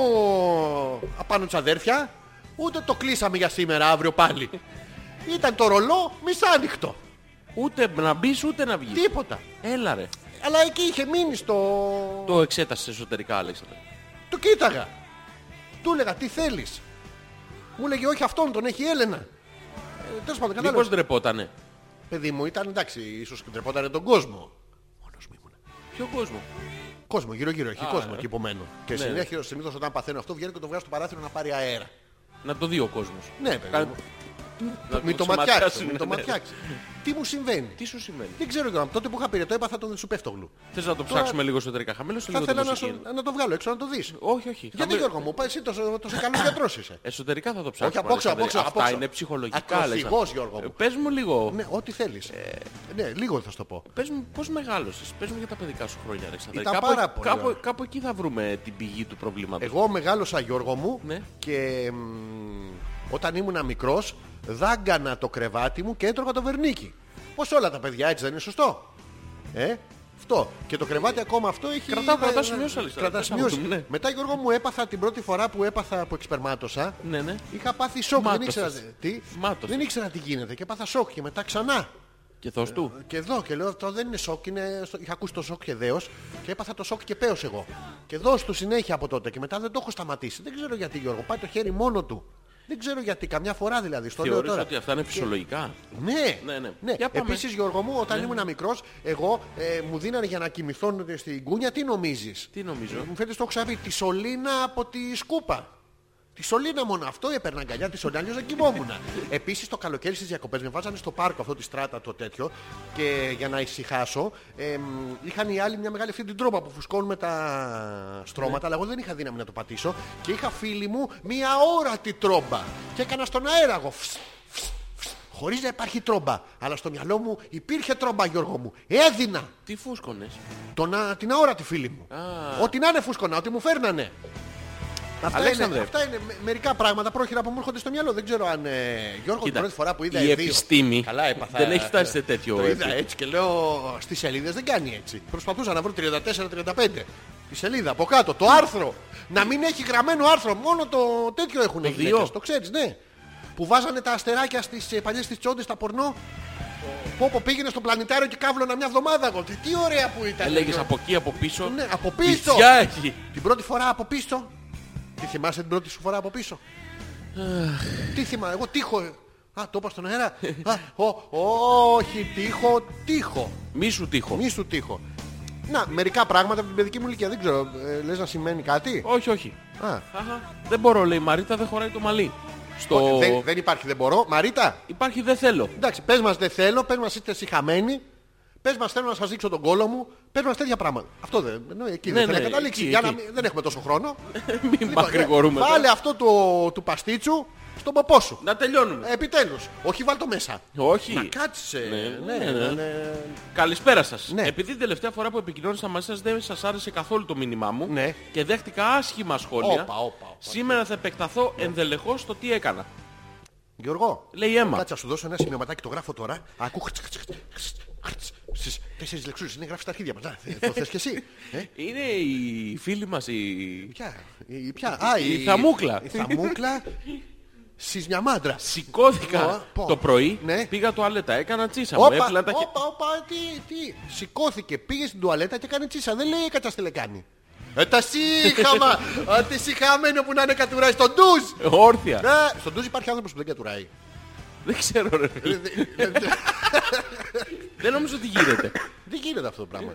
S1: απάνω της αδέρφια, ούτε το κλείσαμε για σήμερα, αύριο πάλι. Ήταν το ρολό μισάνυχτο.
S2: Ούτε να μπεις ούτε να βγεις.
S1: Τίποτα.
S2: Έλα ρε.
S1: Αλλά εκεί είχε μείνει στο... Το,
S2: Το εξέτασες εσωτερικά, Αλέξανδρε.
S1: κοίταγα. Του έλεγα τι θέλεις. Μου έλεγε όχι αυτόν τον έχει η Έλενα. Ε, τέλος πάντων κατάλαβες.
S2: Μήπως ντρεπότανε.
S1: Παιδί μου ήταν εντάξει ίσως ντρεπότανε τον κόσμο. Μόνος μου ήμουν.
S2: Ποιο κόσμο.
S1: Κόσμο γύρω γύρω έχει
S2: Α,
S1: κόσμο
S2: ε.
S1: εκεί υπομένω. Και
S2: Ναι.
S1: συνέχεια συνήθως όταν παθαίνω αυτό βγαίνω και το βγάζω στο παράθυρο να πάρει αέρα.
S2: Να το δει ο κόσμος.
S1: Ναι, παιδί
S2: Κα-
S1: μου.
S2: Να
S1: Μην το
S2: ξεματιάσουν,
S1: ματιάξει. Μην
S2: ναι,
S1: το
S2: ναι.
S1: ματιάξει. Τι μου συμβαίνει.
S2: Τι σου σημαίνει.
S1: Δεν ξέρω κιόλα. Τότε που είχα πειρετό έπαθα τον Σουπέφτογλου.
S2: Θες να το
S1: Τώρα-
S2: ψάξουμε λίγο εσωτερικά. Χαμέλωσε
S1: Θα
S2: λίγο το
S1: ήθελα να, σου-
S2: μουσική.
S1: να το βγάλω έξω να το δεις.
S2: Όχι, όχι.
S1: Γιατί
S2: Χαμέ-
S1: Γιώργο μου, πάει εσύ τόσο, τόσο καλός γιατρός είσαι.
S2: Εσωτερικά θα το
S1: Όχι,
S2: ψάξουμε.
S1: απόξω,
S2: Αλέξανδρε.
S1: απόξω.
S2: Αυτά
S1: απόξω.
S2: είναι ψυχολογικά.
S1: Ακροθυγός
S2: Αλέξανδρε.
S1: Γιώργο
S2: Ε,
S1: μου.
S2: Πες μου λίγο.
S1: Ναι, ό,τι θέλεις. Ναι, λίγο θα σου το πω.
S2: Πες μου πώς μεγάλωσες, πες μου για τα παιδικά σου χρόνια Αλέξανδρε.
S1: Ήταν
S2: κάπου,
S1: πάρα πολύ
S2: κάπου,
S1: ωραία.
S2: κάπου εκεί θα βρούμε την πηγή του προβλήματος.
S1: Εγώ μεγάλωσα Γιώργο μου
S2: Ναι.
S1: και μ, όταν ήμουν μικρός δάγκανα το κρεβάτι μου και έτρωγα το βερνίκι. Πώς όλα τα παιδιά έτσι δεν είναι σωστό. Ε, αυτό. Και το κρεβάτι ακόμα αυτό έχει...
S2: Κρατάω- κρατάω
S1: ε,
S2: σημειώσεις, Αλέξανδρε.
S1: κρατάω
S2: Δεν τα
S1: σημειώσεις.
S2: έχουμε, ναι.
S1: Μετά Γιώργο μου έπαθα την πρώτη φορά που έπαθα που εξπερμάτωσα.
S2: Ναι, ναι.
S1: Είχα πάθει σοκ, δεν
S2: Μάτωσες.
S1: ήξερα, τι,
S2: Μάτωσες.
S1: δεν ήξερα τι γίνεται και πάθα σοκ και μετά ξανά.
S2: Και θος του.
S1: Και εδώ και λέω αυτό δεν είναι σοκ, είναι... στο- είχα ακούσει το σοκ και δέος και έπαθα το σοκ και πέος εγώ. Και δώσ' του συνέχεια από τότε και μετά δεν το έχω σταματήσει. Δεν ξέρω γιατί Γιώργο, πάει το χέρι μόνο του. Δεν ξέρω γιατί, καμιά φορά δηλαδή, στο λέω
S2: Θεωρείς
S1: τώρα.
S2: ότι αυτά είναι φυσιολογικά.
S1: Ναι,
S2: Ναι, ναι. Για πάμε. Ναι.
S1: Επίσης Γιώργο μου, όταν ήμουν μικρός, εγώ ε, μου δίνανε για να κοιμηθώ στην κούνια, τι νομίζεις. Ε,
S2: Τι νομίζω.
S1: Μου φαίνεται στο ξαβί, τη σωλήνα από τη σκούπα. Τη σωλήνα μόνο αυτό, έπαιρνα αγκαλιά τη σωλήνα, αλλιώς δεν κοιμόμουν. Επίσης το καλοκαίρι στις διακοπές με βάζανε στο πάρκο αυτό τη στράτα το τέτοιο και για να ησυχάσω εμ, είχαν οι άλλοι μια μεγάλη αυτή την τρόμπα που φουσκώνουμε τα
S2: Ναι.
S1: στρώματα αλλά εγώ δεν είχα δύναμη να το πατήσω και είχα φίλη μου μια όρατη τρόμπα και έκανα στον αέρα εγώ φσ, φσ, φσ, χωρίς να υπάρχει τρόμπα αλλά στο μυαλό μου υπήρχε τρόμπα Γιώργο μου έδινα
S2: Τι φούσκωνες.
S1: τον, α- την αόρατη φίλη μου.
S2: Α.
S1: Ό,τι να είναι φουσκωνά, ό,τι μου φέρνανε. Αυτά είναι,
S2: Αλέξανδρε.
S1: αυτά είναι με- μερικά πράγματα πρόχειρα που μου έρχονται στο μυαλό. Δεν ξέρω αν. Ε, Γιώργο, την
S2: Κοίτα,
S1: πρώτη φορά που είδα
S2: η
S1: εδίο-
S2: επιστήμη
S1: Καλά έπαθα.
S2: δεν έχει φτάσει σε τέτοιο
S1: Το είδα ε,
S2: επίπεδο.
S1: έτσι και λέω στις σελίδες δεν κάνει έτσι. Προσπαθούσα να βρω 34-35. Τη σελίδα από κάτω, το άρθρο. Να μην έχει γραμμένο άρθρο, μόνο το τέτοιο έχουν οι
S2: δύο.
S1: γυναίκες, Το ξέρεις, ναι. Που βάζανε τα αστεράκια ε, στι παλιέ τη τσόντες, τα πορνό. Πω πω πήγαινε στο πλανητάριο και κάβλωνα μια εβδομάδα εγώ. Τι, τι ωραία που ήταν.
S2: Έλεγες
S1: Γιώργο.
S2: από εκεί, από πίσω.
S1: ε, Ναι, από πίσω.
S2: Πισιά έχει.
S1: Την πρώτη φορά από πίσω. Τι θυμάσαι την πρώτη σου φορά από πίσω. τι θυμάμαι, εγώ τείχο. Α, το είπα στον αέρα. Α, ο, όχι, τείχο, τείχο.
S2: Μη σου τύχω.
S1: Μη σου τείχο. Να, μερικά πράγματα από την παιδική μου ηλικία. Δεν ξέρω, ε, λες να σημαίνει κάτι.
S2: Όχι, όχι.
S1: Α,
S2: Αχα. Δεν μπορώ, λέει η Μαρίτα, δεν χωράει το μαλλί. Στο...
S1: δεν, δεν υπάρχει, δεν μπορώ. Μαρίτα,
S2: Υπάρχει, δεν θέλω.
S1: εντάξει, πες μας δεν θέλω, πες μας είστε συχαμένοι. Πες μας θέλω να σας δείξω τον κόλο μου. Πες μας τέτοια πράγματα. Αυτό δεν, εννοεί, εκεί
S2: Ναι,
S1: δεν θέλω
S2: ναι,
S1: να καταλήξει.
S2: εκεί,
S1: για να
S2: εκεί.
S1: μην- δεν έχουμε τόσο χρόνο.
S2: Μην
S1: Λοιπόν,
S2: μακρηγορούμε.
S1: Βάλε
S2: τώρα.
S1: αυτό το, του παστίτσου στον ποπό σου.
S2: Να τελειώνουμε.
S1: Επιτέλους. Όχι βάλ το μέσα.
S2: Όχι.
S1: Ε, Να κάτσε.
S2: Ναι,
S1: Ναι,
S2: ναι,
S1: ναι,
S2: ναι.
S1: ναι.
S2: Καλησπέρα σας.
S1: Ναι.
S2: Επειδή την τελευταία φορά που επικοινώνησα μαζί σας δεν σας άρεσε καθόλου το μήνυμά μου
S1: Ναι.
S2: και δέχτηκα άσχημα σχόλια,
S1: Όπα, όπα, όπα.
S2: σήμερα θα επεκταθώ ενδελεχώς στο τι έκανα.
S1: Γιώργο.
S2: Λέει η Έμα.
S1: Κάτσε να σου δώσω ένα σημειωματάκι. Το γράφω τώρα. Ακού. χτς, χτς, χτς, χτς, χτς. Στις τέσσερις λεξούς είναι γράφεις στα αρχίδια μας. Να, θε- Το θες και εσύ. Ε,
S2: Είναι η φίλη μας η...
S1: Ποια. η- Ποια. Α,
S2: Η θαμούκλα.
S1: Η θαμούκλα. Στις μια μάντρα.
S2: Σηκώθηκα
S1: Πω, πω.
S2: το πρωί,
S1: Ναι.
S2: πήγα τουαλέτα, έκανα τσίσα μου,
S1: Όπα,
S2: έπλανα τα χέρια.
S1: όπα, όπα, τι, τι. Σηκώθηκε, πήγε στην τουαλέτα και έκανε τσίσα. Δεν λέει έκατσα στη λεκάνη. Ε, τα σύχαμα! Α, τι συχαμένο που να είναι κατουράει στον ντουζ!
S2: Όρθια.
S1: Ναι, στον ντουζ υπάρχει άνθρωπος που δεν κατουράει.
S2: Δεν ξέρω ρε.
S1: Ε, δε- δε- δε-
S2: Δεν νομίζω ότι γίνεται.
S1: Δεν γίνεται αυτό το πράγμα.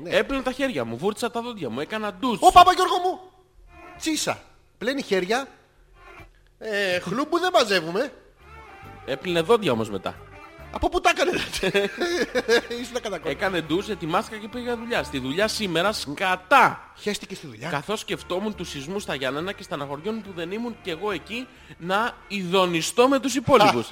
S1: Ναι.
S2: Έπλυνα τα χέρια μου, βούρτισα τα δόντια μου, έκανα ντους.
S1: Ω, πάπα Γιώργο μου! Τσίσα. Πλένει χέρια. Ε, χλούμπου δεν μαζεύουμε.
S2: Έπλυνε δόντια όμως μετά.
S1: Από πού τα έκανε. Ήσουν κατακόρυφα.
S2: Έκανε ντους, ετοιμάστηκα και πήγα δουλειά. Στη δουλειά σήμερα σκατά.
S1: Χαίστηκε στη δουλειά.
S2: Καθώς σκεφτόμουν τους σεισμούς στα Γιάννενα και στα Ναχωριών που δεν ήμουν και εγώ εκεί να ειδονιστώ με τους υπόλοιπους.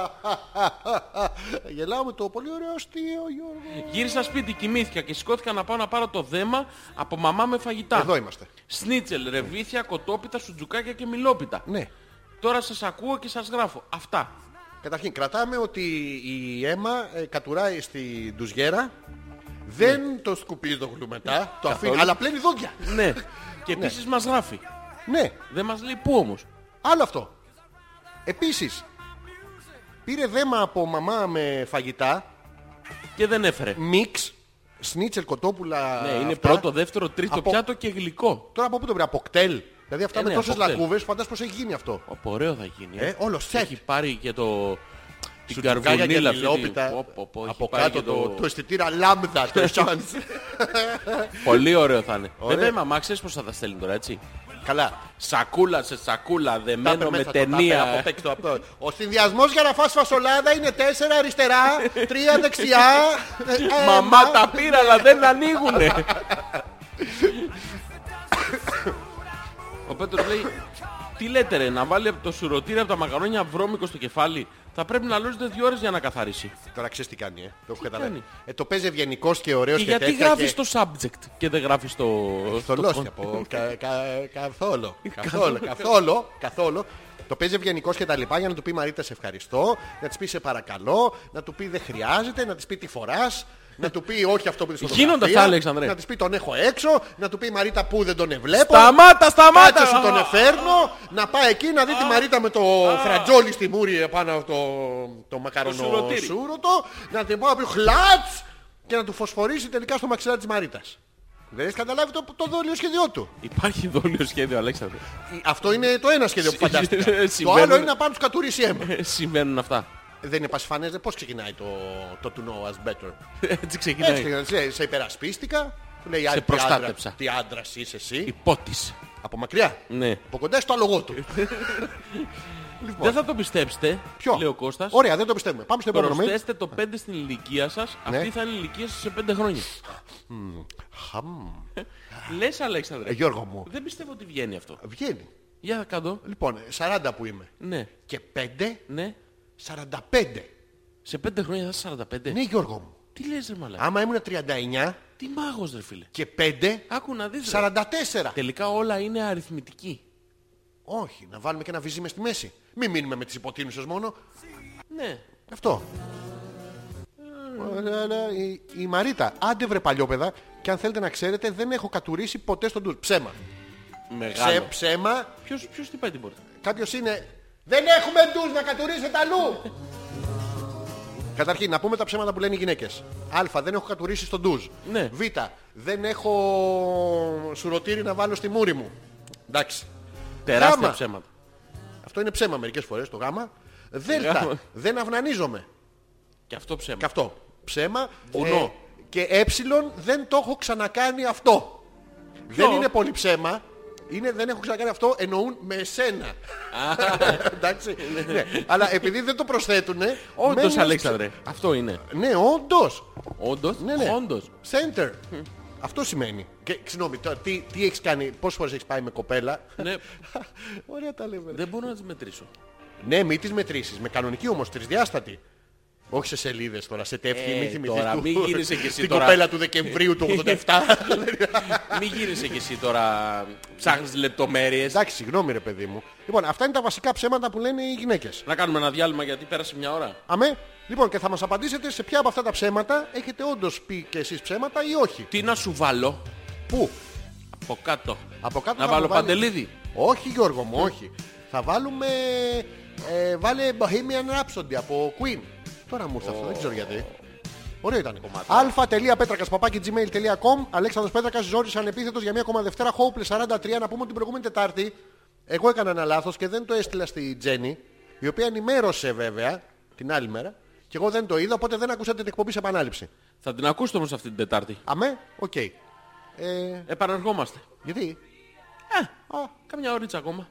S1: Γελάω με το πολύ ωραίο αστείο, Γιώργο.
S2: Γύρισα σπίτι, κοιμήθηκα και σηκώθηκα να πάω να πάρω το δέμα από μαμά με φαγητά.
S1: Εδώ είμαστε.
S2: Σνίτσελ, ρεβίθια, κοτόπιτα, σουτζουκάκια και μιλόπιτα.
S1: Ναι.
S2: Τώρα σας ακούω και σας γράφω. Αυτά.
S1: Καταρχήν, κρατάμε ότι η αίμα ε, κατουράει στη ντουζιέρα. Δεν το σκουπίζει το γλουμετά, το αφήνει, αλλά πλένει δόντια.
S2: ναι. Και επίσης μας γράφει.
S1: ναι,
S2: Δεν μας λέει πού όμως.
S1: άλλο αυτό. Επίσης, Πήρε δέμα από μαμά με φαγητά,
S2: Και δεν έφερε.
S1: μίξ, σνίτσελ, κοτόπουλα.
S2: Ναι, είναι
S1: αυτά.
S2: πρώτο, δεύτερο, τρίτο
S1: Από-
S2: πιάτο και γλυκό.
S1: Τώρα από πού το πήρε, από κτέλ. Δηλαδή αυτά
S2: Ε,
S1: με
S2: ναι,
S1: τόσες
S2: από κτέλ.
S1: λακκούβες, φαντάζομαι πως έχει γίνει αυτό.
S2: Όπο, ωραίο θα γίνει.
S1: Ε, όλο σετ.
S2: Έχει πάρει και το... Την
S1: Σουτουκάκια και
S2: καρβουνίλα αυτή. την-
S1: λιλόπιτα.
S2: Πω, πω, πω, έχει
S1: από
S2: πάρει
S1: κάτω
S2: και
S1: το, το αισθητήρα λάμδα, το chance.
S2: Πολύ ωραίο θα είναι.
S1: Ωραίο.
S2: Βέβαια η μαμά ξέρεις πώς θα τα στέλνει τώρα έτσι.
S1: Καλά.
S2: Σακούλα σε σακούλα
S1: Τάπερ
S2: δεμένο με
S1: μέσα, το τάπερ από
S2: ταινία.
S1: παίκτο, από- Ο συνδυασμός για να φας φασολάδα είναι τέσσερα αριστερά, τρία δεξιά. ε, ε,
S2: Μαμά τα πήρα αλλά δεν ανοίγουνε. Ο Πέτρος λέει τι λέτε ρε να βάλει από το σουρωτήρι από τα μακαρόνια βρώμικο στο κεφάλι. Θα πρέπει να λούζετε δύο ώρες για να καθαρίσει.
S1: Τώρα ξέρεις τι κάνει, ε. το έχω καταλάβει.
S2: κάνει?
S1: Ε, το παίζει ευγενικός και ωραίος
S2: Και
S1: και,
S2: γιατί
S1: τέτοια.
S2: γράφεις
S1: και...
S2: το subject και δεν γράφεις το...
S1: Θολός και από. κα- κα- Καθόλου. Καθόλου. Καθόλου. Καθόλου. Το παίζει ευγενικός και τα λοιπά για να του πει Μαρίτα σε ευχαριστώ, να της πει σε παρακαλώ, να του πει δεν χρειάζεται, να της πει τι φοράς, να του πει όχι αυτό που της φωτογραφίας.
S2: Γίνονται αυτά, Αλέξανδρε.
S1: Να της πει τον έχω έξω, να του πει Μαρίτα που δεν τον εβλέπω.
S2: Σταμάτα, σταμάτα!
S1: Κάτσε σου τον εφέρνω, να πάει εκεί να δει τη Μαρίτα με το φρατζόλι στη μούρη επάνω από το, το μακαρονό
S2: Το σουρωτήρι.
S1: σούρωτο, να την πάω να πει χλάτς και να του φωσφορήσει τελικά στο μαξιλάρι της Μαρίτας. Δεν έχεις καταλάβει το, το δόλιο σχέδιό του. Ε,
S2: Υπάρχει δόλιο σχέδιο, Αλέξανδρε.
S1: Αυτό είναι το ένα σχέδιο που φαντάστηκα. το
S2: ε, Συμβαίνουν.
S1: άλλο είναι να πάνε τους κατουρίσει αίμα.
S2: Ε,
S1: Ε,
S2: Συμβαίνουν αυτά.
S1: Δεν είναι πασφανές, δεν- πώς ξεκινάει το, το to know us better.
S2: Έτσι
S1: Έτσι,
S2: ξεκινάει.
S1: ξεκινάει, σε- σε υπερασπίστηκα, του λέει «Ά, τι
S2: προστάτεψα».
S1: άντρα- Τι άντρας είσαι εσύ,
S2: Υπότης.
S1: από μακριά.
S2: Ναι.
S1: Από κοντά στο άλογο του.
S2: Δεν θα το πιστέψετε,
S1: Ποιο?
S2: λέει ο Κώστας.
S1: Ωραία, δεν το πιστεύουμε. Πάμε στο επόμενο mail.
S2: Προσθέστε το 5 στην ηλικία σας,
S1: Ναι.
S2: αυτή θα είναι η ηλικία σας σε 5 χρόνια.
S1: Χαμ.
S2: Λες Αλέξανδρε,
S1: Ε, Γιώργο μου,
S2: δεν πιστεύω ότι βγαίνει αυτό.
S1: βγαίνει.
S2: Για κάτω.
S1: Λοιπόν, 40 που είμαι.
S2: Ναι,
S1: Και 5,
S2: ναι.
S1: 45.
S2: Σε 5 χρόνια θα είσαι 45.
S1: Ναι, Γιώργο μου.
S2: Τι λες ρε μαλάκα.
S1: Άμα ήμουν 39
S2: Τι μάγος ρε φίλε.
S1: και 5,
S2: Άκου να δεις ρε.
S1: 44.
S2: Τελικά όλα είναι αριθμητική.
S1: Όχι, να βάλουμε και ένα βυζί μες στη μέση. Μην μείνουμε με τις υποτίμησες μόνο.
S2: Ναι.
S1: Αυτό. Ωραία, ναι. Η, η Μαρίτα, άντε βρε παλιόπαιδα και αν θέλετε να ξέρετε δεν έχω κατουρίσει ποτέ στον ντους. Ψέμα. Ψε,
S2: Μεγάλο.
S1: ψέμα.
S2: Ποιος, ποιος τι πάει την πόρτα.
S1: Κάποιος είναι Δεν έχουμε ντους να κατουρίσετε αλλού Καταρχήν να πούμε τα ψέματα που λένε οι γυναίκες Α. Δεν έχω κατουρίσει στο ντουζ
S2: Ναι.
S1: Β. Δεν έχω σουρωτήρι να βάλω στη μούρη μου Εντάξει
S2: Τεράστια
S1: Γάμα.
S2: ψέματα.
S1: Αυτό είναι ψέμα μερικές φορές το γάμα Δέλτα
S2: Γάμα.
S1: Δεν αυνανίζομαι
S2: Και αυτό ψέμα.
S1: Και αυτό ψέμα
S2: Βουνό.
S1: Και ε δεν το έχω ξανακάνει αυτό Δεν είναι πολύ ψέμα είναι, δεν έχω ξανακάνει αυτό, εννοούν με εσένα. Εντάξει. ναι. Αλλά επειδή δεν το προσθέτουν.
S2: Όντως Αλέξανδρε. Αυτό είναι.
S1: Ναι, όντως.
S2: Όντως.
S1: Ναι, ναι.
S2: Όντως.
S1: Center. Αυτό σημαίνει. Και συγγνώμη, τώρα, τι, τι έχεις κάνει, πόσε φορές έχεις πάει με κοπέλα.
S2: Ναι.
S1: Ωραία τα λέμε. ρε.
S2: Δεν μπορώ να τις μετρήσω.
S1: Ναι, μη τις μετρήσεις. Με κανονική όμως, τρισδιάστατη. Όχι σε σελίδες τώρα, σε τεύχη,
S2: Ε,
S1: μην θυμηθείς.
S2: τώρα, μην γίνεσαι κι εσύ
S1: Την
S2: τώρα.
S1: κοπέλα του Δεκεμβρίου του 87.
S2: Μην γύρισε κι εσύ τώρα. Ψάχνεις λεπτομέρειες.
S1: Εντάξει, συγγνώμη ρε παιδί μου. Λοιπόν, αυτά είναι τα βασικά ψέματα που λένε οι γυναίκες.
S2: Να κάνουμε ένα διάλειμμα γιατί πέρασε μια ώρα.
S1: Αμέ. Λοιπόν, και θα μας απαντήσετε σε ποια από αυτά τα ψέματα έχετε όντως πει και εσείς ψέματα ή όχι.
S2: Τι να σου βάλω
S1: Πού.
S2: από κάτω.
S1: Από κάτω
S2: να
S1: θα
S2: βάλω
S1: μου βάλεις-
S2: παντελίδι.
S1: Όχι Γιώργο μου, όχι. Θα βάλουμε... Ε, βάλε Bohemian Rhapsody από Queen. Τώρα μου ήρθε αυτό, δεν ξέρω γιατί. Ωραίο ήταν κομμάτι. αλφα.πέτρακα.gmail.com Αλέξανδρος Πέτρακας, Ζόρις ανεπίθετος για μία ακόμα Δευτέρα, Hopeless 43. Να πούμε ότι την προηγούμενη Τετάρτη εγώ έκανα ένα λάθος και δεν το έστειλα στη Τζέννη, η οποία ενημέρωσε βέβαια την άλλη μέρα και εγώ δεν το είδα, οπότε δεν ακούσατε την εκπομπή σε επανάληψη.
S2: Θα την ακούσετε όμως αυτή την Τετάρτη.
S1: Αμέ, οκ. Ε,
S2: Επαναρχόμαστε.
S1: γιατί,
S2: Καμιά ώριτσα ακόμα.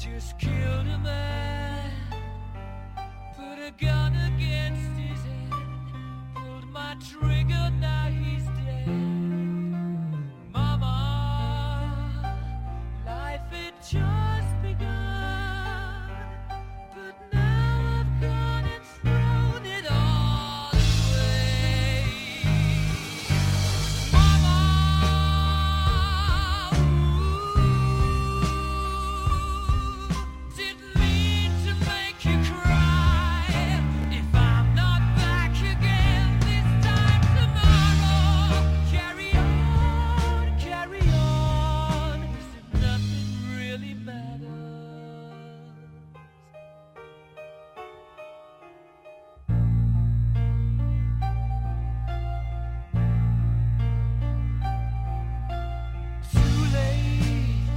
S6: Just killed a man, put a gun against his triggered, now he's dead. Mama, life had just begun. But now I've gone and thrown it all away. Mama, ooh, didn't mean to make you cry. If I'm not back again this time tomorrow, carry on, carry on, as if nothing really matters. Too late,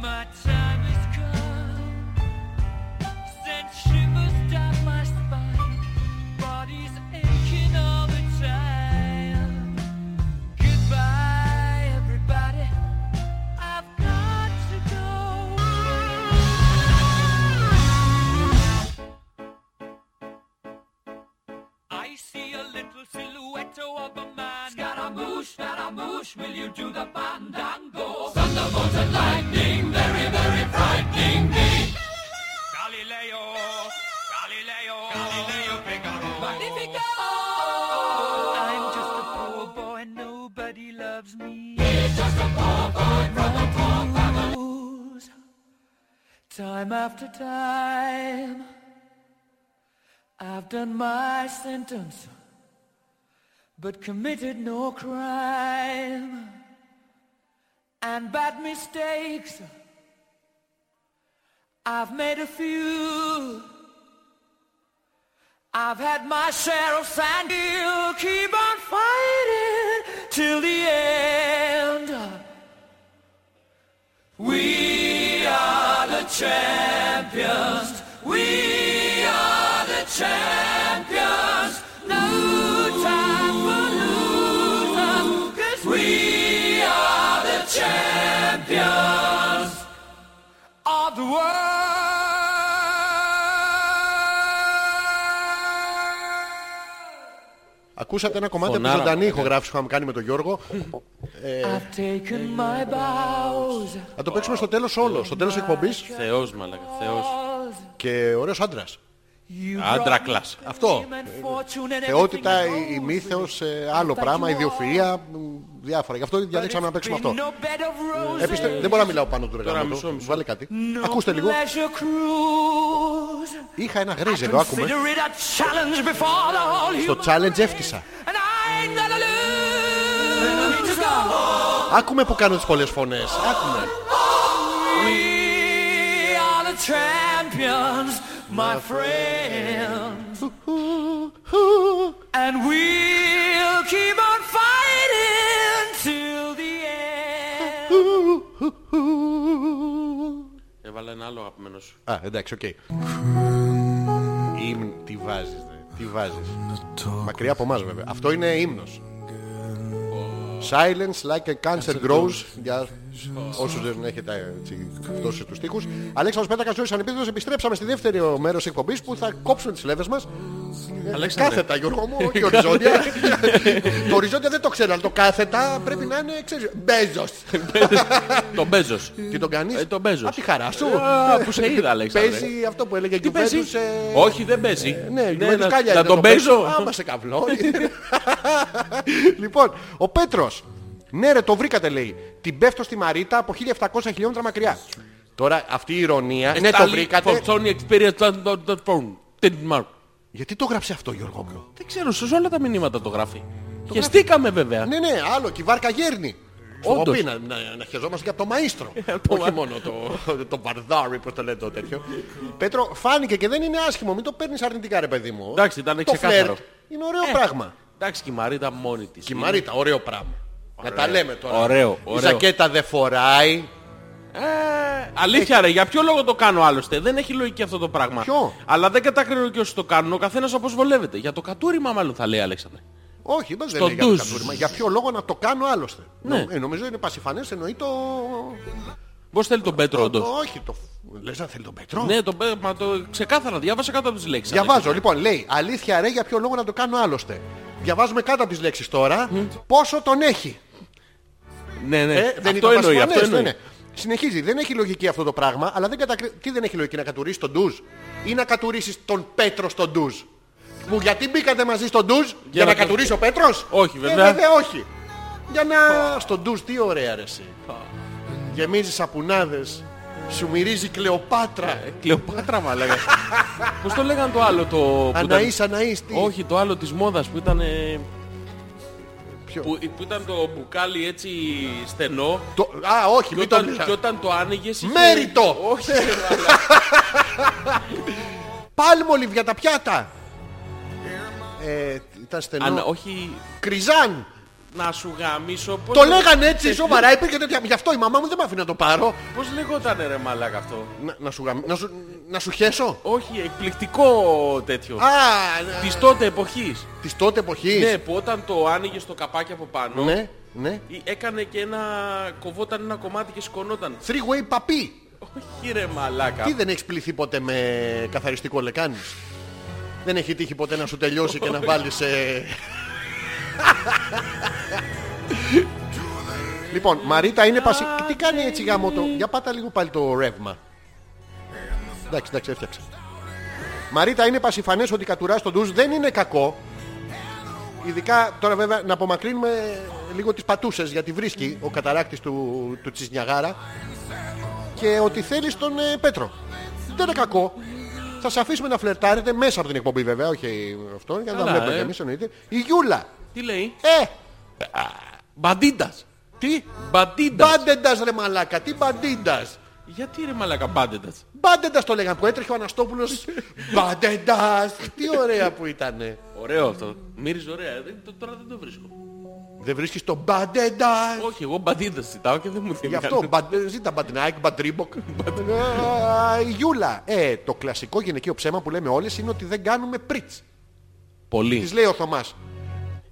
S6: my time has come. Sent shivers down my spine, body's aching all the time. Goodbye, everybody. I've got to go. I see a little silhouette of a man. Scaramouche, Scaramouche, will you do the fandango? Thunderbolt and lightning, very, very frightening me. Galileo, Galileo, Galileo Figaro. Magnifico! I'm just a poor boy, and nobody loves me. He's just a poor boy from a poor family. Time after time. I've done my sentence, but committed no crime. And bad mistakes, I've made a few. I've had my share of sand. You'll keep on fighting till the end. We are the champions. We are the champions. No time for losers. 'cause we are the champions of the world.
S1: Ακούσατε ένα κομμάτι από τη
S2: Φωνάρα.
S1: ζωντανή ηχογράφηση που είχαμε κάνει με τον Γιώργο.
S6: I've taken my bows.
S1: Θα το παίξουμε στο τέλος όλο. Στο τέλος εκπομπής
S2: Θεός μαλακα, θεός.
S1: και ωραίος άντρας.
S6: You
S2: Άντρα
S6: brought me
S2: κλάσ.
S1: Αυτό.
S6: fame and fortune and
S1: Θεότητα,
S6: everything
S1: η, η
S6: I
S1: μύθος,
S6: owned.
S1: ε, άλλο
S6: But
S1: πράγμα,
S6: you
S1: ιδιοφυΐα, μ, διάφορα. Γι' αυτό
S6: But
S1: διαλέξαμε να
S6: it's
S1: παίξουμε
S6: been
S1: αυτό.
S6: no bed of roses,
S1: Έπιστε, δεν μπορώ να μιλάω πάνω του ρε
S2: Τώρα
S1: γάμο
S2: μισό,
S1: το.
S2: μισό.
S1: Βάλε κάτι.
S6: no
S1: Ακούστε λίγο.
S6: pleasure cruise.
S1: Είχα ένα
S6: I
S1: γρίζ εδώ, άκουμε.
S6: consider it a challenge before the whole
S1: Στο
S6: human
S1: challenge
S6: race.
S1: έφτιασα.
S6: And I'm gonna lose.
S1: Άκουμε που κάνω τις πολλές φωνές. Άκουμε.
S6: We are the champions, my friends. And we'll keep on fighting till the end.
S2: Έβαλα ένα άλλο αγαπημένο σου.
S1: Α, εντάξει, οκ. Ήμν, τι βάζεις, ρε. τι βάζεις. Μακριά από εμάς βέβαια. Αυτό είναι ύμνος. Silence like a cancer grows για όσους δεν έχετε έτσι, φτώσει τους τοίχους. Αλέξανδρος Πέτακας, Ζωής Ανεπίδητος, επιστρέψαμε στη δεύτερη μέρος εκπομπής που θα κόψουμε τις λέβες μας. Ε,
S2: Αλέξανδρε.
S1: Κάθετα Γιώργο μου, όχι οριζόντια. το οριζόντια δεν το ξέρω, αλλά το κάθετα πρέπει να είναι, ξέρεις, Μπέζος.
S2: Τον Μπέζος.
S1: Τι τον κάνεις?
S2: Ε, τον Μπέζος.
S1: Απ' τη χαρά σου.
S2: Α, που σε είδα, Αλέξανδρε.
S1: Παίζει αυτό που έλεγε
S2: Τι παίζει.
S1: Γιουβέντους. ε,
S2: Όχι, δεν παίζει.
S1: ναι,
S2: να,
S1: Γιουβέντους Κάλια
S2: να
S1: ήταν
S2: τον
S1: το Πέτρος.
S2: παίζω.
S1: Άμα σε καβλώ. λοιπόν, ο Πέτρος. Ναι ρε, το βρήκατε λέει. Την πέφτω στη Μαρίτα από 1700 χιλιόμετρα μακριά. Τώρα αυτή η ηρωνία. Ναι, το
S2: Stanley
S1: βρήκατε.
S2: for Sony Experience and the- the phone. Denmark.
S1: Γιατί το γράψε αυτό Γιώργο μου.
S2: Δεν ξέρω, σε όλα τα μηνύματα το γράφει. Χεστήκαμε βέβαια.
S1: Ναι, ναι, άλλο και η βάρκα γέρνει. Στο
S2: Όντως. Ε,
S1: κοπί να, να, να χεζόμαστε και από το μαΐστρο.
S2: το
S1: Όχι
S2: μα-
S1: μόνο το, το βαρδάρι, πώς το λένε το τέτοιο. Πέτρο, φάνηκε και δεν είναι άσχημο. Μην το παίρνεις αρνητικά ρε παιδί μου.
S2: Εντάξει, ήταν
S1: Το
S2: ξεκάθαρο. Ε.
S1: φλερτ Είναι ωραίο πράγμα.
S2: Εντάξει, και η Μαρίτα μόνη της.
S1: Και η Μαρίτα, ωραίο πράγμα. Να τα λέμε τώρα.
S2: Ωραίο,
S1: Η
S2: ωραίο.
S1: ζακέτα δεν φοράει.
S2: Ε, αλήθεια ρε, για ποιο λόγο το κάνω άλλωστε. Δεν έχει λογική αυτό το πράγμα.
S1: Ποιο?
S2: Αλλά δεν κατακρίνω και όσοι το κάνουν. Ο καθένας αποσβολεύεται. Για το κατούριμα μάλλον θα λέει Αλέξανδρε.
S1: Όχι, δεν
S2: Στο
S1: λέει για το
S2: ντουζ.
S1: κατούριμα. Για ποιο λόγο να το κάνω άλλωστε.
S2: Ναι.
S1: Νο- ε, νομίζω είναι πασιφανές, εννοεί το...
S2: Πώς θέλει τον Πέτρο,
S1: Το-
S2: όντως.
S1: Όχι, το. Λες να θέλει τον Πέτρο.
S2: Ναι, τον Πέτρο, μα το ξεκάθαρα διάβασα κάτω από τις λέξεις.
S1: Διαβάζω, λοιπόν, λέει αλήθεια ρε για ποιο λόγο να το κάνω άλλωστε. Διαβάζουμε κάτω από τις λέξεις τώρα πόσο τον έχει.
S2: Ναι, ναι.
S1: Ε, δεν
S2: αυτό
S1: ήταν
S2: εννοεί,
S1: προφανές,
S2: αυτό εννοεί.
S1: ναι, ναι. Συνεχίζει, δεν έχει λογική αυτό το πράγμα, αλλά δεν κατακρι... τι δεν έχει λογική να κατουρίσει τον ντουζ ή να κατουρίσεις τον Πέτρο στον ντουζ. Που γιατί μπήκατε μαζί στον ντουζ για,
S2: Για
S1: να,
S2: να
S1: κατουρίσει ο Πέτρος.
S2: Όχι,
S1: Ε,
S2: βέβαια.
S1: βέβαια όχι. Για να... Στον ντουζ τι ωραία ρε εσύ. Γεμίζεις σαπουνάδες, σου μυρίζει Κλεοπάτρα.
S2: Ε, Κλεοπάτρα μαλάκα. Πώς το λέγανε το άλλο το... που ήταν-
S1: Αναείς, Αναείς, τι.
S2: Όχι, το άλλο της μόδας που ήταν... ε,
S1: Ποιο?
S2: Που, που ήταν το μπουκάλι έτσι στενό
S1: Το... Α, όχι,
S2: και
S1: μην το
S2: όταν,
S1: μιλάς.
S2: και όταν το άνοιγες είχε-
S1: Μέριτο!
S2: Όχι,
S1: Πάλμολιβ για τα πιάτα. Ε, ήταν στενό.
S2: αν, ναι, όχι
S1: Κριζάν.
S2: να σου γαμίσω πώς
S1: Το λέγανε
S2: Ε,
S1: έτσι σοβαρά. Υπήρχε τέτοια. Γι' αυτό η μαμά μου δεν με αφήνει να το πάρω.
S2: Πώς λεγότανε ρε μαλάκα αυτό
S1: Να, να σου, γαμ- να, σου, να σου χέσω.
S2: Όχι εκπληκτικό τέτοιο
S1: Α,
S2: Της τότε εποχής
S1: της τότε εποχής.
S2: Ναι που όταν το άνοιγες το καπάκι από πάνω
S1: ναι. ναι.
S2: ή- Έκανε και ένα Κοβόταν ένα κομμάτι και σκονόταν
S1: Three way παπί.
S2: Όχι ρε μαλάκα
S1: Τι δεν έχεις πληθεί ποτέ με καθαριστικό λεκάνη. Δεν έχει τύχει ποτέ να σου τελειώσει και να βάλεις... Ε... λοιπόν, Μαρίτα είναι πασί... Τι κάνει έτσι γάμο το... Για πάτα λίγο πάλι το ρεύμα. Εντάξει, εντάξει, έφτιαξα. Μαρίτα είναι πασιφανές ότι κατουράς τον ντουζ δεν είναι κακό. Ειδικά τώρα βέβαια να απομακρύνουμε λίγο τις πατούσες γιατί βρίσκει ο καταράκτης του, του Τσιζνιαγάρα και ότι θέλεις τον ε, Πέτρο. Δεν είναι κακό. Θα σε αφήσουμε να φλερτάρετε μέσα από την εκπομπή βέβαια, όχι αυτό, για να τα
S2: Καλά,
S1: βλέπουμε
S2: ε.
S1: και εμείς εννοείται. Η Γιούλα.
S2: Τι λέει
S1: Ε,
S2: Μπαντίντας
S1: τι,
S2: Μπαντίντας
S1: μπάντεντας ρε μαλάκα, τι μπαντίντας.
S2: Γιατί ρε μαλάκα μπάντιντας.
S1: Μπάντεντας το λέγανε που έτρεχε ο Αναστόπουλος. Μπάντεντας, τι ωραία που ήτανε.
S2: Ωραίο αυτό. Μύριζε ωραία. Ε, δεν- το- Τώρα δεν το βρίσκω.
S1: Δεν βρίσκεις τον μπάντεντας.
S2: Όχι, εγώ μπαντίντας ζητάω και δεν μου θυμίζει.
S1: Γι' αυτό μπαν- ζήτα μπαντινάικ, μπαντρίμποκ. Α, Η Γιούλα. Ε, το κλασικό γυναικείο ψέμα που λέμε όλες είναι ότι δεν κάνουμε πριτς.
S2: Πολύ.
S1: Της λέει ο Θωμάς.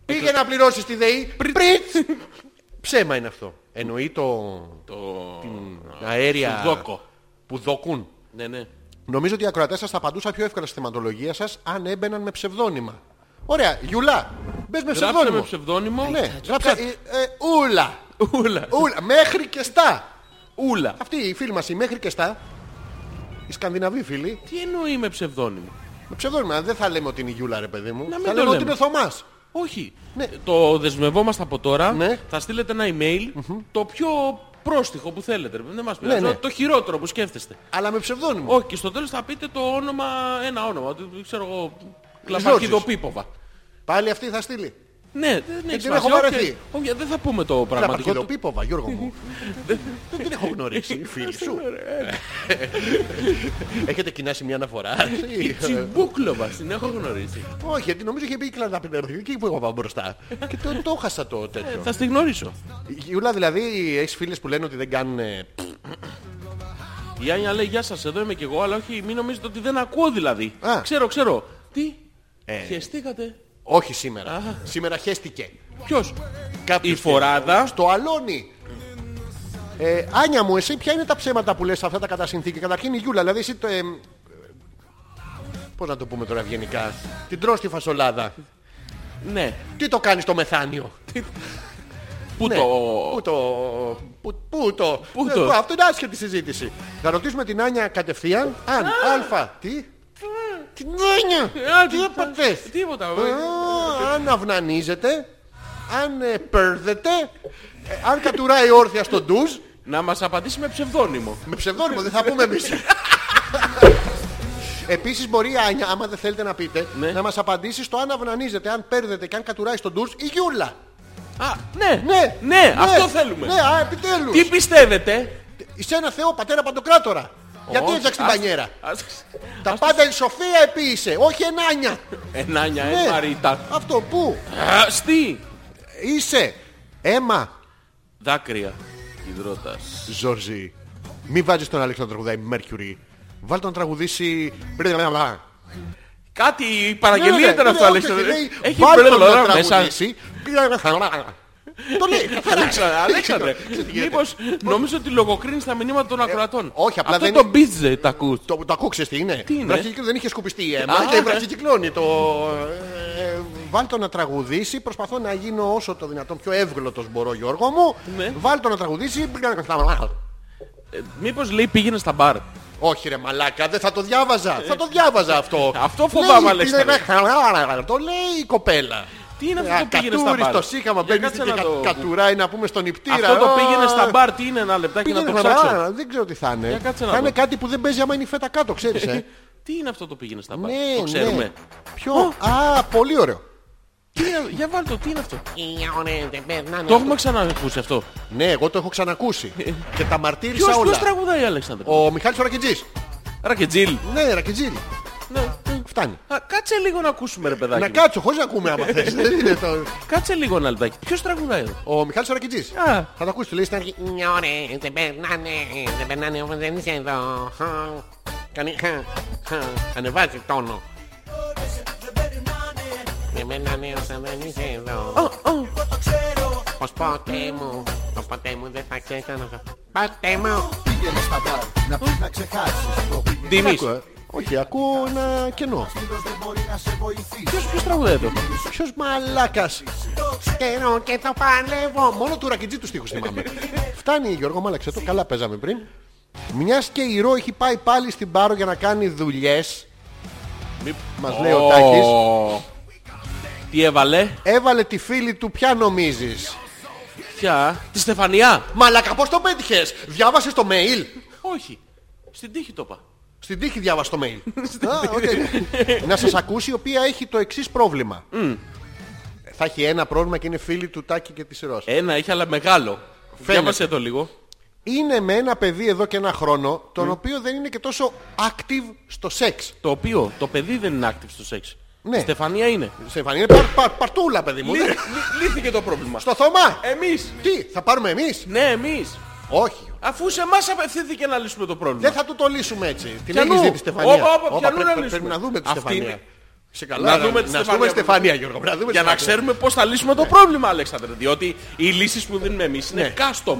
S1: Πήγε να πληρώσεις τη ΔΕΗ. Ε, Πριτς. Ψέμα είναι αυτό. Εννοεί το... την αέρια...
S2: Σουδόκο.
S1: Που δοκούν.
S2: Ναι, ναι.
S1: Νομίζω ότι οι ακροατές σας θα απαντούσαν πιο εύκολα στη θεματολογία σας αν έμπαιναν με ψευδόνυμα. Ωραία, Γιουλά, μπες με
S2: Γράψε
S1: ψευδόνυμο.
S2: με ψευδόνυμο.
S1: Ναι, γράψε. ε, ε, Ούλα.
S2: Ούλα.
S1: Ούλα, μέχρι και στα.
S2: Ούλα.
S1: Αυτή η φίλη μας η μέχρι και στα. Οι Σκανδιναβοί φίλοι.
S2: Τι εννοεί με ψευδόνυμο.
S1: Με ψευδόνυμα. Δεν θα λέμε ότι είναι η Γιούλα, ρε παιδί μου.
S2: Να μην
S1: θα
S2: το
S1: λέμε ότι είναι
S2: λέμε.
S1: ο Θωμάς.
S2: Όχι.
S1: Ναι.
S2: Ε, Το δεσμευόμαστε από τώρα.
S1: Ναι.
S2: Θα στείλετε ένα email το πιο πρόστιχο που θέλετε. ρε παιδί μου. Δεν μας πειράζει.
S1: ναι.
S2: Το χειρότερο που σκέφτεστε.
S1: Αλλά με ψευδόνυμο.
S2: Όχι, και στο τέλος θα πείτε το όνομα, ένα όνομα. Το- Ξέρω εγώ. Κλαπαρχιδοπίποβα.
S1: Πάλι αυτή θα στείλει.
S2: Ναι, δεν έχει
S1: Ε, την έχω
S2: σημασία. Οκ.
S1: βαρεθεί.
S2: Οκ, Δεν θα πούμε το πραγματικό. του.
S1: Κλαπαρχιδοπίποβα, Γιώργο μου. Δεν την έχω γνωρίσει, η φίλη σου. Έχετε κοινάσει μια αναφορά.
S2: Η Τσιμπούκλοβα, την έχω γνωρίσει.
S1: Όχι, γιατί νομίζω είχε πει η κλαπαρχιδοπίποβα που εγώ μπροστά. Και το, το χάσα το τέτοιο.
S2: Ε, Θα στη γνωρίσω.
S1: Η Γιούλα δηλαδή έχεις φίλες που λένε ότι δεν κάνουν... ε,
S2: Η Άνια λέει: Γεια σας εδώ είμαι κι εγώ, αλλά όχι, μην νομίζετε ότι δεν ακούω δηλαδή.
S1: Α.
S2: Ξέρω, ξέρω. Τι,
S1: Ε.
S2: χεστήκατε.
S1: Όχι σήμερα. Σήμερα χέστηκε.
S2: Ποιος
S1: Κάποιος
S2: Η φοράδα.
S1: στο αλόνι. Ε, Άνια μου, εσύ ποια είναι τα ψέματα που λες αυτά τα κατά συνθήκη. Καταρχήν η Γιούλα, δηλαδή εσύ το... Ε, ε, πώς να το πούμε τώρα ευγενικά. Την τρως τη φασολάδα.
S2: Ναι.
S1: Τι το κάνεις το μεθάνιο.
S2: Πού
S1: Ναι.
S2: το.
S1: Πού το... Πού, πού το...
S2: Πού
S1: Ε,
S2: το.
S1: Αυτό είναι άσχετη συζήτηση. Θα ρωτήσουμε την Άνια κατευθείαν. Αν, αλφα, τι. Την Άνια.
S2: Α,
S1: Τι έπαθες.
S2: Ε, Τίποτα.
S1: Α, αν αυνανίζεται, αν ε, πέρδεται, ε, αν κατουράει όρθια στο ντουζ,
S2: Να μας απαντήσει με ψευδόνυμο.
S1: με ψευδόνυμο δεν θα πούμε εμείς. Επίσης μπορεί η Άνια, άμα δεν θέλετε να πείτε,
S2: Ναι.
S1: να μας απαντήσει στο αν αυνανίζεται, αν πέρδεται και αν κατουράει στο ντουζ η Γιούλα.
S2: Α, ναι,
S1: Ναι,
S2: ναι, αυτό θέλουμε.
S1: Ναι, α, επιτέλους.
S2: Τι πιστεύετε.
S1: Είσαι ένα θεό πατέρα παντοκράτορα. Γιατί
S2: Όχι,
S1: έφτιαξε την
S2: ας-
S1: πανιέρα.
S2: ας-
S1: Τα πάντα η Σοφία επίησε, όχι ενάνια.
S2: Ενάνια, ε, Μαρίτα.
S1: Αυτό που
S2: Α, Στη.
S1: είσαι αίμα
S2: Δάκρυα. Υδρότας.
S1: Ζόρζι, μη βάζεις τον Αλέξη να τραγουδάει Mercury. Βάλ τον να τραγουδήσει...
S2: Κάτι
S1: Ναι, ναι,
S2: παραγγελία ήταν
S1: ναι,
S2: αυτό,
S1: όχι,
S2: Αλέξανδρε.
S1: λέει,
S2: Έχει
S1: Βάλ τον να
S2: μπρελό μέσα.
S1: τραγουδήσει... Το λέει. καθαρά.
S2: Αλέξανδρε, Αλέξανδρε,
S1: Ξέρεις τι γίνεται.
S2: μήπως νομίζω ότι λογοκρίνεις τα μηνύματα των ακροατών.
S1: Ε, όχι, απλά
S2: Αυτό
S1: δεν
S2: το
S1: είναι-
S2: μπίτζε τα ακούς.
S1: Το, το ακούω, ξέρεις τι είναι.
S2: Τι είναι?
S1: Βραχυκυκλώνη, δεν είχε σκουπιστεί η αίμα
S2: Α. ναι.
S1: και βραχυκυκλώνει το... Ε, βάλ το να τραγουδήσει, προσπαθώ να γίνω όσο το δυνατόν πιο εύγλωτος μπορώ Γιώργο μου.
S2: Ναι.
S1: Βάλ το να τραγουδήσει.
S2: Ε, Μήπως λέει πήγαινε στα μπαρ.
S1: Όχι ρε μαλάκα, δεν θα το διάβαζα. Θα το διάβαζα αυτό.
S2: Ε, Αυτό φοβάμαι,
S1: Λέει,
S2: Αλέξανδρε.
S1: πήγαινε- Το λέει η κοπέλα.
S2: Τι είναι αυτό που πήγαινε στα
S1: Κατούρι
S2: μπαρ.
S1: στο σύγχαμα
S2: Για
S1: μπαίνει
S2: κάτσε
S1: και
S2: να
S1: κα-
S2: το-
S1: κατουράει να πούμε στον υπτήρα.
S2: Αυτό το
S1: Α,
S2: πήγαινε στα μπαρ, τι είναι ένα λεπτάκι να
S1: πήγαινε στα
S2: το
S1: μπαρ,
S2: ψάξω.
S1: Δεν ξέρω τι θα είναι.
S2: Για κάτσε να
S1: Θα
S2: δω.
S1: είναι κάτι που δεν παίζει άμα είναι η φέτα κάτω, ξέρεις. ε.
S2: Τι είναι αυτό το πήγαινε στα μπαρ,
S1: Ναι,
S2: το ξέρουμε.
S1: ναι. Ποιο. Α, πολύ ωραίο.
S2: Τι
S1: Ε,
S2: είναι- Για βάλ το, τι είναι αυτό. Το έχουμε ξανακούσει αυτό.
S1: Ναι, εγώ το έχω ξανακούσει. και τα μαρτύρησα
S2: Ε. Ποιος, ποιος
S1: όλα.
S2: τραγουδάει, Αλέξανδρε.
S1: Ο Μιχάλης ο Ρακετζής.
S2: Ρακετζίλ.
S1: Ναι, Ρακετζίλη.
S2: Ναι.
S1: Φτάνει.
S2: Α, Κάτσε λίγο να ακούσουμε ρε παιδάκι.
S1: Να
S2: μου.
S1: κάτσω χωρίς να ακούμε άμα θες. Δεν είναι το-
S2: Κάτσε λίγο ένα λεπτάκι. Ποιος τραγουδάει εδώ.
S1: Ο Μιχάλης ο Ρακετζής.
S2: Α.
S1: Θα το ακούσεις, του λέει στην αρχή.
S7: Signore, se bernane, se bernane un venizendo. Ah, Cani, ah, anevate il tono. Se bernane un venizendo. Πως ποτέ μου, το ποτέ μου δεν θα ξέχανα. Ποτέ μου.
S8: Πήγαινε στα μπαρ να πεις να ξεχάσεις το πήγαινε.
S2: Τιμής.
S1: Ακούω, ε. Όχι, ακούω ένα κενό.
S8: Φίλος δεν μπορεί να σε βοηθήσει.
S2: Ποιος, ποιος τραγουδάει εδώ.
S1: Ποιος μαλάκας.
S7: Καιρό και το παλεύω.
S1: Μόνο του ρακιτζή τους στίχους θυμάμαι. Φτάνει Γιώργο, μάλαξε το. Καλά παίζαμε πριν. Μιας και η Ρο έχει πάει πάλι στην Πάρο για να κάνει δουλειές. Μας λέει ο Τάκης.
S2: Ω. Τι έβαλε.
S1: Έβαλε τη φίλη του, ποια νομίζεις.
S2: Ποια. Τη Στεφανιά.
S1: Μαλάκα, πώς το πέτυχες. Διάβασες το mail.
S2: Όχι. Στην τύχη το είπα.
S1: Στην τύχη διάβασε το mail. Α, οκ. Να σας ακούσει η οποία έχει το εξής πρόβλημα. Θα έχει ένα πρόβλημα και είναι φίλη του Τάκη και της Ρώσης.
S2: Ένα είχε αλλά μεγάλο. Διάβασε το λίγο.
S1: Είναι με ένα παιδί εδώ και ένα χρόνο, τον οποίο δεν είναι και τόσο active στο σεξ.
S2: Το οποίο το παιδί δεν είναι active στο σεξ.
S1: Ναι.
S2: Η Στεφανία είναι.
S1: Σε φανεί, είναι παρ- παρ- παρτούλα, παιδί μου.
S2: Λύ-
S1: Δεν-
S2: λύ- Λύθηκε το πρόβλημα.
S1: Στο θωμά!
S2: Εμείς.
S1: Τι, θα πάρουμε εμείς?
S2: Ναι, εμείς.
S1: Όχι.
S2: Αφού σε εμάς απευθύνθηκε να λύσουμε το πρόβλημα.
S1: Δεν θα του το λύσουμε έτσι. Την
S2: Πιανού.
S1: έχεις δει τη Στεφανία.
S2: Όπα, όπα,
S1: Όπα,
S2: πιανού
S1: πρέπει-
S2: να
S1: πρέπει-
S2: λύσουμε.
S1: Πρέπει να δούμε τη
S2: Αυτή
S1: Στεφανία.
S2: είναι.
S1: Σε καλά,
S2: Να δούμε τη
S1: να
S2: Στεφανία.
S1: Στεφανία, Γιώργο. πρέπει δούμε
S2: Για
S1: τη
S2: να
S1: Στεφανία.
S2: ξέρουμε πώς θα λύσουμε το πρόβλημα, Αλέξανδρε. Διότι οι λύσεις που δίνουμε εμείς είναι
S1: Ναι.
S2: custom.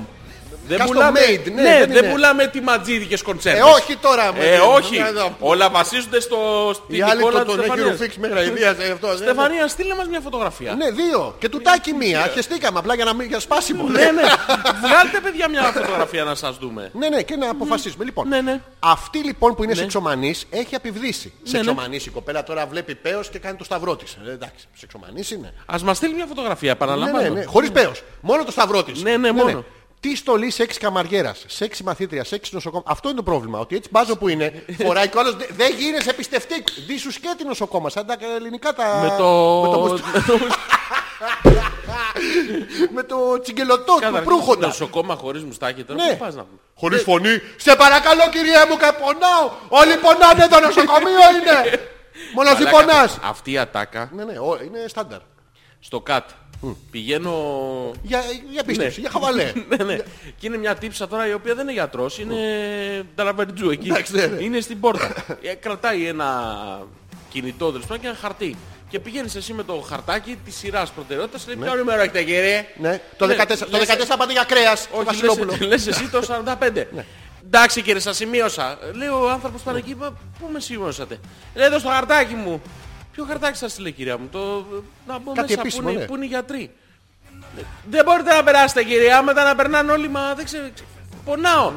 S2: Δεν
S1: Custom
S2: πουλάμε,
S1: made, ναι, δεν
S2: δεν
S1: είναι.
S2: πουλάμε τη ματζίδικες κονσέρβες.
S1: Ε, όχι τώρα.
S2: Ε,
S1: παιδί μου,
S2: όχι.
S1: να δω.
S2: Όλα βασίζονται στο, στην
S1: Οι άλλοι
S2: εικόνα
S1: το-
S2: της
S1: τον έχει
S2: Στεφανίας.
S1: ρουφήξει μέχρι αηδίας, ε, αυτό. ε,
S2: Στεφανία, στείλε μας μια φωτογραφία.
S1: Ναι, δύο. Και του τάκι μία. Χεστήκαμε απλά για να μην για σπάσιμο.
S2: Ε, ναι. ναι. Βγάλτε, παιδιά, μια φωτογραφία να σας δούμε.
S1: Ναι, ναι, και να αποφασίσουμε. Λοιπόν,
S2: Ναι, ναι.
S1: αυτή λοιπόν που είναι σεξομανής έχει απειβδίσει.
S2: ναι.
S1: Σεξομανής η κοπέλα τώρα βλέπει πέος και κάνει το σταυρό της. Ε, εντάξει, σεξομανής είναι.
S2: Ας μας στείλει μια φωτογραφία,
S1: Ναι,
S2: επαναλαμβάνω.
S1: ναι, ναι. Χωρίς πέος. Μόνο το σταυρό της.
S2: Ναι, ναι, μόνο.
S1: Τι στολή σεξ καμαριέρας, σεξ μαθήτρια, σεξ νοσοκόμα. Αυτό είναι το πρόβλημα. Ότι έτσι μπάζο που είναι, φοράει και όλος, δε- δεν γίνεσαι εμπιστευτή. Δίσου και τη νοσοκόμα, σαν τα ελληνικά τα...
S2: Με το...
S1: με το, μουστ- με το τσιγκελωτό του
S2: Καταρχήν,
S1: προύχοντα.
S2: Νοσοκόμα χωρίς μουστάκι τώρα.
S1: Ναι.
S2: Πού πας να πούμε.
S1: Χωρίς φωνή. Σε παρακαλώ κυρία μου, καπονάω. Όλοι πονάνε, το νοσοκομείο είναι. Μόνο εσύ
S2: Μαλάκα,
S1: πονάς.
S2: Αυτή η ατάκα
S1: Ναι, ναι, ο- είναι στάνταρ.
S2: στο κατ. Πηγαίνω.
S1: Για, για πίστευση, για χαβαλέ.
S2: ναι, ναι. Και είναι μια τύψα τώρα η οποία δεν είναι γιατρός, είναι ταλαβερτζού εκεί.
S1: Εντάξει, ναι, ναι.
S2: Είναι στην πόρτα. Ε, Κρατάει ένα κινητό τέλος πάντων και ένα χαρτί. Και πηγαίνεις εσύ με το χαρτάκι της σειράς προτεραιότητας. Λέει ποιο νούμερο έχετε κύριε.
S1: ναι. Το 14, το
S2: Λες-
S1: 14 πάτε για κρέας. το
S2: Όχι,
S1: Βασιλόπουλο. Ναι.
S2: λες, λες εσύ το 45. Εντάξει κύριε, σας σημείωσα. Λέει ο άνθρωπος πάνω εκεί, «Μα πού με σημείωσατε. Λέει εδώ στο χαρτάκι μου. Ποιο χαρτάκι σας λέει κυρία μου, το... να μπω μέσα
S1: επίσημο,
S2: που, είναι,
S1: ναι.
S2: που είναι οι γιατροί. Δεν μπορείτε να περάσετε κυρία, μετά να περνάνε όλοι, μα δεν ξέρω, ξέρω, πονάω.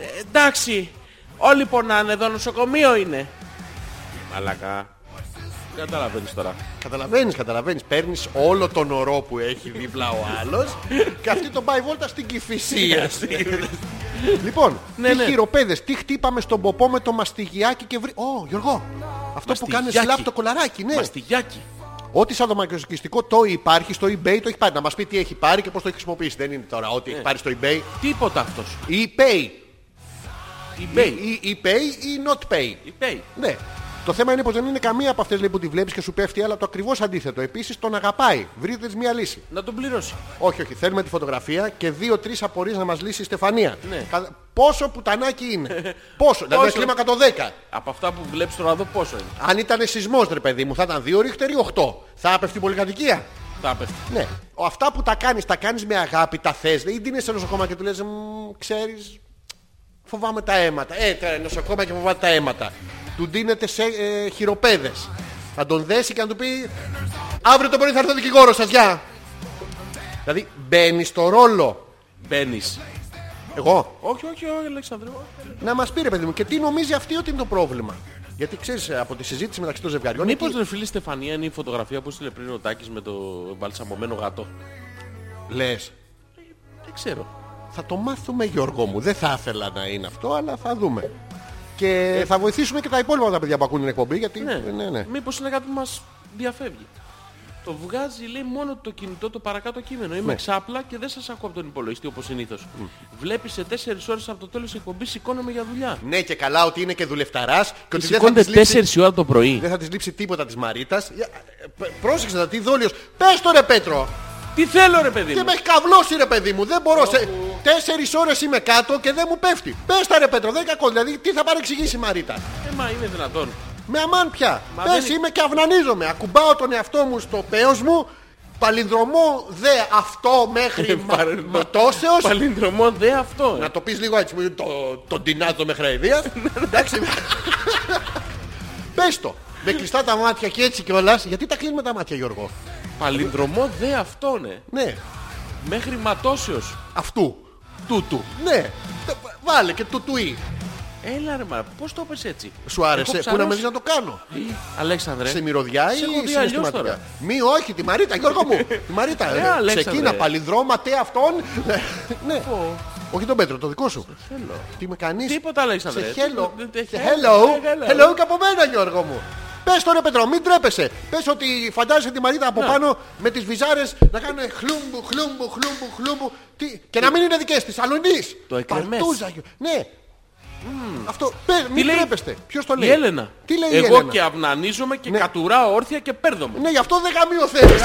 S2: «Ε, εντάξει, όλοι πονάνε, εδώ νοσοκομείο
S1: Ε,
S2: είναι. Μαλακά. Καταλαβαίνεις τώρα.
S1: Καταλαβαίνεις, καταλαβαίνεις. Παίρνεις όλο τον ορό που έχει δίπλα ο άλλος και αυτή τον πάει βόλτα στην Κηφισία. λοιπόν,
S2: Ναι,
S1: τι
S2: ναι.
S1: χειροπέδες, τι χτύπαμε στον ποπό με το μαστιγιάκι και βρει... Ω, Γιώργο, αυτό που κάνει
S2: Μαστιγιάκι.
S1: σλάπ το κολαράκι, ναι.
S2: Μαστιγιάκι.
S1: Ό,τι σαν δωματοκιστικό το υπάρχει στο eBay το έχει πάρει. Να μας πει τι έχει πάρει και πώς το έχει χρησιμοποιήσει. Δεν είναι τώρα ότι έχει
S2: Ναι.
S1: πάρει στο eBay.
S2: Τίποτα αυτός.
S1: Ή pay.
S2: Η Bay.
S1: Ή ή pay ή not pay.
S2: Η Bay.
S1: Ναι. Το θέμα είναι πως δεν είναι καμία από αυτές λέει, που τη βλέπεις και σου πέφτει, αλλά το ακριβώς αντίθετο. Επίσης τον αγαπάει. Βρείτε της μία λύση.
S2: Να τον πληρώσει.
S1: Όχι, όχι. Θέλουμε τη φωτογραφία και δύο-τρεις απορίες να μας λύσει η Στεφανία.
S2: Ναι.
S1: Κα- Πόσο πουτανάκι είναι. Πόσο. δηλαδή
S2: Πόσο.
S1: κλίμακα το 10.
S2: Από αυτά που βλέπεις τώρα εδώ πόσο είναι.
S1: Αν ήταν σεισμός, ρε παιδί μου, θα ήταν δύο ρίχτερ ή 8. Θα έπεφτε η πολυκατοικία.
S2: Θα πέφτει.
S1: Ναι. Ο- Αυτά που τα κάνεις, τα κάνεις με αγάπη, τα θες ή δίνεις σε νοσοκόμα και του λες, «Μμ, ξέρεις, φοβάμαι τα αίματα. Ε, τώρα νοσοκόμα και φοβάται τα αίματα. Του δίνεται σε ε, χειροπέδες. Θα τον δέσει και να του πει, αύριο το πρωί θα έρθει ο δικηγόρος σας, γεια. Δηλαδή μπαίνεις στο ρόλο.
S2: Μπαίνεις.
S1: Εγώ.
S2: Όχι, όχι, όχι, Αλεξανδρό.
S1: Να μας πει ρε παιδί μου και τι νομίζει αυτή ότι είναι το πρόβλημα. Γιατί ξέρεις από τη συζήτηση μεταξύ των ζευγαριών.
S2: Μήπως
S1: εκεί-
S2: ρε φίλη Στεφανία είναι η φωτογραφία που έστειλε πριν ο Τάκης με το μπαλσαμωμένο γατό.
S1: Λες.
S2: Δεν ξέρω.
S1: Θα το μάθουμε Γιώργο μου. Δεν θα ήθελα να είναι αυτό, αλλά θα δούμε. Και θα βοηθήσουμε και τα υπόλοιπα τα παιδιά που ακούν την εκπομπή, γιατί Ε, ναι, ναι. ναι.
S2: Μήπως είναι κάτι που μας διαφεύγει. Το βγάζει λέει μόνο το κινητό το παρακάτω κείμενο. Είμαι
S1: Ναι.
S2: ξάπλα και δεν σας ακούω από τον υπολογιστή όπως συνήθως. Βλέπεις σε 4 ώρες από το τέλος της εκπομπής σηκώνομαι για δουλειά.
S1: Ναι, και καλά ότι είναι και δουλευταράς και ότι δεν θα,
S2: Σηκώνεται
S1: της
S2: 4
S1: λείψει,
S2: η ώρα το πρωί.
S1: δεν θα της λείψει τίποτα της Μαρίτας. Ε, ε, Πρόσεξε να τι δόλιος. Πες το ρε Πέτρο.
S2: Τι θέλω ρε παιδί
S1: Και
S2: μου.
S1: με έχει καβλώσει ρε παιδί μου. Δεν μπορώ. Σε... Τέσσερις ώρες είμαι κάτω και δεν μου πέφτει. Πες τα ρε Πέτρο. Δεν είναι κακό. Δηλαδή τι θα παρεξηγήσει η Μαρίτα.
S2: Ε, μα είναι δυνατόν.
S1: Με αμάν πια.
S2: Μα
S1: Πες
S2: δεν-
S1: είμαι και αυνανίζομαι. Ακουμπάω τον εαυτό μου στο πέος μου. Παλινδρομώ δε αυτό μέχρι
S2: παρε-
S1: ματώσεως.
S2: Παλινδρομό δε αυτό. ε.
S1: Να το πεις λίγο έτσι. μου, Το, τον τεινάζω μέχρι αηδίας. Εντάξει. Πες το. Με κλειστά τα μάτια και έτσι κιόλας. Γιατί τα κλείνουμε τα μάτια Γιώργο.
S2: Παλινδρομό δε αυτό ναι.
S1: Ναι.
S2: Μέχρι ματώσεως.
S1: Αυτού. Τούτου. Ναι. Το- Βάλε και του τουί.
S2: Έλα ρε μα, πώς το είπες έτσι.
S1: Σου άρεσε.
S2: Έχω
S1: Πού να με
S2: ψαρώσει.
S1: δεις να το κάνω.
S2: Αλέξανδρε.
S1: Σε μυρωδιά ή
S2: σε έχω δει αλλιώς
S1: συναισθηματικά.
S2: τώρα.
S1: Μη όχι, τη Μαρίτα, Γιώργο μου. τη Μαρίτα.
S2: Ε,
S1: ε,
S2: Αλέξανδρε.
S1: Ξεκίνα, παλινδρόματε αυτόν. ναι.
S2: Πω.
S1: Όχι τον Πέτρο, το δικό σου. Τι με κάνεις.
S2: Τίποτα, Αλέξανδρε.
S1: Σε χέλο.
S2: Δεν- δεν-
S1: Σε
S2: hello.
S1: Hello.
S2: Hello.
S1: Hello και από μένα, Γιώργο μου. Πες τώρα, Πέτρο, μην τρέπεσαι. Πες ότι φαντάζεσαι τη Μαρίτα από πάνω με τις βυζάρες να κάνουν χλούμπου, χλούμπου, χλούμπου, χλούμπου. Τι- Και να μην είναι δικές της, αλωνής.
S2: Το εκρεμές.
S1: Παρτούζα, Γιώ- Ναι. Αυτό, πες, μην
S2: λέει?
S1: τρέπεστε. Ποιος το λέει.
S2: Η Έλενα.
S1: Τι λέει η
S2: Εγώ
S1: Έλενα?
S2: και αυνανίζομαι και κατουράω όρθια και παίρνομαι.
S1: Ναι, γι' αυτό δεν γαμίω θέλεις.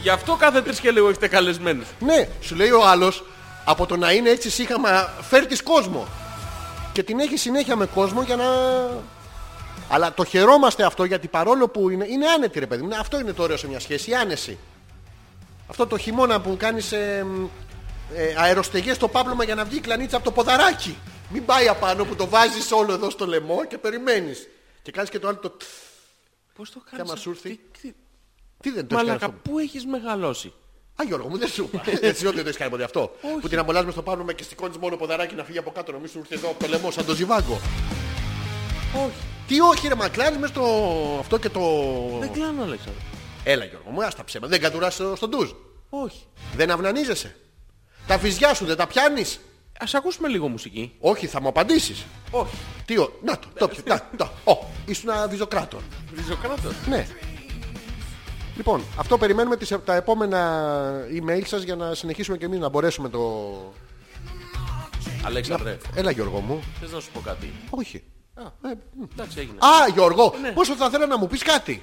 S2: Γι' αυτό κάθε τρεις και λίγο έχετε καλεσμένους.
S1: Ναι, σου λέει ο άλλος από το να είναι έτσι σύγχαμα φέρτης κόσμο. Και την έχει συνέχεια με κόσμο για να... Αλλά το χαιρόμαστε αυτό γιατί παρόλο που είναι, είναι άνετη ρε παιδί μου. Ναι, Αυτό είναι το ωραίο σε μια σχέση, η άνεση. Αυτό το χειμώνα που κάνεις ε, μ, ε, αεροστεγές στο πάπλωμα για να βγει η κλανίτσα από το ποδαράκι. Μην πάει απάνω που το βάζεις όλο εδώ στο λαιμό και περιμένεις. Και κάνεις και το άλλο το... τφ.
S2: Πώς το κάνεις.
S1: Για μας
S2: αυτό?
S1: ήρθε.
S2: Τι- τι-
S1: Τι δεν το έχεις κάνει
S2: Μαλάκα,
S1: αυτό.
S2: πού έχεις μεγαλώσει.
S1: Α, Γιώργο μου, δεν σου είπα. Έτσι ότι δεν το έχει κάνει ποτέ αυτό.
S2: Όχι.
S1: Που την αμολάζουμε στο πάνω με και σηκώνει μόνο ποδαράκι να φύγει από κάτω. Νομίζω σου ήρθε εδώ από το λαιμό, σαν το ζιβάγκο.
S2: Όχι,
S1: Τι όχι, ρε μακλάρι, μες στο αυτό και το.
S2: δεν κλάνω, Αλέξανδρε.
S1: Έλα, Γιώργο μου, άστα ψέμα. Δεν κατουράς στον ντουζ.
S2: Όχι.
S1: Δεν αυνανίζεσαι. Τα φυζιά σου δεν τα πιάνεις.
S2: Ας ακούσουμε λίγο μουσική.
S1: Όχι, θα μου απαντήσεις.
S2: Όχι. Ε,
S1: Τι ο... Να το, το πιω. Να το. Ω, ήσουν ένα βυζοκράτορ.
S2: Ριζοκράτος.
S1: Ναι. Λοιπόν, αυτό περιμένουμε τις, τα επόμενα email σας για να συνεχίσουμε και εμείς να μπορέσουμε το...
S2: Αλέξανδρε,
S1: Έλα Γιώργο μου.
S2: θες να σου πω κάτι.
S1: Όχι. Α, ε, μ.
S2: Εντάξει, έγινε.
S1: Α, Γιώργο, πόσο θα θέλω να μου πεις κάτι.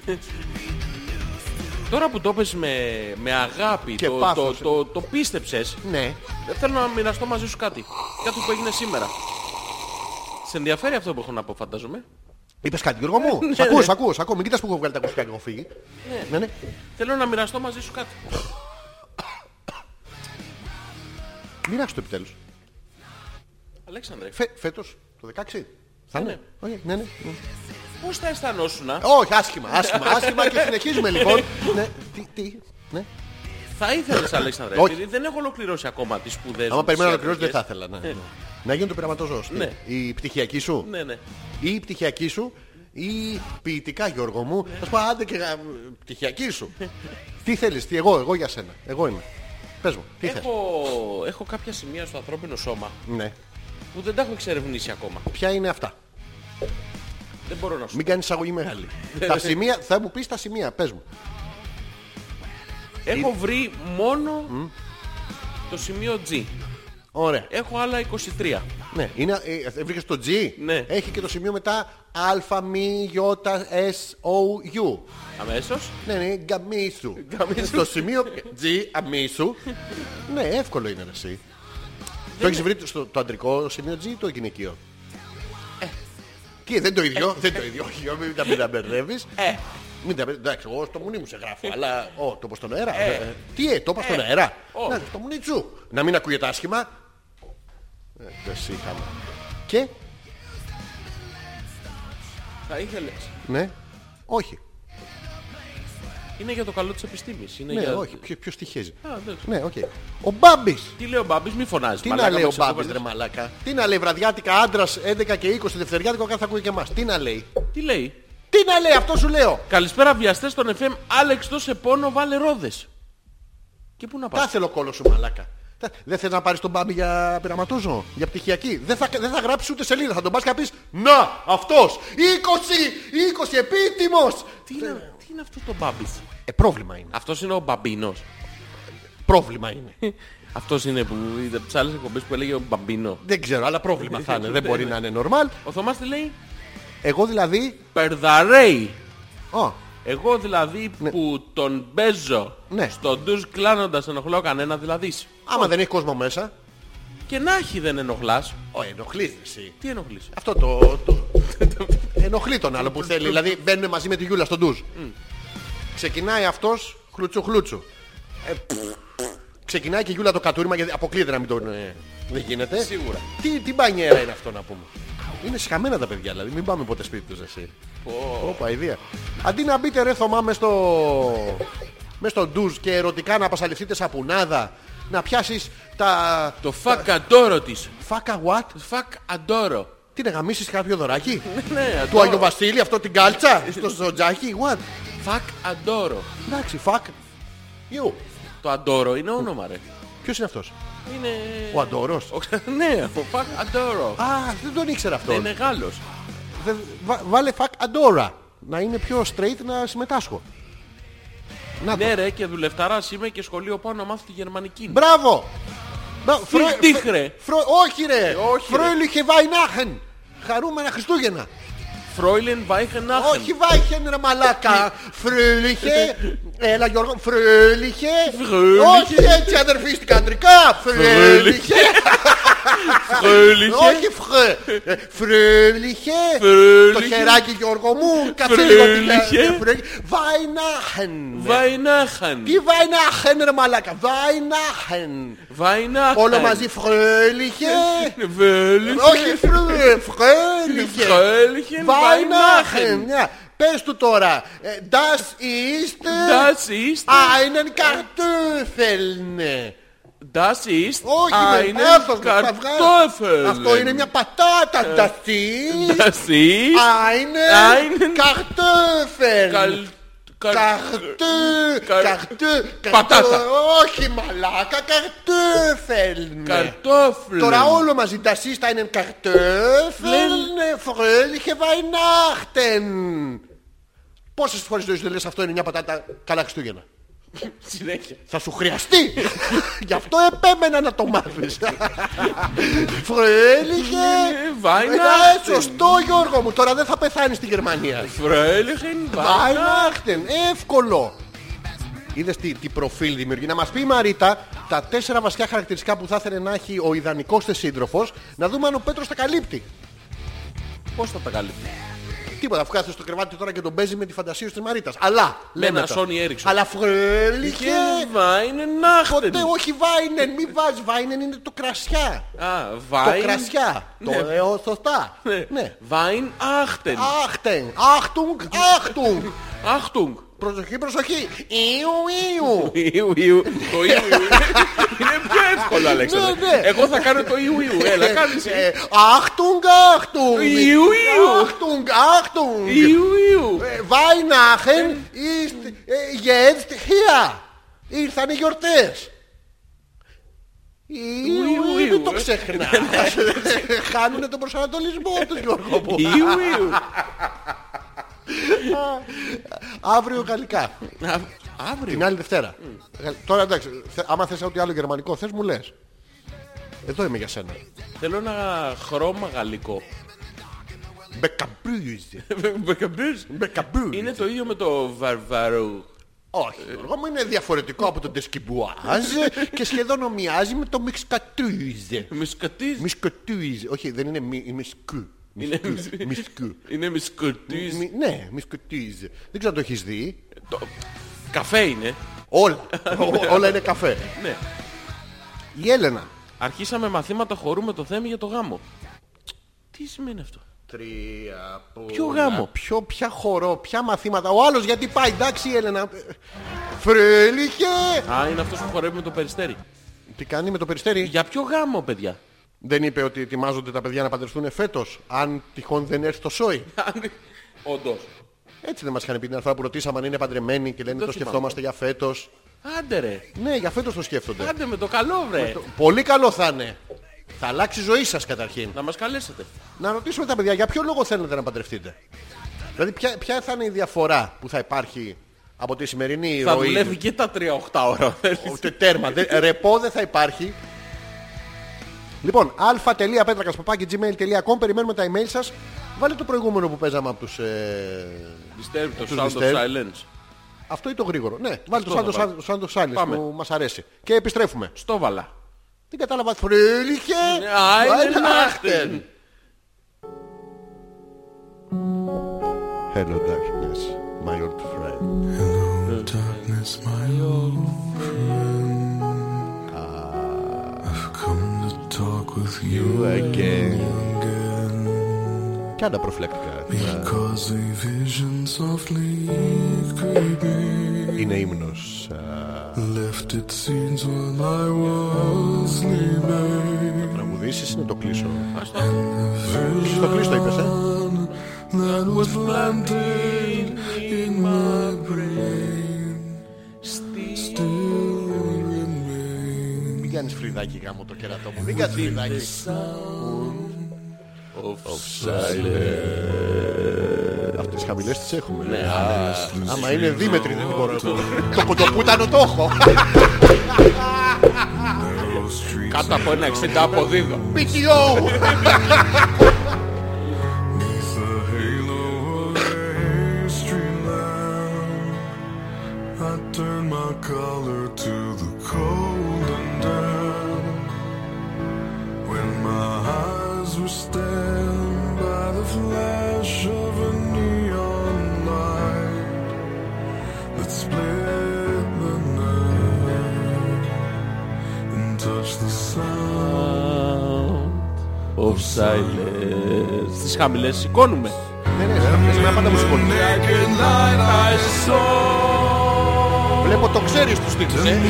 S2: Τώρα που το είπες με, με αγάπη,
S1: Και
S2: το,
S1: πάθος. ε.
S2: το, το, το πίστεψες,
S1: ναι.
S2: ε, θέλω να μοιραστώ μαζί σου κάτι. Κάτι που έγινε σήμερα. Σε ενδιαφέρει αυτό που έχω να πω, φαντάζομαι.
S1: Είπες κάτι, Γιώργο
S2: Ναι,
S1: μου. Σ' ακούω, σ' ακούω, σ' ακούω. Μην κοιτάς που έχω βγάλει τα ακουστικά και έχω φύγει. Ναι, ναι.
S2: Θέλω να μοιραστώ μαζί σου κάτι.
S1: Μοιράξτε το επιτέλους.
S2: Αλέξανδρε,
S1: Φε, φέτος, το 16.
S2: Ε,
S1: Θα είναι. Όχι, ναι, ναι.
S2: πώς θα αισθανόσουν
S1: Όχι, άσχημα, άσχημα, άσχημα και συνεχίζουμε λοιπόν. Ναι, τι, τι, ναι.
S2: Θα ήθελες Αλέξανδρε,
S1: Όχι.
S2: επειδή δεν έχω ολοκληρώσει ακόμα τις σπουδές μου.
S1: Άμα περιμένω να
S2: τις
S1: ολοκληρώσει δεν θα ήθελα.
S2: ιατρικές.
S1: ναι, ναι. Να γίνει το πειραματοζώο.
S2: Ναι.
S1: Η πτυχιακή σου.
S2: Ναι, ναι.
S1: Ή η πτυχιακή σου. Ή ποιητικά Γιώργο μου. Θα σου πω άντε και γα- πτυχιακή σου. Τι θέλεις, τι εγώ, εγώ για σένα. Εγώ είμαι. Πες μου, τι θες.
S2: Έχω, έχω κάποια σημεία στο ανθρώπινο σώμα
S1: Ναι.
S2: που δεν τα έχω εξερευνήσει ακόμα.
S1: Ποια είναι αυτά.
S2: Δεν μπορώ να σου
S1: Μην κάνεις εισαγωγή μεγάλη. τα σημεία, θα μου πεις τα σημεία, πες μου.
S2: πω. Έχω βρει μόνο το σημείο G.
S1: Ωραία.
S2: Έχω άλλα 23.
S1: Ναι. Είναι, ε, βρήκες το G.
S2: Ναι.
S1: Έχει και το σημείο μετά Α, Μ, Ι, S, O, U.
S2: Αμέσως.
S1: Ναι, ναι, γκαμίσου. Στο σημείο G, αμίσου. ναι, εύκολο είναι ρε, εσύ. Το έχεις βρει στο το αντρικό σημείο G ή το γυναικείο. Ε. Τι, δεν το ίδιο, δεν το ίδιο. Όχι, μην τα μην τα μπερδεύεις.
S2: Ε,
S1: Μην τα πει- Εντάξει, εγώ στο μουνί μου σε γράφω, αλλά. Ω, το πω στον αέρα.
S2: Ε.
S1: Ε, Τι, ε, το είπα στον αέρα.
S2: όχι.
S1: Να, στο μουνί σου. Να μην ακούγεται άσχημα. Ε, Δεν σ' είχαμε. Και,
S2: Θα ήθελες.
S1: ναι, όχι.
S2: Είναι για το καλό της επιστήμης. Είναι
S1: Ναι,
S2: Ε, για...
S1: όχι. Ποιο ποιος τυχαίζει.
S2: Α, εντάξει.
S1: Ναι, οκ. Ο Μπάμπης.
S2: Τι λέει ο Μπάμπης, μη φωνάζεις.
S1: Τι να λέει ο Μπάμπης, ρε μαλάκα. Τι να λέει βραδιά άντρα 11 και 20 δευτεριάτικο, κάθε θα ακούει και εμάς. Τι να λέει.
S2: Τι λέει.
S1: Τι να λέει, αυτό σου λέω.
S2: Καλησπέρα βιαστές στον FM. Άλεξ, δώσε πόνο, βάλε ρόδες. Και πού να πας.
S1: Τα θέλω κόλο σου, μαλάκα. Τα- Δεν θες να πάρεις τον Μπάμπη για πειραματόζω, για πτυχιακή. Δεν θα, δεν θα γράψεις ούτε σελίδα. Θα τον πας και θα πεις Να, αυτός, 20, 20 επίτιμος.
S2: Τι είναι, τι είναι αυτός το Μπάμπης.
S1: Ε, πρόβλημα είναι.
S2: Αυτός είναι ο Μπαμπίνος.
S1: Πρόβλημα είναι.
S2: Αυτός είναι που είδε τις άλλες εκπομπές που έλεγε ο Μπαμπίνο.
S1: δεν ξέρω, αλλά πρόβλημα θα είναι. δεν μπορεί να είναι normal.
S2: Ο Θωμάς τι λέει.
S1: Εγώ δηλαδή...
S2: Περδαρέι.
S1: Ω,
S2: Εγώ δηλαδή που τον παίζω
S1: Ναι.
S2: στον ντουζ κλάνοντας ενοχλώ κανένα δηλαδή.
S1: άμα δεν έχεις κόσμο μέσα...
S2: Και να έχει δεν ενοχλάς.
S1: Ω, ενοχλείς εσύ.
S2: Τι ενοχλείς.
S1: Αυτό το... το... ενοχλεί τον άλλο που θέλει. δηλαδή μπαίνουν μαζί με τη Γιούλα στον ντουζ. Ξεκινάει αυτός χλουτσου χλουτσου. Ε, πφ, ξεκινάει και η Γιούλα το κατούριμα γιατί αποκλείεται να μην τον... ε, δεν γίνεται. Σίγουρα. Τι, τι μπανιέρα είναι αυτό να πούμε. Είναι σχαμένα τα παιδιά, δηλαδή μην πάμε ποτέ σπίτι τους εσύ. Όπα, ιδέα. Αντί να μπείτε ρε Θωμά μες στο, μες στο ντουζ και ερωτικά να πασαλευτείτε σαπουνάδα, να πιάσεις τα...
S2: Το φακ αντόρο της.
S1: Φάκα what?
S2: Φακ αντόρο.
S1: Τι να γαμίσεις κάποιο δωράκι.
S2: Ναι,
S1: Του Άγιο Βασίλη, αυτό την κάλτσα, Ε, στο ζωτζάκι, what.
S2: Φακ αντόρο.
S1: Εντάξει, fuck you.
S2: Το αντόρο είναι όνομα ρε.
S1: Ποιος είναι αυτός,
S2: Είναι...
S1: ο Αντόρος.
S2: Ο- Ναι, ο φακ αντόρο.
S1: Α, δεν τον ήξερα αυτό.
S2: Δεν είναι Γάλλος.
S1: Δε- βα- Βάλε fuck Αντόρα. Να είναι πιο straight να συμμετάσχω. Να το.
S2: Ναι ρε και δουλευταράς είμαι και σχολείο πάω να μάθω τη γερμανική.
S1: Μπράβο. Μπρα- φρο-
S2: Φρικτίχ,
S1: φρο-
S2: ρε.
S1: φρο- Ε, Όχι ρε.
S2: όχι, ρε.
S1: Φρόιλιχε Βαϊνάχεν. Χαρούμενα Χριστούγεννα.
S2: Φρόιλεν Βάιχενάχεν.
S1: Όχι Βάιχεν ρε μαλάκα. Φρόιλιχε. Έλα Γιώργο. Ε, Φρόιλιχε.
S2: Φρόιλιχε.
S1: Όχι έτσι αδερφή στην καντρικά. Φρόιλιχε. Όχι φρε. Ε, Φρέλιχε. Το
S2: Φρέλιχε.
S1: χεράκι Γιώργο μου. Κάτσε λίγο.
S2: Φρέλιχε.
S1: Ε, φρέλιχε. Βαϊνάχεν.
S2: Βάινάχεν.
S1: Τι Βαϊνάχεν ρε μαλάκα. Βαϊνάχεν.
S2: Βάινάχεν.
S1: Όλο μαζί φρέλιχε.
S2: Βέλιχε.
S1: Όχι φρε. Φρέλιχε.
S2: Ε. Φρέλιχε.
S1: Βαϊνάχεν.
S2: Βάινάχεν.
S1: Ναι. Πες του τώρα. Ε, Das ist
S2: Das ist.
S1: einen Kartoffeln.
S2: Das ist.
S1: Όχι, με λάθος,
S2: Einen
S1: με τα βγάζεις.
S2: Kartoffeln.
S1: Αυτό είναι μια πατάτα. Das ist
S2: Das ist.
S1: Einen
S2: Einen
S1: Kartoffeln.
S2: Kal- Kal-
S1: Καρτού,
S2: Καρ-
S1: καρτού,
S2: Πατάτα.
S1: Όχι μαλάκα, καρτούφελν.
S2: Kartoffeln.
S1: Τώρα όλο μαζί τα σύστα είναι καρτούφελν, φρέλιχε βαϊνάχτεν. Πόσες φορές στη ζωή σου δεν λες αυτό είναι μια πατάτα καλά Χριστούγεννα.
S2: Συνέχεια.
S1: Θα σου χρειαστεί. Γι' αυτό επέμενα να το μάθεις. Φρέλιχε
S2: Βαϊνάχτεν.
S1: Σωστό Γιώργο μου, τώρα δεν θα πεθάνεις στην Γερμανία.
S2: Fröhlichen Weihnachten.
S1: Βαϊνάχτεν, εύκολο. Είδες τι, τι προφίλ δημιουργεί. Να μας πει η Μαρίτα τα τέσσερα βασικά χαρακτηριστικά που θα ήθελε να έχει ο ιδανικός της σύντροφος, να δούμε αν ο Πέτρος τα καλύπτει.
S2: Πώς θα τα καλύπτει.
S1: Τίποτα, αφού κάθεσαι στο κρεβάτι τώρα και τον παίζει με τη φαντασία τη Μαρίτα. Αλλά, λέμε.
S2: ένα
S1: τα.
S2: Sony Ericsson.
S1: Αλλά φρέλιχε.
S2: Και Weihnachten.
S1: Ποτέ, όχι Βάινεν, μην βάζεις Βάινεν, είναι το κρασιά.
S2: Α,
S1: Το
S2: Ah, Wein.
S1: κρασιά.
S2: Ναι.
S1: Το λέω σωστά. Ναι.
S2: Weihnachten.
S1: Ah. Άχτεν, άχτουγκ, άχτουγκ.
S2: Achtung.
S1: Προσοχή, προσοχή. Ιου, ιου.
S2: Ιου, ιου. Το ιου, ιου. Είναι πιο εύκολο, Αλέξανδρε.
S1: Ναι, ναι.
S2: Εγώ θα κάνω το ιου, ιου. Έλα, κάνεις.
S1: Ε, Achtung, Achtung!
S2: Ιου, ιου.
S1: Achtung, Achtung!
S2: Ιου, ιου.
S1: Ε, Weihnachten ist ε, jetzt hier! Ήρθαν οι γιορτές! Ιου,
S2: Ιου,
S1: Ιου,
S2: ιου,
S1: μην το
S2: ε. ναι.
S1: ξεχνά. Χάνουνε τον προσανατολισμό τους Γιώργο μου.
S2: Ιου, ιου.
S1: Αύριο γαλλικά.
S2: Α, Αύριο.
S1: Την άλλη Δευτέρα. Γα- Τώρα εντάξει, θε- άμα θες ό,τι άλλο γερμανικό θες μου λες. Εδώ είμαι για σένα.
S2: Θέλω ένα χρώμα γαλλικό.
S1: Μπεκαμπρούζ.
S2: Μπεκαμπούς.
S1: Μπεκαμπρούζ.
S2: Είναι το ίδιο με το βαρβαρού.
S1: Όχι, Γιώργο μου είναι διαφορετικό από τον Τεσκιμπουάζ και σχεδόν ομοιάζει με το Μισκατούζ.
S2: Μισκατίζ.
S1: Μισκατούζ. Όχι, δεν είναι μι, μισκού.
S2: Είναι,
S1: Μισκού.
S2: είναι μισκωτής.
S1: Μι- Ναι, μισκουτίζ. Δεν ξέρω αν το έχεις δει.
S2: Το- Καφέ είναι.
S1: Όλα. Ό- Όλα είναι καφέ.
S2: Ναι.
S1: Η Έλενα.
S2: Αρχίσαμε μαθήματα χορού με το θέμα για το γάμο. Τι σημαίνει αυτό.
S1: Τρία,
S2: Ποιο γάμο?
S1: Ποιο, ποια χορό, ποια μαθήματα. Ο άλλος γιατί πάει, εντάξει η Έλενα. Φρέλιχε!
S2: Α, είναι αυτός που χορεύει με το περιστέρι.
S1: Τι κάνει με το περιστέρι.
S2: Για ποιο γάμο, παιδιά.
S1: Δεν είπε ότι ετοιμάζονται τα παιδιά να παντρευτούν φέτος, αν τυχόν δεν έρθει το σόι.
S2: Όντως.
S1: Έτσι δεν μας είχαν πει την άλλη φορά που ρωτήσαμε αν είναι παντρεμένοι και λένε
S2: Το
S1: το σκεφτόμαστε για φέτος.
S2: Άντε ρε.
S1: Ναι, για φέτος το σκέφτονται.
S2: Άντε με το καλό, βρε.
S1: Πολύ καλό θα είναι. Θα αλλάξει η ζωή σας καταρχήν.
S2: Να μας καλέσετε.
S1: Να ρωτήσουμε τα παιδιά για ποιο λόγο θέλετε να παντρευτείτε. Δηλαδή, ποια, ποια θα είναι η διαφορά που θα υπάρχει από τη σημερινή
S2: Θα
S1: ροή.
S2: δουλεύει και τα 3-8 ώρα. θέλεις.
S1: Ούτε τέρμα. δεν- ρεπό δεν θα υπάρχει. Λοιπόν, α.πέτρακα.gmail.com Περιμένουμε τα email σας. Βάλε το προηγούμενο που παίζαμε από τους... ε,
S2: Disturbed, το
S1: Τους
S2: Sound of
S1: Disturbed.
S2: Silence.
S1: Αυτό ή το γρήγορο. Ναι, βάλε το
S2: θα
S1: Sound of- Sound of Silence
S2: Πάμε.
S1: που μας αρέσει. Και επιστρέφουμε.
S2: Στο βαλά.
S1: Δεν κατάλαβα. Φρύλιχε.
S2: Ναι, Weihnachten.
S1: Hello darkness, my old friend. Και άλλα προφλέκτικα. Ε, Είναι ύμνος. ε, Να μου δείσει είναι το κλείσω. Το κλείσω το είπες, ε. Μην κάνεις φρυδάκι γάμο το κερατό μου. Μην κάνεις φρυδάκι. Αυτές τις χαμηλές τις έχουμε. Ναι. Α, Άμα είναι δίμετρη δεν μπορώ. Το κοντοπούτανο το έχω.
S2: Κάτω από ένα 60 αποδίδω.
S1: PTO.
S2: Of silence. Στις χαμηλές σηκώνουμε.
S1: Ναι, ναι, στα πλαίσια πάντα μου σηκώνει. Βλέπω το ξέρεις τους τίτλους, ε.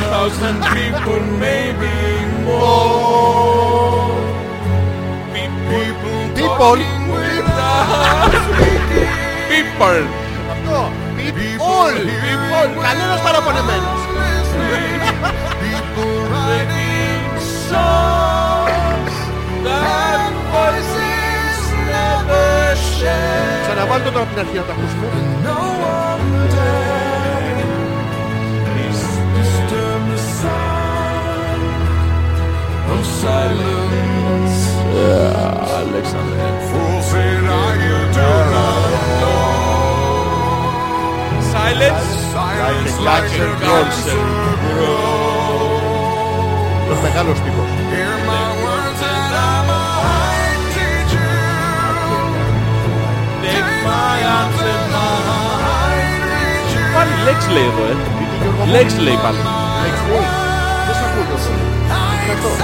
S1: People.
S2: People.
S1: Αυτό. People. Κανένας παραπονεμένος. Ξαναβάλτε το τώρα από την αρχή να τα ακούσουμε.
S2: Silence.
S1: Ένας μεγάλος τύπος.
S2: Πάλι λέξη λέει εδώ, ε. Λέξη λέει πάλι.
S1: Δεν σ' ακούω τόσο.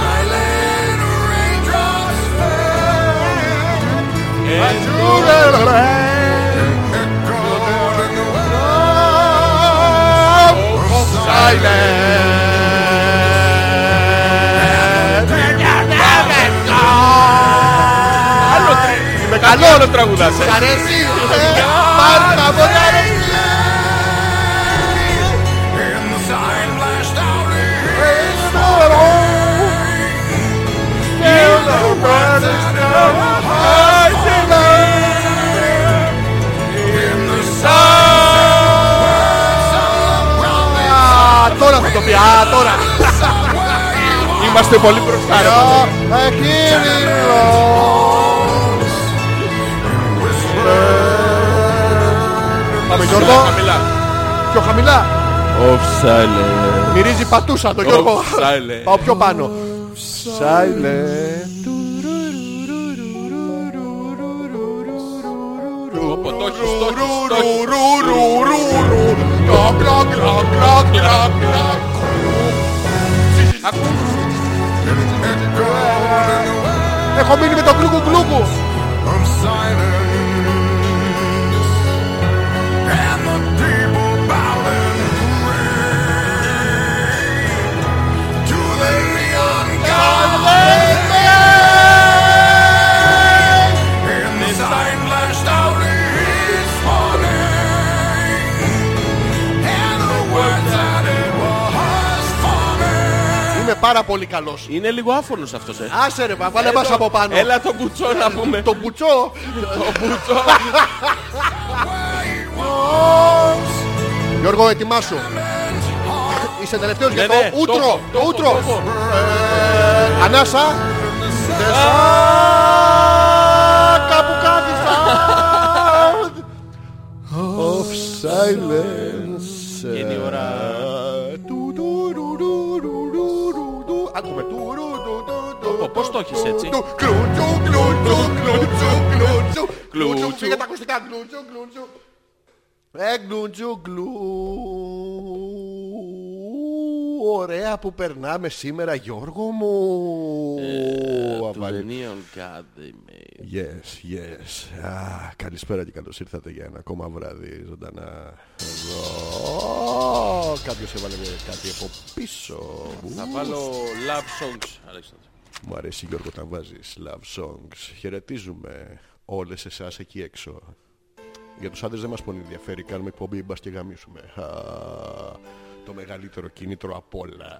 S2: Με καλό όλο τραγουδάς, ε.
S1: Α, Τώρα θα το πει, α, τώρα.
S2: Είμαστε πολύ μπροστά. ρε.
S1: Πάμε Γιώργο,
S2: Χαμηλά.
S1: πιο χαμηλά.
S2: Of silence.
S1: Μυρίζει πατούσα το Γιώργο.
S2: Of silence.
S1: Πάω πιο πάνω. Silent. Ρου, ρου, ρου, ρου, ρου. Κλακ, κλακ, κλακ, κλακ, κλακ, κλακ. Έχω μείνει με το κλούκου κλούκου. Είναι πάρα πολύ καλός.
S2: Είναι λίγο άφωνος αυτός, ε.
S1: Άσε ρε, μα, βάλε μας από πάνω.
S2: Έλα τον κουτσό να πούμε.
S1: Το μπουτσό. Γιώργο, ετοιμάσου. Είσαι τελευταίος για το
S2: ναι, το
S1: ούτρο.
S2: έχω,
S1: Το
S2: το έχω,
S1: ούτρος.
S2: το έχω.
S1: Ε, Ανάσα. Τεσσά. Κάπου κάθισα. Of silence.
S2: Είναι η ώρα.
S1: Του, του, ρου, ρου, ρου, ρου, ρου, του. Άκουμε. Του, ρου, ρου, του, του,
S2: Ω, Πώς το έχεις έτσι.
S1: του. Κλούτσου, κλούτσου, κλούτσου, κλούτσου. Κλούτσου,
S2: Κλούτσου.
S1: πήγα τα ακουστικά. Κλούτσου, κλούτσου. Ε, κλούτσου, κλού. Ωραία που περνάμε σήμερα, Γιώργο μου.
S2: Του
S1: Αβαλ-
S2: Neon Academy.
S1: Yes, yes. Α, καλησπέρα και καλώς ήρθατε για ένα ακόμα βράδυ ζωντανά. Εδώ. Κάποιος έβαλε κάτι από πίσω.
S2: Θα βάλω love songs, Αλέξανδρε.
S1: Μου αρέσει Γιώργο όταν βάζεις love songs. Χαιρετίζουμε όλες εσάς εκεί έξω. Για τους άντρες δεν μας πολύ ενδιαφέρει. Κάνουμε εκπομπή μπας και γαμίσουμε. Α, το μεγαλύτερο κίνητρο απ' όλα.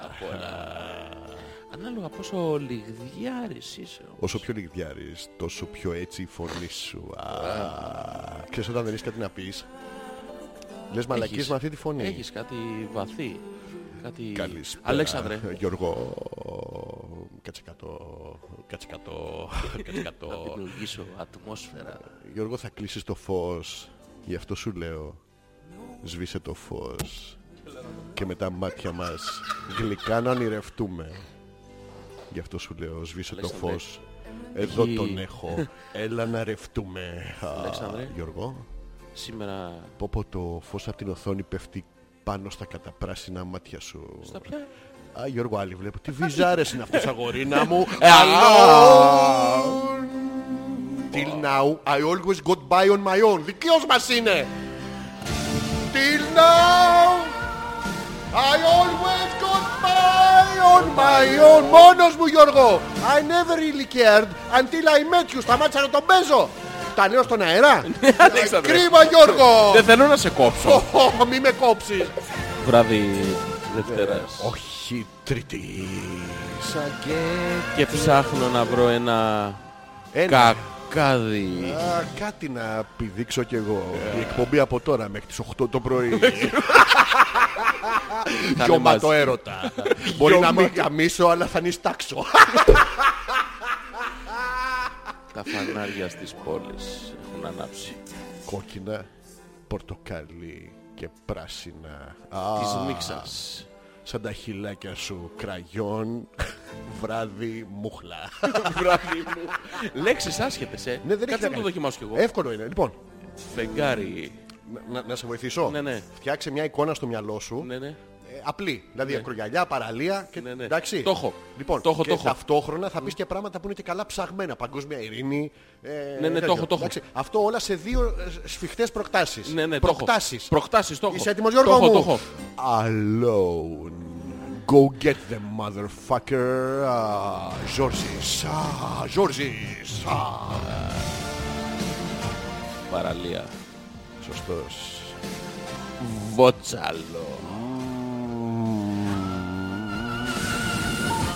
S2: Ανάλογα πόσο λιγδιάρης είσαι.
S1: Όσο πιο λιγδιάρεις, τόσο πιο έτσι η φωνή σου. Α, Ξέρεις όταν δεν έχεις κάτι να πεις. Λες μαλακίες με αυτή τη φωνή.
S2: Έχεις κάτι βαθύ. Κάτι...
S1: Ναι. Καλησπέρα.
S2: Αλέξανδρε.
S1: Γιώργο. Κάτσε κάτω. Κάτσε κάτω. Κάτσε
S2: Θα
S1: κάτω.
S2: δημιουργήσω ατμόσφαιρα.
S1: Γιώργο θα κλείσεις το φως. Γι' αυτό σου λέω. Σβήσε το φως. Και με τα μάτια μας γλυκά να ονειρευτούμε. Γι' αυτό σου λέω. Σβήσε το
S2: Αλέξανδρε,
S1: φως. Εδώ
S2: έχει-
S1: τον έχω. Έλα να ρευτούμε. Α,
S2: Αλέξανδρε.
S1: Γιώργο.
S2: Σήμερα...
S1: Πω πω το φως από την οθόνη πέφτει πάνω στα καταπράσινα μάτια σου.
S2: Στα πια...
S1: Α, Γιώργο, άλλη βλέπω. Τι βυζάρες είναι αυτές, αγορίνα μου.
S2: Ε, αλλό!
S1: Till now, I always got by on my own. Δικαίως μας είναι. Till now, I always got by on my own. Μόνος μου, Γιώργο. I never really cared until I met you. Σταμάτησα να τον παίζω. Τα λέω στον αέρα.
S2: Αλέξανδρε.
S1: Κρίμα, Γιώργω.
S2: Δεν θέλω να σε κόψω.
S1: Ω, Μη με κόψεις.
S2: Βράδυ Δευτέρας.
S1: Ε, Όχι, Τρίτης.
S2: Και ψάχνω να βρω ένα...
S1: Ένα.
S2: Κακάδι.
S1: Α, κάτι να πηδήξω κι εγώ. Η εκπομπή από τώρα μέχρι τις 8 το πρωί.
S2: Θα είναι
S1: Γιώμα
S2: μαζί.
S1: το έρωτα. Μπορεί να μην καμίσω, αλλά θα νιστάξω.
S2: Τα φανάρια στις πόλεις έχουν ανάψει.
S1: Κόκκινα, πορτοκαλί και πράσινα.
S2: Της
S1: Α,
S2: μίξας.
S1: Σαν τα χυλάκια σου, κραγιόν, βράδυ, μουχλά.
S2: Βράδυ μου. Λέξεις άσχετες, ε.
S1: Ναι, δεν έχει
S2: Κάτσε να
S1: να
S2: το
S1: κάνει.
S2: δοκιμάσω κι εγώ.
S1: Εύκολο είναι. Λοιπόν,
S2: Φεγγάρι.
S1: να- να, να σε βοηθήσω.
S2: Ναι, ναι.
S1: Φτιάξε μια εικόνα στο μυαλό σου.
S2: Ναι, ναι.
S1: Ε, απλή. Δηλαδή ακρογιαλιά, παραλία. Και,
S2: Ναι, ναι.
S1: Εντάξει.
S2: Το έχω.
S1: Λοιπόν,
S2: Το έχω,
S1: και
S2: το έχω.
S1: ταυτόχρονα θα πεις και πράγματα που είναι και καλά ψαγμένα. Παγκόσμια ειρήνη. Ε,
S2: ναι, το
S1: τέτοιο.
S2: έχω, το έχω.
S1: Εντάξει. Αυτό όλα σε δύο ε, σφιχτές προκτάσεις.
S2: Ναι, ναι, το έχω.
S1: προκτάσεις.
S2: Προκτάσεις, το έχω.
S1: Είσαι έτοιμος Γιώργο
S2: Το
S1: μου.
S2: έχω, το έχω.
S1: Alone. Go get the motherfucker. Ah, Georges. Ah, Georges. Ah.
S2: Παραλία.
S1: Σωστός.
S2: Βότσαλο.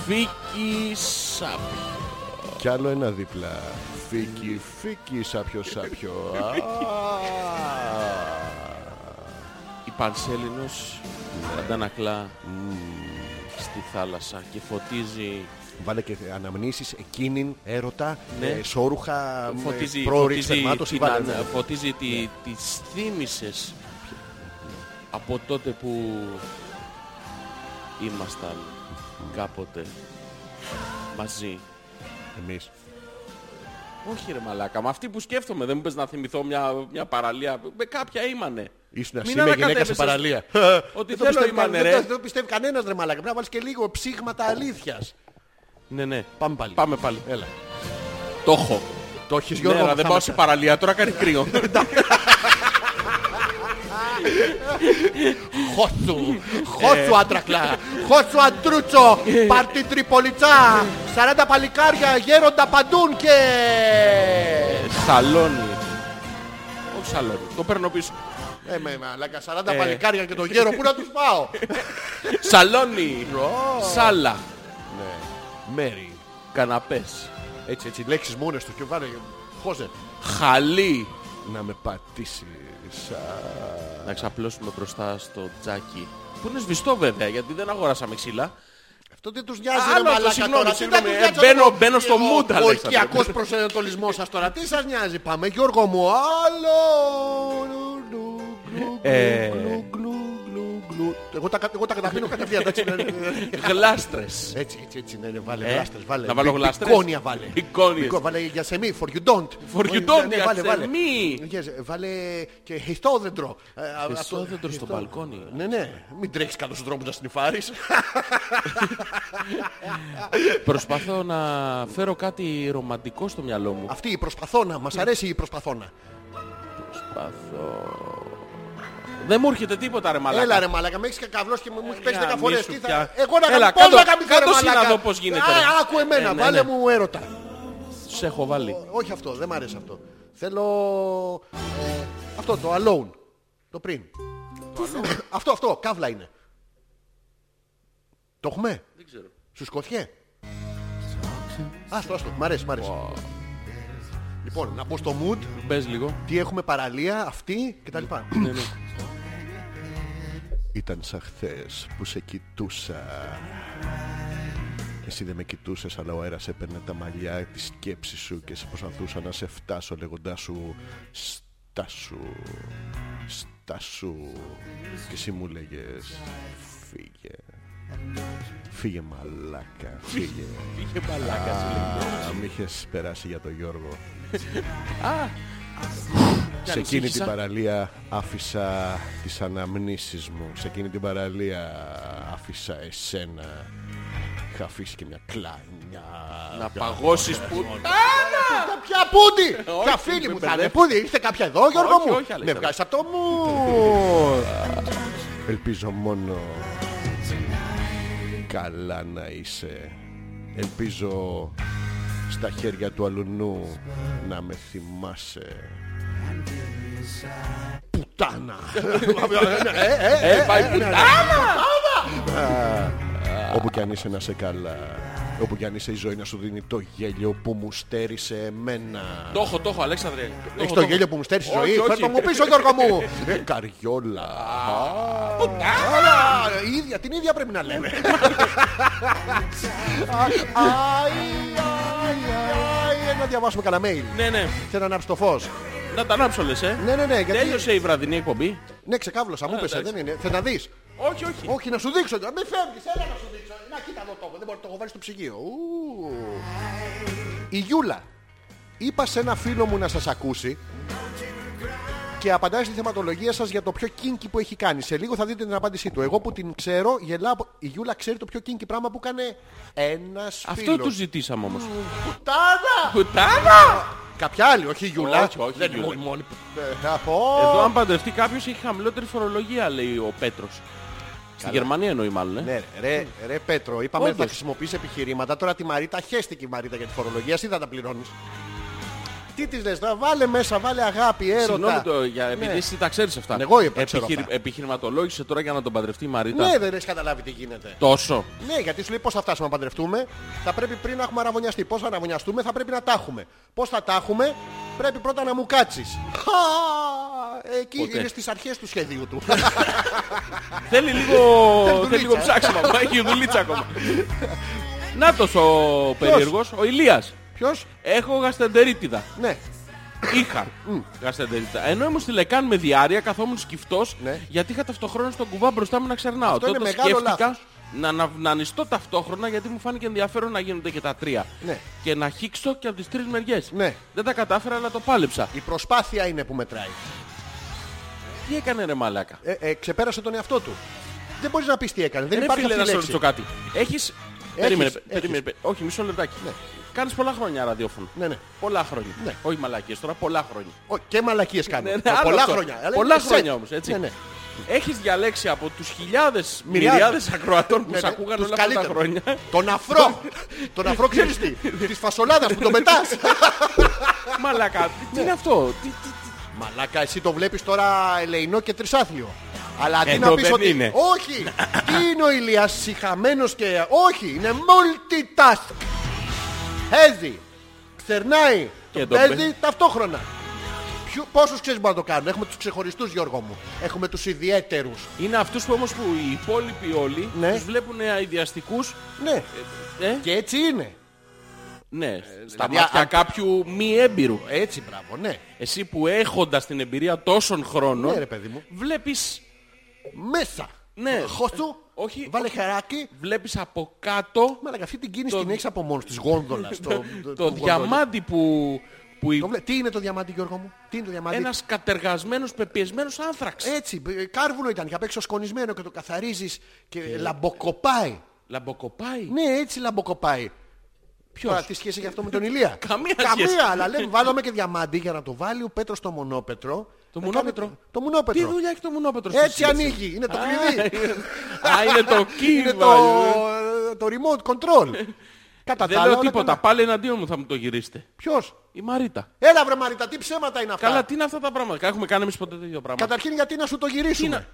S2: Βίκυ Σαπ.
S1: Κι άλλο ένα δίπλα. Φίκι, φίκι, σάπιο, σάπιο. Α.
S2: Η Πανσέλινος αντανακλά στη θάλασσα και φωτίζει
S1: Βάλε και αναμνήσεις εκείνην, έρωτα,
S2: Ναι.
S1: ε, σόρουχα, ε,
S2: φωτίζει,
S1: πρόορη
S2: φωτίζει
S1: εξερμάτωση.
S2: την
S1: Βάλε,
S2: ανα-
S1: ναι.
S2: φωτίζει τη, τις θύμησες από τότε που ήμασταν κάποτε μαζί
S1: Εμείς.
S2: Όχι ρε μαλάκα, με αυτή που σκέφτομαι δεν μου πες να θυμηθώ μια, μια παραλία. Με κάποια ήμανε.
S1: Ήσουν εσύ
S2: Μην
S1: με γυναίκα σε
S2: ανακατεύεσαι.
S1: παραλία.
S2: Ότι
S1: Δεν το
S2: θέλω
S1: πιστεύει
S2: ήμανε
S1: κανένας,
S2: ρε.
S1: Δεν το- δεν το πιστεύει κανένας ρε μαλάκα. Πρέπει να βάλεις και λίγο ψήγματα αλήθειας.
S2: Ναι, ναι.
S1: Πάμε πάλι.
S2: Πάμε πάλι. Ε.
S1: Έλα.
S2: Το έχω.
S1: Το έχεις
S2: Ναι,
S1: Γιώργο.
S2: αλλά
S1: μου,
S2: δεν
S1: θα
S2: πάω
S1: μας-
S2: σε παραλία, τώρα κάνει κρύο.
S1: Χότσου. Χότσου άντρακλα. Χότσου αντρούτσο. Πάρτι τριπολιτσά. 40 παλικάρια γέροντα παντούν και...
S2: σαλόνι. Όχι σαλόνι, το παίρνω πίσω.
S1: Ε, με μαλάκα. 40 παλικάρια και το γέρο. Πού να τους πάω.
S2: Σαλόνι. Σάλα.
S1: Μέρι.
S2: Καναπές.
S1: Έτσι, έτσι. Λέξεις μόνες του και βάλε... Χώζε.
S2: Χαλί.
S1: Να με πατήσεις. α.
S2: Να ξαπλώσουμε μπροστά στο τζάκι. Που είναι σβηστό βέβαια, γιατί δεν αγοράσαμε ξύλα.
S1: Αυτό δεν τους νοιάζει
S2: Άλλο
S1: ρε
S2: αυτό,
S1: μαλάκα
S2: συγγνώμη,
S1: τώρα.
S2: συγγνώμη.
S1: Τι θα τους
S2: Ε,
S1: νοιάζει
S2: μπαίνω-
S1: αυτό το-
S2: μπαίνω στο
S1: ο-
S2: mood,
S1: Ο
S2: Αλέξανδρε.
S1: οικιακός προσανατολισμός σας τώρα. Τι σας νοιάζει. Πάμε Γιώργο μου. Άλλο. Γλου, γλου,
S2: Ε.
S1: γλου, γλου, γλου, γλου. Εγώ τα κα- εγώ τα καταπίνω κατευθείαν. εντάξει, ναι, ναι, ναι.
S2: Γλάστρες.
S1: Έτσι, έτσι, έτσι, ναι, ναι, βάλε
S2: Ε,
S1: γλάστρες, βάλε.
S2: να βάλω
S1: Πι-
S2: γλάστρες.
S1: Πικόνια βάλε.
S2: Πικόνιες.
S1: Πικό- Βάλε για σε μη, for you don't.
S2: For you
S1: Ναι,
S2: don't,
S1: ναι,
S2: για
S1: βάλε,
S2: σε
S1: βάλε.
S2: μη.
S1: Yes, Βάλε και χιστόδεντρο. Ε, α- αυτό-
S2: Χιστόδεντρο στο μπαλκόνι.
S1: Ναι, ναι, μην τρέχεις κάτω στον δρόμο να σνιφάρεις.
S2: Προσπαθώ να φέρω κάτι ρομαντικό στο μυαλό μου.
S1: Αυτή η προσπαθώνα,
S2: Ναι.
S1: μας αρέσει η προσπαθώνα.
S2: Προσπαθώ. Δεν μου έρχεται τίποτα ρε μαλάκα.
S1: Έλα ρε μαλάκα, με έχεις κακαβλώσει και μου έχεις πέσει 10
S2: γαμίσου
S1: φορές. Τι θα...
S2: πια.
S1: Εγώ να
S2: Έλα,
S1: κάνω πώς
S2: κάτω-
S1: να γαμηθώ, ρε
S2: κάτω εσύ να
S1: μαλάκα.
S2: δω πώς γίνεται,
S1: Α,
S2: ρε.
S1: άκου εμένα,
S2: Ε, ναι,
S1: βάλε
S2: ναι.
S1: μου έρωτα.
S2: Σε έχω βάλει.
S1: Όχι αυτό, δεν μ' αρέσει αυτό. Θέλω... ε, αυτό το alone. Το πριν. αυτό, αυτό, καύλα είναι. Το έχουμε. Δεν ξέρω. Σου σκοτιέ. Άστο, άστο, μ' αρέσει, μ' αρέσει. Λοιπόν, να πω στο mood,
S2: Μπες λίγο. Ναι,
S1: τι έχουμε παραλία, αυτή κτλ. Ήταν σαν χθες που σε κοιτούσα. Εσύ δεν με κοιτούσες, αλλά ο αέρας έπαιρνε τα μαλλιά της σκέψης σου και σε προσπαθούσα να σε φτάσω λέγοντά σου Στάσου, στάσου. Και εσύ μου λέγες Φύγε. Φύγε μαλάκα, φύγε.
S2: Είχε μαλάκα σου λέει.
S1: Α, μ' είχες περάσει για τον Γιώργο. Σε εκείνη την
S2: ανησύχησα.
S1: παραλία άφησα τις αναμνήσεις μου. Σε εκείνη την παραλία άφησα εσένα. Είχα αφήσει και μια κλάνια.
S2: Να παγώσεις που...
S1: Ποια πούντι!
S2: Ε, Όχι,
S1: Ποια φίλη μου θα
S2: μην
S1: είναι
S2: μπερδεύεις.
S1: πούντι! Είστε κάποια εδώ Γιώργο
S2: Όχι,
S1: μου!
S2: όχι, Αλέξανδρε.
S1: Με βγάζεις από το μου! Ελπίζω μόνο καλά να είσαι. Ελπίζω στα χέρια του αλουνού να με θυμάσαι. Πουτάνα! Ε, ε,
S2: Ε, πάει που...
S1: Όπου κι αν είσαι να σε καλά. Όπου κι αν είσαι η ζωή να σου δίνει το γέλιο που μου στέρισε εμένα.
S2: Το έχω, το έχω, Αλέξανδρε.
S1: Έχεις
S2: έχω,
S1: το
S2: έχω.
S1: γέλιο που μου στέρισε η
S2: Όχι,
S1: ζωή.
S2: όχι.
S1: Φέρ' το μου πίσω Γιώργο μου. Ε, Καριόλα. Άρα, η ίδια, την ίδια πρέπει να λέμε. Α, αϊ, αϊ, αϊ, ε, Να διαβάσουμε κανένα mail.
S2: Ναι, ναι.
S1: Θέλω να ανάψει το φως.
S2: Να τα ανάψω λες, ε.
S1: Ναι, ναι, ναι. Γιατί...
S2: Τέλειωσε η βραδινή εκπομπή.
S1: Ναι, ξεκάβλωσα, μου πέσε.
S2: εντάξει.
S1: Δεν είναι. Θες να δεις.
S2: Όχι, όχι.
S1: Όχι, να σου δείξω. τώρα. Μην φεύγεις, έλα να σου δείξω. Να κοίτα εδώ το έχω. Δεν μπορεί, το έχω βάλει στο ψυγείο. Ου. Η Γιούλα. Είπα σε ένα φίλο μου να σας ακούσει και απαντάει στη θεματολογία σας για το πιο κίνκι που έχει κάνει. Σε λίγο θα δείτε την απάντησή του. Εγώ που την ξέρω, γελάω. από- Η Γιούλα ξέρει το πιο κίνκι πράγμα που έκανε ένας
S2: Αυτό
S1: φίλος.
S2: τους ζητήσαμε όμως.
S1: Πουτάνα!
S2: Πουτάνα!
S1: Κάποια άλλη, όχι η Γιούλα.
S2: Όχι, όχι,
S1: Δεν
S2: η Γιούλα.
S1: είναι μόνη που... Ε, θα πω.
S2: Εδώ αν παντρευτεί κάποιος έχει χαμηλότερη φορολογία, λέει ο Πέτρος. Στη Γερμανία εννοεί μάλλον, ε.
S1: Ναι, ρε, ρε, ρε Πέτρο, είπαμε ότι θα
S2: Όντως.
S1: χρησιμοποιήσει επιχειρήματα. Τώρα τη Μαρίτα χέστηκε η Μαρίτα για τη φορολογία. Εσύ θα τα πληρώνεις. Τι τη λες, τώρα βάλε μέσα, βάλε αγάπη,
S2: Συγγνώμη,
S1: έρωτα.
S2: το, για, επειδή
S1: Ναι.
S2: εσύ τα ξέρεις αυτά.
S1: Εγώ είπα, ξέρω αυτά.
S2: Επιχειρηματολόγησε τώρα για να τον παντρευτεί η Μαρίτα.
S1: Ναι, δεν έχεις καταλάβει τι γίνεται.
S2: Τόσο.
S1: Ναι, γιατί σου λέει πώς θα φτάσουμε να παντρευτούμε, θα πρέπει πριν να έχουμε αραβωνιαστεί. Πώς θα αραβωνιαστούμε, θα πρέπει να τα έχουμε. Πώς θα τα έχουμε, πρέπει πρώτα να μου κάτσεις. Εκεί
S2: Ποτέ.
S1: είναι στις αρχές του σχεδίου του.
S2: Θέλει λίγο, θέλει λίγο ψάξιμο. Μα έχει δουλίτσα ακόμα. Νάτος ο περίεργος, ο Ηλίας.
S1: Ποιος,
S2: Έχω γαστεντερίτιδα.
S1: ναι.
S2: Είχα γαστεντερίτιδα. Ενώ ήμουν στη Λεκάν με διάρκεια, καθόμουν σκυφτός
S1: Ναι.
S2: γιατί είχα ταυτοχρόνως τον κουβά μπροστά μου να ξερνάω.
S1: Αυτό είναι
S2: Τότε
S1: μεγάλο
S2: σκέφτηκα
S1: λάθος.
S2: να, να, να ανιστώ ταυτόχρονα γιατί μου φάνηκε ενδιαφέρον να γίνονται και τα τρία.
S1: Ναι.
S2: Και να χύξω και από τις τρεις μεριές.
S1: Ναι.
S2: Δεν τα κατάφερα αλλά το πάλεψα.
S1: Η προσπάθεια είναι που μετράει.
S2: Τι έκανε ρε μαλάκα.
S1: Ε, ε, ξεπέρασε τον εαυτό του. Δεν μπορείς να πεις τι έκανε. Δεν
S2: Ρε
S1: υπάρχει
S2: φίλε,
S1: αυτή
S2: να
S1: η
S2: σε
S1: λέξη.
S2: ρωτήσω κάτι. Έχεις... Περίμενε,
S1: έχεις.
S2: περίμενε, περίμενε. Όχι, μισό λεπτάκι. Κάνεις πολλά χρόνια ραδιόφωνο.
S1: Ναι, ναι.
S2: Πολλά χρόνια.
S1: Ναι.
S2: Όχι μαλακίες τώρα, πολλά χρόνια.
S1: Ω, Και μαλακίες κάνω.
S2: Ναι, ναι,
S1: Ε,
S2: άλλο
S1: πολλά
S2: αυτό.
S1: χρόνια. Αλλά
S2: Πολλά
S1: είναι σε-
S2: χρόνια όμως, έτσι.
S1: Ναι, ναι.
S2: Έχεις διαλέξει από τους χιλιάδες,
S1: Μυριάδες.
S2: μυριάδες ακροατών που
S1: Ναι,
S2: σε
S1: ναι,
S2: ακούγαν
S1: τους
S2: όλα αυτά τα
S1: καλύτερους.
S2: χρόνια.
S1: Τον αφρό. τον αφρό ξέρεις τι. Της φασολάδας που τον πετάς.
S2: Μαλακά, τι-
S1: Ναι.
S2: τι είναι αυτό. Τι- τι-
S1: Μαλάκα, εσύ το βλέπεις τώρα ελεηνό και τρισάθλιο. Αλλά αντί
S2: το
S1: να πεις
S2: δεν
S1: ότι...
S2: είναι.
S1: Όχι! Τι είναι ο Ηλίας συχαμένος και... Όχι! Είναι multitask! Έδει! Ξερνάει!
S2: Και
S1: Το
S2: το
S1: παίζει
S2: παί-
S1: ταυτόχρονα. Ποιο, πόσους ξέρεις μπορούν να το κάνουν. Έχουμε τους ξεχωριστούς Γιώργο μου. Έχουμε τους ιδιαίτερους.
S2: Είναι αυτούς που όμως που οι υπόλοιποι όλοι
S1: Ναι.
S2: τους βλέπουν αειδιαστικούς.
S1: Ναι.
S2: Ε,
S1: Και έτσι είναι.
S2: ναι, στα
S1: δηλαδή,
S2: μάτια
S1: αν-
S2: κάποιου μη έμπειρου. Ε,
S1: Έτσι μπράβο, ναι.
S2: Εσύ που έχοντας την εμπειρία τόσων χρόνων
S1: Ναι, ρε παιδί μου.
S2: βλέπεις,
S1: Μέσα.
S2: Ναι.
S1: Χώσου.
S2: Όχι,
S1: Βάλε
S2: όχι.
S1: χαράκι.
S2: βλέπεις από κάτω
S1: Μαλάκα αυτή την κίνηση
S2: Το-
S1: την έχεις από μόνος της γόνδολας. το-
S2: το,
S1: του γονδόλιου.
S2: διαμάντι που, που
S1: Το βλέ- Τι είναι το διαμάντι Γιώργο μου. Τι είναι το διαμάντι.
S2: ένας κατεργασμένος πεπιεσμένος άνθραξ.
S1: Έτσι, ε, κάρβουνο ήταν και απ' έξω σκονισμένο και το καθαρίζεις και
S2: Ε.
S1: λαμποκοπάει.
S2: Λαμποκοπάει.
S1: Ναι, έτσι λαμποκοπάει. Ποιος. Τώρα τι σχέση έχει αυτό με τον Ηλία.
S2: Καμία σχέση.
S1: Καμία, αλλά λέμε βάλαμε και διαμάντι για να το βάλει ο Πέτρος στο μονόπετρο.
S2: Το
S1: Να
S2: μονόπετρο.
S1: κάνει- Το μονόπετρο.
S2: Τι δουλειά έχει το μονόπετρο στη
S1: Έτσι
S2: σχέση?
S1: ανοίγει. Είναι το κλειδί.
S2: Α, είναι το
S1: Είναι
S2: κύβα.
S1: το, το remote control. Κατά
S2: Δεν λέω
S1: ναι.
S2: τίποτα. Πάλι εναντίον μου θα μου το γυρίσετε.
S1: Ποιος.
S2: Η Μαρίτα.
S1: Έλα βρε Μαρίτα, τι ψέματα είναι αυτά.
S2: Καλά, τι είναι αυτά τα πράγματα. Έχουμε κάνει εμείς ποτέ τέτοιο πράγμα.
S1: Καταρχήν γιατί να σου το
S2: να-
S1: γυρίσουμε.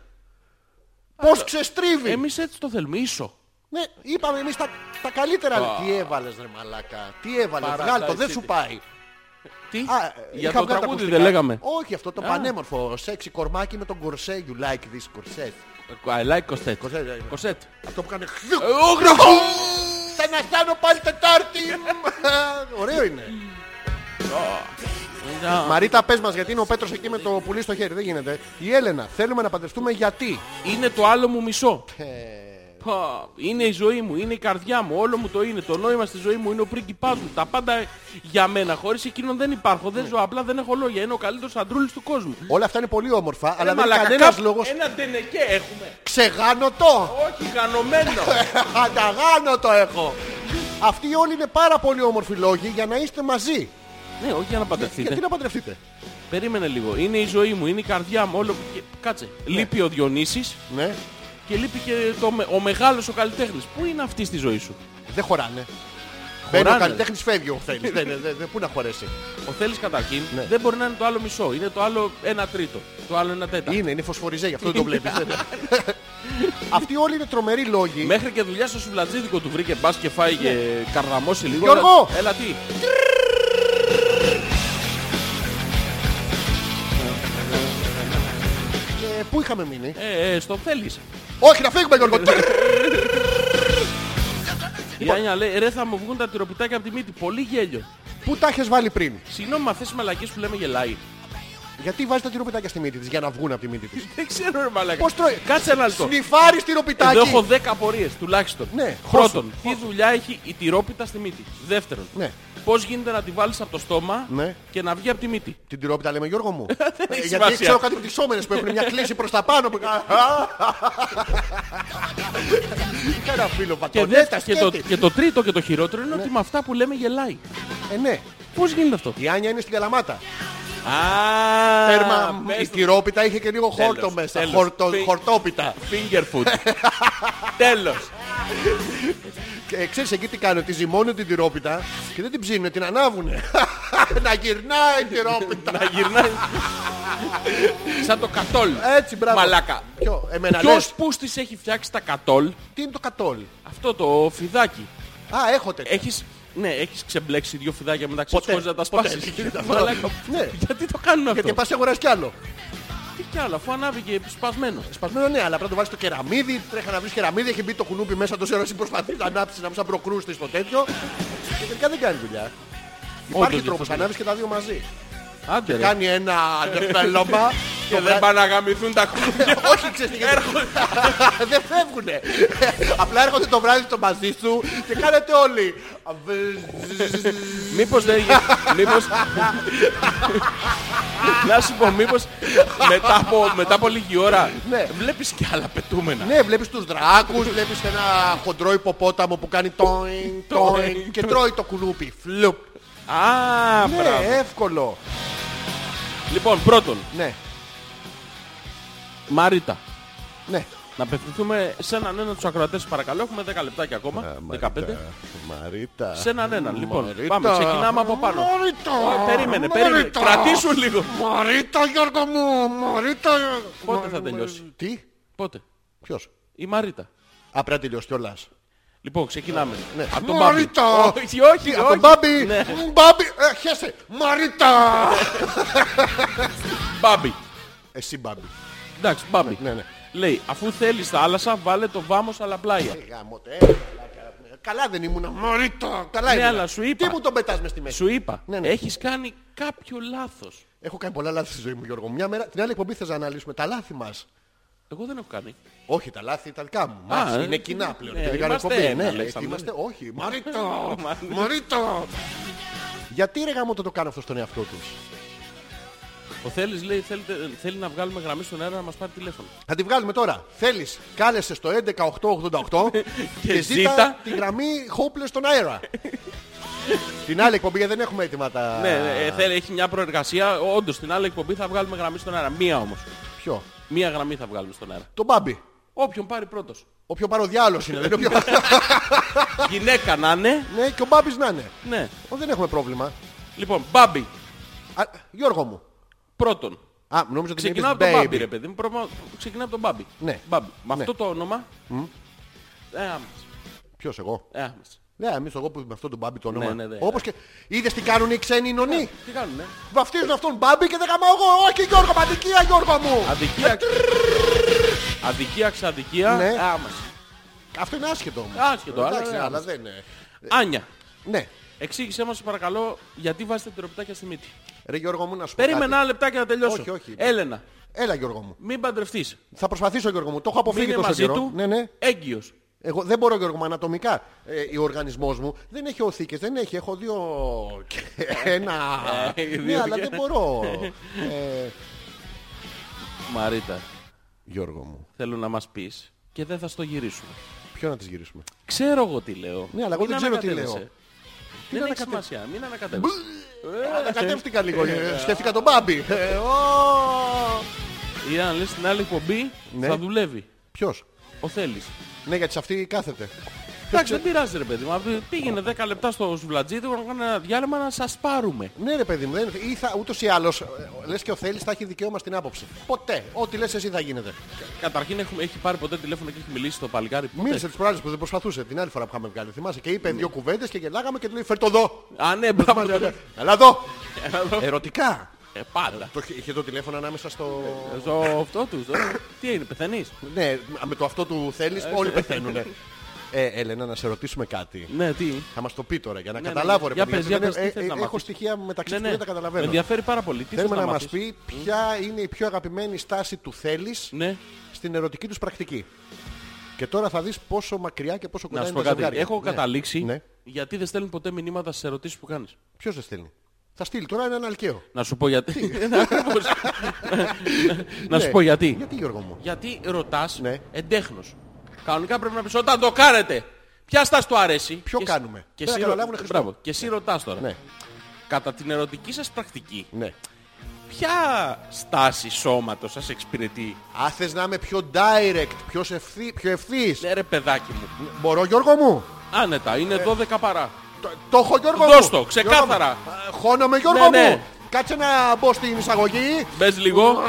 S1: Πώς ξεστρίβει.
S2: Εμείς έτσι το θέλουμε. Ίσο.
S1: Ναι, είπαμε εμείς τα, τα καλύτερα. Τι έβαλες ρε μαλάκα. Τι έβαλες.
S2: Παρά
S1: Βγάλ'
S2: τα
S1: το, δεν
S2: εσύ
S1: σου
S2: τι.
S1: πάει.
S2: Τι.
S1: Α,
S2: Για
S1: είχα
S2: το
S1: βγάλει τα
S2: τραγούδι
S1: ακουστικά.
S2: δεν λέγαμε.
S1: Όχι, αυτό το
S2: Α.
S1: πανέμορφο σεξι κορμάκι με τον κορσέ. You like this κορσέ.
S2: Ε, I like Ε, Κοστέτ.
S1: Κοστέτ, ναι.
S2: Κοστέτ.
S1: Αυτό που κάνει.
S2: Ωχ,
S1: Θα να κάνω πάλι Τετάρτη. Ωραίο είναι. Μαρίτα, πες μας γιατί είναι ο Πέτρος εκεί με το πουλί στο χέρι. Δεν γίνεται. Η Έλενα, θέλουμε να παντρευτούμε γιατί.
S2: Είναι το άλλο μου μισό. Πα, Είναι η ζωή μου, είναι η καρδιά μου, όλο μου το είναι. Το νόημα στη ζωή μου είναι ο πρίγκιπάς μου. Τα πάντα για μένα. Χωρίς εκείνον δεν υπάρχω, δεν ζω απλά, δεν έχω λόγια. Είναι ο καλύτερος αντρούλης του κόσμου.
S1: Όλα αυτά είναι πολύ όμορφα, αλλά
S2: Ρε
S1: δεν είναι
S2: μαλάκα,
S1: κανένας
S2: κάπου Ε,
S1: λόγος.
S2: Ένα τενεκέ έχουμε.
S1: Ξεγάνωτο.
S2: Όχι, γανωμένο.
S1: Ανταγάνωτο έχω. Αυτοί όλοι είναι πάρα πολύ όμορφοι λόγοι για να είστε μαζί.
S2: ναι, όχι για να
S1: Γιατί
S2: παντρευτείτε.
S1: να παντρευτείτε.
S2: Περίμενε λίγο. Είναι η ζωή μου, είναι η καρδιά μου, όλο. και- Κάτσε. Λείπει ο Διονύσης
S1: Ναι.
S2: και λείπει και το... με- ο μεγάλος ο καλλιτέχνης. Πού είναι αυτή στη ζωή σου.
S1: Δεν χωράνε. Μπαίνει ο
S2: Χωράνε.
S1: καλλιτέχνης φεύγει ο θέλει. δεν, δεν- δεν- πού να χωρέσει.
S2: Ο Θέλης καταρχήν
S1: Ναι.
S2: δεν μπορεί να είναι το άλλο μισό. Είναι το άλλο ένα τρίτο. Το άλλο ένα τέταρτο.
S1: Είναι, είναι φωσφοριζέ, γι' αυτό δεν το βλέπεις. Αυτοί όλοι είναι τρομεροί λόγοι.
S2: Μέχρι και δουλειά στο σουβλατζίδικο του βρήκε μπας και φάγε καρδαμώσει λίγο.
S1: Ναι. Γιώργο!
S2: Έλα, έλα τι.
S1: Ε, πού είχαμε μείνει.
S2: Ε, ε, στο θέλεις.
S1: Όχι, να φύγουμε Γιώργο.
S2: Η Άνια λέει, ρε θα μου βγουν τα τυροπιτάκια από τη μύτη. Πολύ γέλιο.
S1: πού τα έχεις βάλει πριν.
S2: Συγγνώμη, αυτές οι μαλακίες που λέμε γελάει.
S1: Γιατί βάζει τα τυροπιτάκια στη μύτη της για να βγουν από τη μύτη της.
S2: Δεν ξέρω ρε μαλακά.
S1: Πώς τρώει.
S2: Κάτσε ένα λεπτό.
S1: Σνιφάρεις
S2: Εδώ
S1: τυροπιτάκι.
S2: έχω 10 απορίες τουλάχιστον.
S1: Ναι,
S2: Πρώτον,
S1: πόσο,
S2: τι δουλειά έχει η τυρόπιτα στη μύτη. Δεύτερον,
S1: Ναι.
S2: πώς γίνεται να τη βάλεις από το στόμα
S1: Ναι.
S2: και να βγει από τη μύτη.
S1: Την τυρόπιτα λέμε Γιώργο μου. Ε,
S2: έχει
S1: Γιατί
S2: σημασία.
S1: ξέρω κάτι από τις σόμενες που έχουν μια κλίση προς τα πάνω. που- Είχα ένα φίλο
S2: Και,
S1: βατονέτα
S2: δεύτερο- και, το,
S1: σκέτη.
S2: και το τρίτο και το χειρότερο
S1: Ναι.
S2: είναι ότι με αυτά που λέμε γελάει.
S1: Ε, ναι.
S2: Πώς γίνεται αυτό.
S1: Η Άνια είναι στην Καλαμάτα.
S2: Α,
S1: Τέρμα,
S2: πες
S1: η
S2: το.
S1: τυρόπιτα είχε και λίγο χόρτο
S2: Τέλος,
S1: μέσα.
S2: τέλος.
S1: Χορτο-
S2: Φι-
S1: Χορτόπιτα.
S2: Finger food. Τέλος.
S1: Και Ε, ξέρεις εκεί τι κάνουν, τη ζυμώνουν την τυρόπιτα και δεν την ψήνουν, την ανάβουνε. Να γυρνάει η τυρόπιτα.
S2: Να γυρνάει. Σαν το κατόλ.
S1: Έτσι, μπράβο.
S2: Μαλάκα.
S1: Ποιο, εμένα
S2: Ποιος
S1: λες,
S2: που στις έχει φτιάξει τα κατόλ,
S1: τι είναι το κατόλι.
S2: αυτό το φιδάκι.
S1: Α, έχω τέτοιο.
S2: Έχεις, ναι, έχεις ξεμπλέξει δύο φιδάκια μεταξύ τους
S1: Ποτέ.
S2: χωρίς να τα
S1: Ποτέ.
S2: σπάσεις.
S1: Δεν τα
S2: Μαλάκα.
S1: βρω. Ναι.
S2: Γιατί το κάνουν αυτό.
S1: Γιατί πας και αγοράς κι άλλο.
S2: Τι κι άλλο, αφού ανάβει και σπασμένο.
S1: Σπασμένο ναι, αλλά πρέπει να το βάλεις στο κεραμίδι. Τρέχα να βρεις κεραμίδι, έχει μπει το κουνούπι μέσα τόση ώρα εσύ προσπαθείς να ανάψεις, να μην σαν προκρούστης στο τέτοιο. Και τελικά δεν κάνει δουλειά. Υπάρχει
S2: δεν
S1: τρόπος,
S2: θα
S1: ανάβεις και τα δύο μαζί.
S2: Άντε ρε.
S1: Κάνει ένα νεφέλωμα
S2: Ναι. Και δεν πάνε να γαμηθούν τα κουλούρια.
S1: Όχι, ξέρεις γιατί. Δεν φεύγουνε. Απλά έρχονται το βράδυ στο μαζί σου και κάνετε όλοι.
S2: Μήπως δεν είχε... Μήπως... να σου πω, μήπως μετά από, μετά από λίγη ώρα
S1: Ναι.
S2: βλέπεις και άλλα πετούμενα.
S1: Ναι, βλέπεις τους δράκους, βλέπεις ένα χοντρό υποπόταμο που κάνει τόιν, τόιν και τρώει το κουνούπι. Φλουπ.
S2: Α, μπράβο.
S1: Ναι, εύκολο.
S2: Λοιπόν, πρώτον,
S1: Ναι,
S2: Μαρίτα.
S1: ναι.
S2: Να απευθυνθούμε σε έναν ένα τους ακροατές παρακαλώ. Έχουμε 10 λεπτάκια
S1: Ε,
S2: ακόμα. 15.
S1: Μαρίτα.
S2: Σε έναν έναν. Λοιπόν,
S1: Μαρίτα.
S2: πάμε. Ξεκινάμε από πάνω.
S1: Μαρίτα.
S2: Ω, Περίμενε, περίμενε.
S1: Μαρίτα.
S2: Κρατήσου λίγο.
S1: Μαρίτα, Γιώργο μου. Μαρίτα.
S2: Πότε θα τελειώσει.
S1: Τι,
S2: Πότε.
S1: ποιος.
S2: Η Μαρίτα.
S1: Α, πρέπει να τελειώσει κιόλας.
S2: Λοιπόν, ξεκινάμε.
S1: Ναι.
S2: Από τον Μπάμπη.
S1: Μαρίτα.
S2: Όχι, όχι,
S1: Από τον
S2: όχι.
S1: Μπάμπη.
S2: Ναι.
S1: Μπάμπη. Ε, χέσε. Μαρίτα.
S2: Μπάμπη.
S1: Εσύ Μπάμπη.
S2: Εντάξει, Μπάμπη.
S1: Ναι, ναι.
S2: Λέει, αφού θέλεις θάλασσα, βάλε το βάμος στα λαπλάγια.
S1: Ε, γάμο, τε, ε, μαλάκα. Καλά δεν ήμουνα. Μαρίτα. Καλά ήμουνα.
S2: Ναι, αλλά σου είπα.
S1: Τι μου τον πετάς μες στη μέση.
S2: Σου είπα,
S1: Ναι, ναι.
S2: έχεις κάνει κάποιο λάθος.
S1: Έχω κάνει πολλά λάθη στη ζωή μου, Γιώργο. Μια μέρα, την άλλη εκπομπή θες να αναλύσουμε τα λάθη μας.
S2: Εγώ δεν έχω κάνει.
S1: Όχι, τα λάθη τα δικά μου. Μας,
S2: ε,
S1: είναι κοινά πλέον.
S2: ναι,
S1: και δεν κάνω
S2: είμαστε
S1: εκπομπή.
S2: ένα,
S1: Ναι,
S2: Αλέξανδρε.
S1: ε, είμαστε, όχι. Μαρίτα.
S2: Μα-
S1: Μαρίτα. Γιατί ρε γάμο το κάνω αυτό στον εαυτό τους.
S2: Ο Θέλης λέει, θέλετε- θέλει να βγάλουμε γραμμή στον αέρα να μας πάρει τηλέφωνο.
S1: Θα τη βγάλουμε τώρα. Θέλεις, κάλεσε στο 11888 και
S2: Και
S1: ζήτα
S2: ζήτα.
S1: τη γραμμή Hopeless στον αέρα. Την άλλη εκπομπή γιατί δεν έχουμε έτοιμα τα...
S2: Ναι, ναι, ε, θέλει, έχει μια προεργασία. Όντως, στην άλλη εκπομπή θα βγάλουμε γραμμή στον αέρα. Μία όμως.
S1: Ποιο.
S2: Μία γραμμή θα βγάλουμε στον αέρα.
S1: Τον Μπάμπι.
S2: Όποιον πάρει πρώτος.
S1: Ο πιο παροδιάλος είναι. δεν είναι ο πιο...
S2: Γυναίκα να είναι.
S1: ναι, και ο Μπάμπης να είναι.
S2: Ναι.
S1: Ω, δεν έχουμε πρόβλημα.
S2: Λοιπόν, Μπάμπη,
S1: Α, Γιώργο μου.
S2: πρώτον.
S1: Α, νόμιζα ότι
S2: Ξεκινάω
S1: είπες
S2: από τον
S1: baby.
S2: Μπάμπη, ρε παιδί μου. Πρώτα- Ξεκινάω από τον Μπάμπη.
S1: Ναι.
S2: Μπάμπη. Με
S1: Ναι.
S2: αυτό το όνομα. Ε, άμεσα.
S1: Ποιος εγώ.
S2: Ε, άμεσα.
S1: Ναι, εμείς εγώ που με αυτόν τον Μπάμπη το όνομα.
S2: Ναι, ναι, ναι.
S1: Όπως και... Είδες τι κάνουν οι ξένοι νονοί.
S2: Τι κάνουνε.
S1: Βαφτίζουν αυτόν Μπάμπη και δεν γαμάω εγώ. Όχι Γιώργο, παντικία Γιώργο μου.
S2: Αδικία. Αδικία, ξαδικία.
S1: Ναι.
S2: Άμεσα.
S1: Αυτό είναι άσχετο όμως.
S2: Άσχετο, αλλά
S1: Εντάξει,
S2: δεν-
S1: αλλά δεν είναι.
S2: Άνια.
S1: Ναι.
S2: Εξήγησέ μας παρακαλώ γιατί βάζετε τυροπιτάκια στη μύτη.
S1: Ρε Γιώργο μου να σου πω
S2: Περίμενα
S1: κάτι.
S2: ένα λεπτάκι να τελειώσω.
S1: Όχι, όχι.
S2: Έλενα,
S1: Έλα Γιώργο μου.
S2: μην παντρευτείς.
S1: Θα προσπαθήσω Γιώργο μου. Το έχω
S2: Μην
S1: αποφύγει
S2: είναι
S1: τόσο
S2: μαζί
S1: καιρό.
S2: του.
S1: Ναι, ναι.
S2: Έγκυος.
S1: Εγώ δεν μπορώ Γιώργο μου ανατομικά. Ε, ο οργανισμός μου δεν έχει οθήκες. Δεν έχει. Έχω δύο και ένα.
S2: Ε, δύο
S1: ναι, αλλά
S2: και-
S1: δεν μπορώ. ε,
S2: Μαρίτα,
S1: Γιώργο μου.
S2: θέλω να μας πεις και δεν θα στο γυρίσουμε.
S1: Ποιο να τις γυρίσουμε.
S2: Ξέρω εγώ τι λέω.
S1: Ναι, αλλά εγώ
S2: Μην
S1: δεν ξέρω τι
S2: ανακατεύεσαι.
S1: λέω.
S2: Δεν έχει
S1: ανακατεύεσαι.
S2: σημασία. Μην ανακατεύεσαι.
S1: Ανακατεύτηκα λίγο. ε, Σκέφτηκα τον Μπάμπη. Ε, ω.
S2: Ή αν λες την άλλη εκπομπή
S1: Ναι.
S2: θα δουλεύει.
S1: Ποιος.
S2: Ο Θέλης.
S1: Ναι, γιατί σε αυτή κάθεται.
S2: Εντάξει, δεν πειράζει ρε παιδί μου. Αυτό Πήγαινε 10 λεπτά στο σουβλατζίδικο να κάνει ένα διάλειμμα να σας πάρουμε.
S1: Ναι, ρε παιδί μου, δεν... ή θα, ούτως ή άλλως, ε, λες και ο Θέλης θα έχει δικαίωμα στην άποψη. Ποτέ. Ό,τι λες εσύ θα γίνεται.
S2: Καταρχήν έχουμε, έχει πάρει ποτέ τηλέφωνο και έχει μιλήσει στο παλικάρι. ποτέ.
S1: Μίλησε τις προάλλες που δεν προσπαθούσε την άλλη φορά που είχαμε βγάλει. Θυμάσαι και είπε δύο κουβέντες και γελάγαμε και του λέει φέρ το εδώ.
S2: Α, ναι, μπράβο.
S1: Καλά εδώ. ναι. Ερωτικά.
S2: Ε, πάντα.
S1: Το, είχε- είχε το τηλέφωνο ανάμεσα στο...
S2: Στο αυτό του. στο- Τι είναι, πεθανείς.
S1: ναι, με το αυτό του Θέλης όλοι πεθαίνουν. ε, Έλενα, να σε ρωτήσουμε κάτι.
S2: Ναι, τι.
S1: Θα μας το πει τώρα για να
S2: Ναι, ναι,
S1: καταλάβω ρε
S2: για
S1: παιδί,
S2: πες,
S1: γιατί
S2: για
S1: δεν-
S2: πες, τι
S1: ε,
S2: θες να
S1: ε, Έχω
S2: μάθεις.
S1: στοιχεία μεταξύ
S2: Ναι,
S1: τους που
S2: ναι.
S1: δεν τα
S2: Με
S1: καταλαβαίνω.
S2: ενδιαφέρει πάρα πολύ. Τι θες
S1: Θέλουμε
S2: να
S1: να μας
S2: μάθεις?
S1: πει ποια είναι η πιο αγαπημένη στάση του Θέλης
S2: Ναι.
S1: στην ερωτική τους πρακτική. Και τώρα θα δεις πόσο μακριά και πόσο
S2: Να
S1: κοντά
S2: σου
S1: είναι τα
S2: πω κάτι.
S1: ζευγάρια.
S2: Έχω
S1: Ναι.
S2: καταλήξει
S1: Ναι.
S2: γιατί δεν στέλνουν ποτέ μηνύματα στις ερωτήσεις που κάνεις.
S1: Ποιος δεν στέλνει. Θα στείλει τώρα έναν αλκαίο.
S2: Να σου πω γιατί. Ακριβώς. Να σου πω γιατί.
S1: Ναι. Γιατί Γιώργο μου.
S2: Γιατί ρωτάς
S1: Ναι.
S2: εντέχνος. Κανονικά πρέπει να πεις όταν το κάνετε. Ποια στάση του αρέσει.
S1: Ποιο
S2: Και-
S1: κάνουμε.
S2: Και
S1: Δεν θα
S2: εσύ,
S1: καταλάβουνε Χριστό.
S2: Μπράβο. και εσύ ρωτάς τώρα.
S1: Ναι.
S2: Κατά την ερωτική σας πρακτική,
S1: Ναι.
S2: ποια στάση σώματος σας εξυπηρετεί.
S1: Α, θες να είμαι πιο direct, πιο, ευθύ, πιο ευθύς.
S2: Ναι ρε παιδάκι μου.
S1: Μπορώ Γιώργο μου.
S2: Άνετα,
S1: Ε.
S2: είναι 12 παρά.
S1: Το, το έχω Γιώργο μου.
S2: Δώσ' το, ξεκάθαρα.
S1: Γιώργο μου. Α, Χώνομαι Γιώργο
S2: Ναι, ναι.
S1: μου. Κάτσε να μπω στην εισαγωγή.
S2: Μπες λίγο.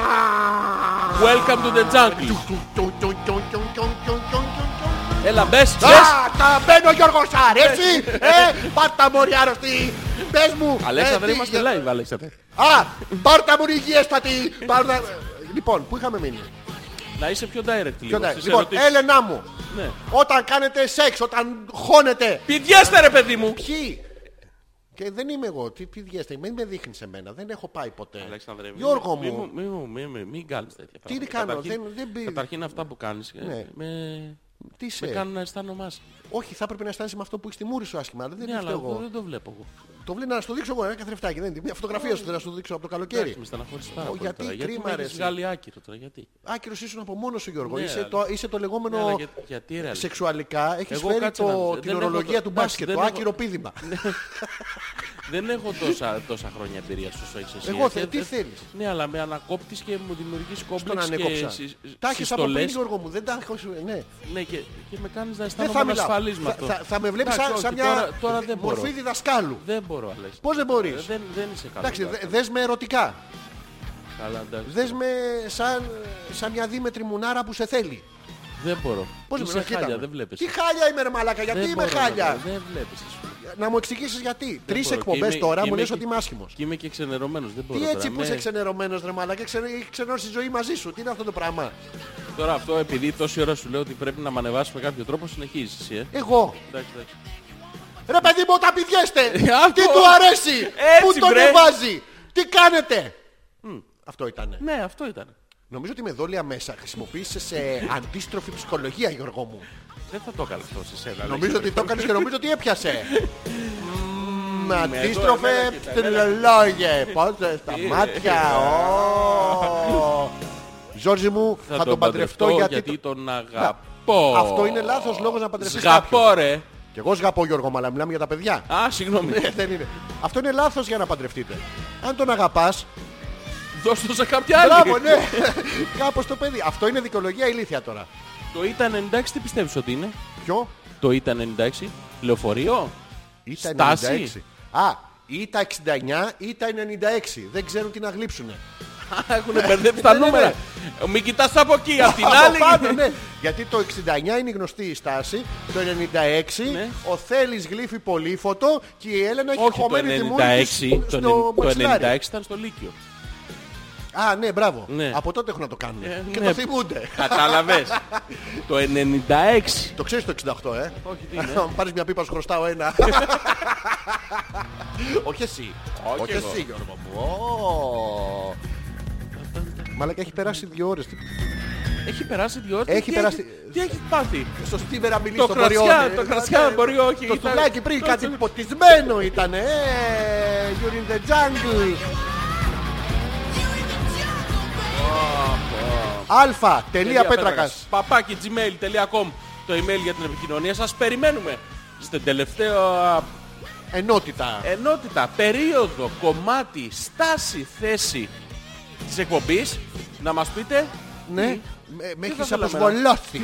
S2: Welcome to the jungle. Έλα μπες, μπες.
S1: Α, τα μπαίνω Γιώργος, σ' αρέσει. ε, πάτα μωρή άρρωστη. Πες μου.
S2: Αλέξανδρε,
S1: Ε, τι-
S2: είμαστε live, Αλέξανδρε.
S1: Α, πάρτα μου υγιέστατη. Πάρτα... Λοιπόν, πού είχαμε μείνει.
S2: Να είσαι πιο direct λίγο.
S1: Ποιο ήταν?
S2: στις
S1: Λοιπόν,
S2: ερωτήσεις.
S1: Έλενά μου,
S2: Ναι.
S1: όταν κάνετε σεξ, όταν χώνετε,
S2: Πηδιέστε ρε παιδί μου.
S1: ποιοι Και δεν είμαι εγώ. Τι, τι διέστε, μην με δείχνεις εμένα. Δεν έχω πάει ποτέ.
S2: Αλέξανδρε, μη-
S1: Γιώργο
S2: μη-
S1: μου.
S2: μη- μη- μη- μη- μη- Μην κάνεις τέτοια
S1: Τι
S2: πράγματα.
S1: κάνω,
S2: Καταρχήν-
S1: δεν- δεν πει-
S2: Καταρχήν αυτά που κάνεις ε,
S1: Ναι.
S2: με,
S1: Τι
S2: με
S1: σε.
S2: κάνουν να αισθάνομαι άσχημα.
S1: Όχι, θα έπρεπε να αισθάνεσαι με αυτό που έχεις στη μούρη σου άσχημα. αλλά Δεν
S2: Ναι,
S1: το
S2: αλλά
S1: φταίω
S2: εγώ
S1: εγώ. Ε,
S2: δεν το βλέπω εγώ.
S1: Το βλέπει να σου το δείξω εγώ ένα καθρεφτάκι. Δεν είναι μια φωτογραφία σου, θέλω να σου το δείξω από το καλοκαίρι.
S2: Εντάξει, με στεναχωρείς πάρα
S1: Ο,
S2: πολύ
S1: γιατί
S2: τώρα. Γιατί
S1: κρίμα,
S2: με
S1: ρε,
S2: έχεις
S1: εσύ.
S2: βγάλει άκυρο τώρα, γιατί.
S1: Άκυρος ήσουν από μόνος σου, Γιώργο.
S2: Ναι,
S1: είσαι,
S2: αλλά-
S1: το, είσαι το λεγόμενο.
S2: Ναι, αλλά για- γιατί, ρε,
S1: Σεξουαλικά έχεις
S2: Εγώ
S1: φέρει
S2: κάτσε
S1: το,
S2: να δω.
S1: την
S2: Δεν έχω
S1: ορολογία
S2: το-
S1: του
S2: εντάξει,
S1: μπάσκετ,
S2: δεν
S1: το
S2: έχω-
S1: άκυρο πίδημα.
S2: Δεν έχω τόσα, τόσα χρόνια εμπειρία όσο έχεις εσύ.
S1: Εγώ θε-
S2: Ε,
S1: τι
S2: δε-
S1: θέλεις.
S2: Ναι, αλλά με ανακόπτεις και μου δημιουργείς
S1: Στον
S2: κόμπλεξ και
S1: ανέκοψα.
S2: συ-
S1: Τα έχεις από πριν,
S2: συστολές.
S1: Γιώργο μου. Δεν τα έχω. σου- Ναι.
S2: Ναι, και, και με κάνεις να
S1: Δεν
S2: αισθάνομαι
S1: θα μιλάω.
S2: ανασφαλής με
S1: Θα,
S2: αυτό.
S1: θα, θα με βλέπεις
S2: Εντάξει,
S1: σαν,
S2: όχι,
S1: σαν
S2: Τώρα,
S1: μια
S2: τώρα δεν μπορώ.
S1: μορφή διδασκάλου.
S2: Δεν μπορώ, Αλέξη.
S1: Πώς δεν μπορείς?
S2: Ε, Δεν, δεν είσαι καλά.
S1: Εντάξει, δε- δες με ερωτικά.
S2: Καλά, εντάξει.
S1: Δες με σαν, σαν μια δίμετρη μουνάρα που σε θέλει.
S2: Δεν μπορώ.
S1: Πώς
S2: είσαι
S1: με- κοίτα
S2: χάλια,
S1: με.
S2: δεν βλέπεις.
S1: Τι χάλια είμαι, ρε Μαλάκα, γιατί
S2: Δεν
S1: είμαι
S2: μπορώ να
S1: χάλια.
S2: βλέπω, Δεν βλέπεις. ας πούμε.
S1: Να μου εξηγήσεις γιατί.
S2: Δεν
S1: Τρεις
S2: μπορώ. Και
S1: εκπομπές
S2: είμαι-
S1: τώρα
S2: και
S1: μου λες
S2: και-
S1: ότι είμαι άσχημος.
S2: Και είμαι και ξενερωμένος. Δεν μπορώ.
S1: Τι
S2: τώρα.
S1: έτσι που
S2: Με-
S1: είσαι ξενερωμένος, ρε Μαλάκα, ξενε- έχει ξενώσει η ζωή μαζί σου. Τι είναι αυτό το πράγμα.
S2: Τώρα αυτό επειδή τόση ώρα σου λέω ότι πρέπει να με ανεβάσει με κάποιο τρόπο συνεχίζεις εσύ, ε.
S1: Εγώ.
S2: Εντάξει, εντάξει.
S1: Ρε παιδί μου, τα πηγαίστε.
S2: Ε, αυτό.
S1: Τι του αρέσει. Πού
S2: Έτσι,
S1: τον
S2: βρε.
S1: ανεβάζει. Τι κάνετε. Αυτό ήταν.
S2: Ναι, αυτό ήταν.
S1: Νομίζω ότι με δόλια μέσα χρησιμοποίησε ε, αντίστροφη ψυχολογία, Γιώργο μου.
S2: Δεν θα το έκανα αυτό σε σένα.
S1: Νομίζω ότι το έκανες και νομίζω ότι έπιασε. Μ, Αντίστροφε
S2: εμένα κοίτα, εμένα.
S1: τρελόγε. Πότε στα μάτια. ω. Ζόρζι μου, ε, θα τον παντρευτώ γιατί.
S2: γιατί
S1: το-
S2: τον αγαπώ.
S1: Αυτό είναι λάθος λόγος να παντρευτείς
S2: Σγαπώ
S1: κάποιον.
S2: ρε.
S1: Κι εγώ σγαπώ Γιώργο μου, αλλά μιλάμε για τα παιδιά.
S2: Α, συγγνώμη.
S1: Ε, Δεν είναι. Αυτό είναι λάθος για να παντρευτείτε. Αν τον αγαπάς,
S2: Δώσ' το σε κάποια άλλη.
S1: μπράβο, ναι. Κάπως το παιδί. Αυτό είναι δικαιολογία ηλίθια τώρα.
S2: Το ήταν 96 τι πιστεύεις ότι είναι.
S1: Ποιο?
S2: Το ήταν 96 λεωφορείο.
S1: Ήτα
S2: Στάση.
S1: 96. Α, ήτα 69, ήτα 96. Δεν ξέρουν τι να γλύψουνε.
S2: Έχουν μπερδέψει τα
S1: Ναι, ναι,
S2: νούμερα. Μην κοιτάς από εκεί, απ' την
S1: Από πάνω,
S2: άλλη.
S1: ναι. Γιατί το 69 είναι η γνωστή η στάση, το 96
S2: Ναι.
S1: ο Θέλης γλύφει πολύφωτο και η Έλενα έχει
S2: Όχι, το
S1: χωμένη τη μούρη της
S2: 96,
S1: στο
S2: το, το
S1: μαξιλάρι.
S2: 96 ήταν στο Λύκειο.
S1: Α, ναι, μπράβο.
S2: Ναι.
S1: Από τότε έχουν να το κάνουν.
S2: Ε,
S1: και
S2: ναι.
S1: το θυμούνται.
S2: Κατάλαβες. το 96
S1: Το ξέρεις το 68, ε.
S2: Όχι, τι είναι.
S1: Αν πάρεις μια πίπα σου χρωστάω ένα. Όχι εσύ. Όχι
S2: εγώ.
S1: εσύ, Γιώργο μου. Ω. Μαλάκα έχει περάσει δύο ώρες. Τι-
S2: Έχει περάσει δύο ώρες.
S1: Έχει
S2: Τι
S1: περάσει-
S2: Τι έχει πάθει.
S1: Στο στίβερα μιλήσει
S2: Το
S1: στο
S2: κρασιά,
S1: Βορειό.
S2: το κρασιά, μπορεί, όχι,
S1: Το
S2: ήταν-
S1: σουβλάκι πριν
S2: το-
S1: κάτι
S2: το-
S1: ποτισμένο ήταν. Ε, you're in the jungle. Αλφα, τελεία πέτρακας.
S2: Παπάκι gmail.com Το email για την επικοινωνία σας. Περιμένουμε στην τελευταία
S1: Ενότητα.
S2: ενότητα, περίοδο, κομμάτι, στάση, θέση της εκπομπής να μας πείτε
S1: Ναι, με- με
S2: Ε, τι θα
S1: έχεις
S2: θέλαμε να-
S1: αποσβολώσει.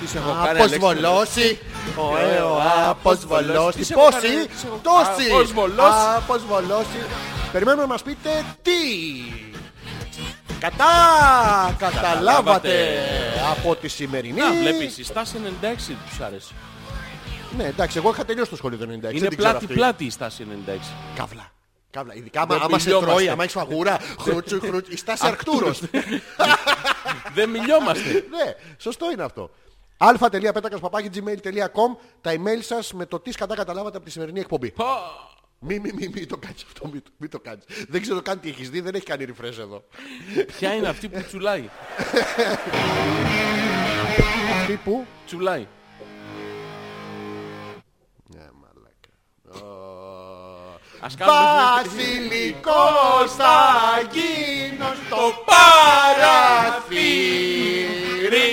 S2: τι σε έχω κάνει,
S1: Αποσβολώσει. Ωε, ο
S2: Τι σε
S1: αποσβολώσει.
S2: έχω
S1: Πόσοι,
S2: κάνει, τι σε έχω-
S1: τόσοι.
S2: Αποσβολώσει.
S1: Αποσβολώσει. Περιμένουμε να μας πείτε τι. Κατά, καταλάβατε από τη σημερινή.
S2: Να βλέπεις, η στάση 96 τους άρεσε.
S1: Ναι, εντάξει, εγώ είχα τελειώσει το σχολείο το 96. δεν
S2: Είναι
S1: την ξέρω αυτή.
S2: πλάτη-πλάτη η στάση 96.
S1: Καύλα. Καύλα. Ειδικά άμα,
S2: Δεν Ναι.
S1: άμα σε
S2: μιλιόμαστε.
S1: τρώει, άμα έχεις φαγούρα, χρούτσου, χρούτσου. Η στάση Αρκτούρος.
S2: Δεν μιλιόμαστε.
S1: ναι, σωστό είναι αυτό. αλφα.πέτακα.gmail.com Τα email σας με το τι σκατά καταλάβατε από τη σημερινή εκπομπή. Μη, μη, μη, μη το κάνεις αυτό, μη, το- μη το κάνεις. Δεν ξέρω καν τι έχεις δει, δεν έχει κάνει refresh εδώ.
S2: Ποια είναι αυτή που τσουλάει.
S1: Αυτή που...
S2: Τσουλάει.
S1: Ναι, μαλάκα. Ω.
S2: Ας κάνουμε...
S1: Βασιλικός θα γίνω στο παραθύρι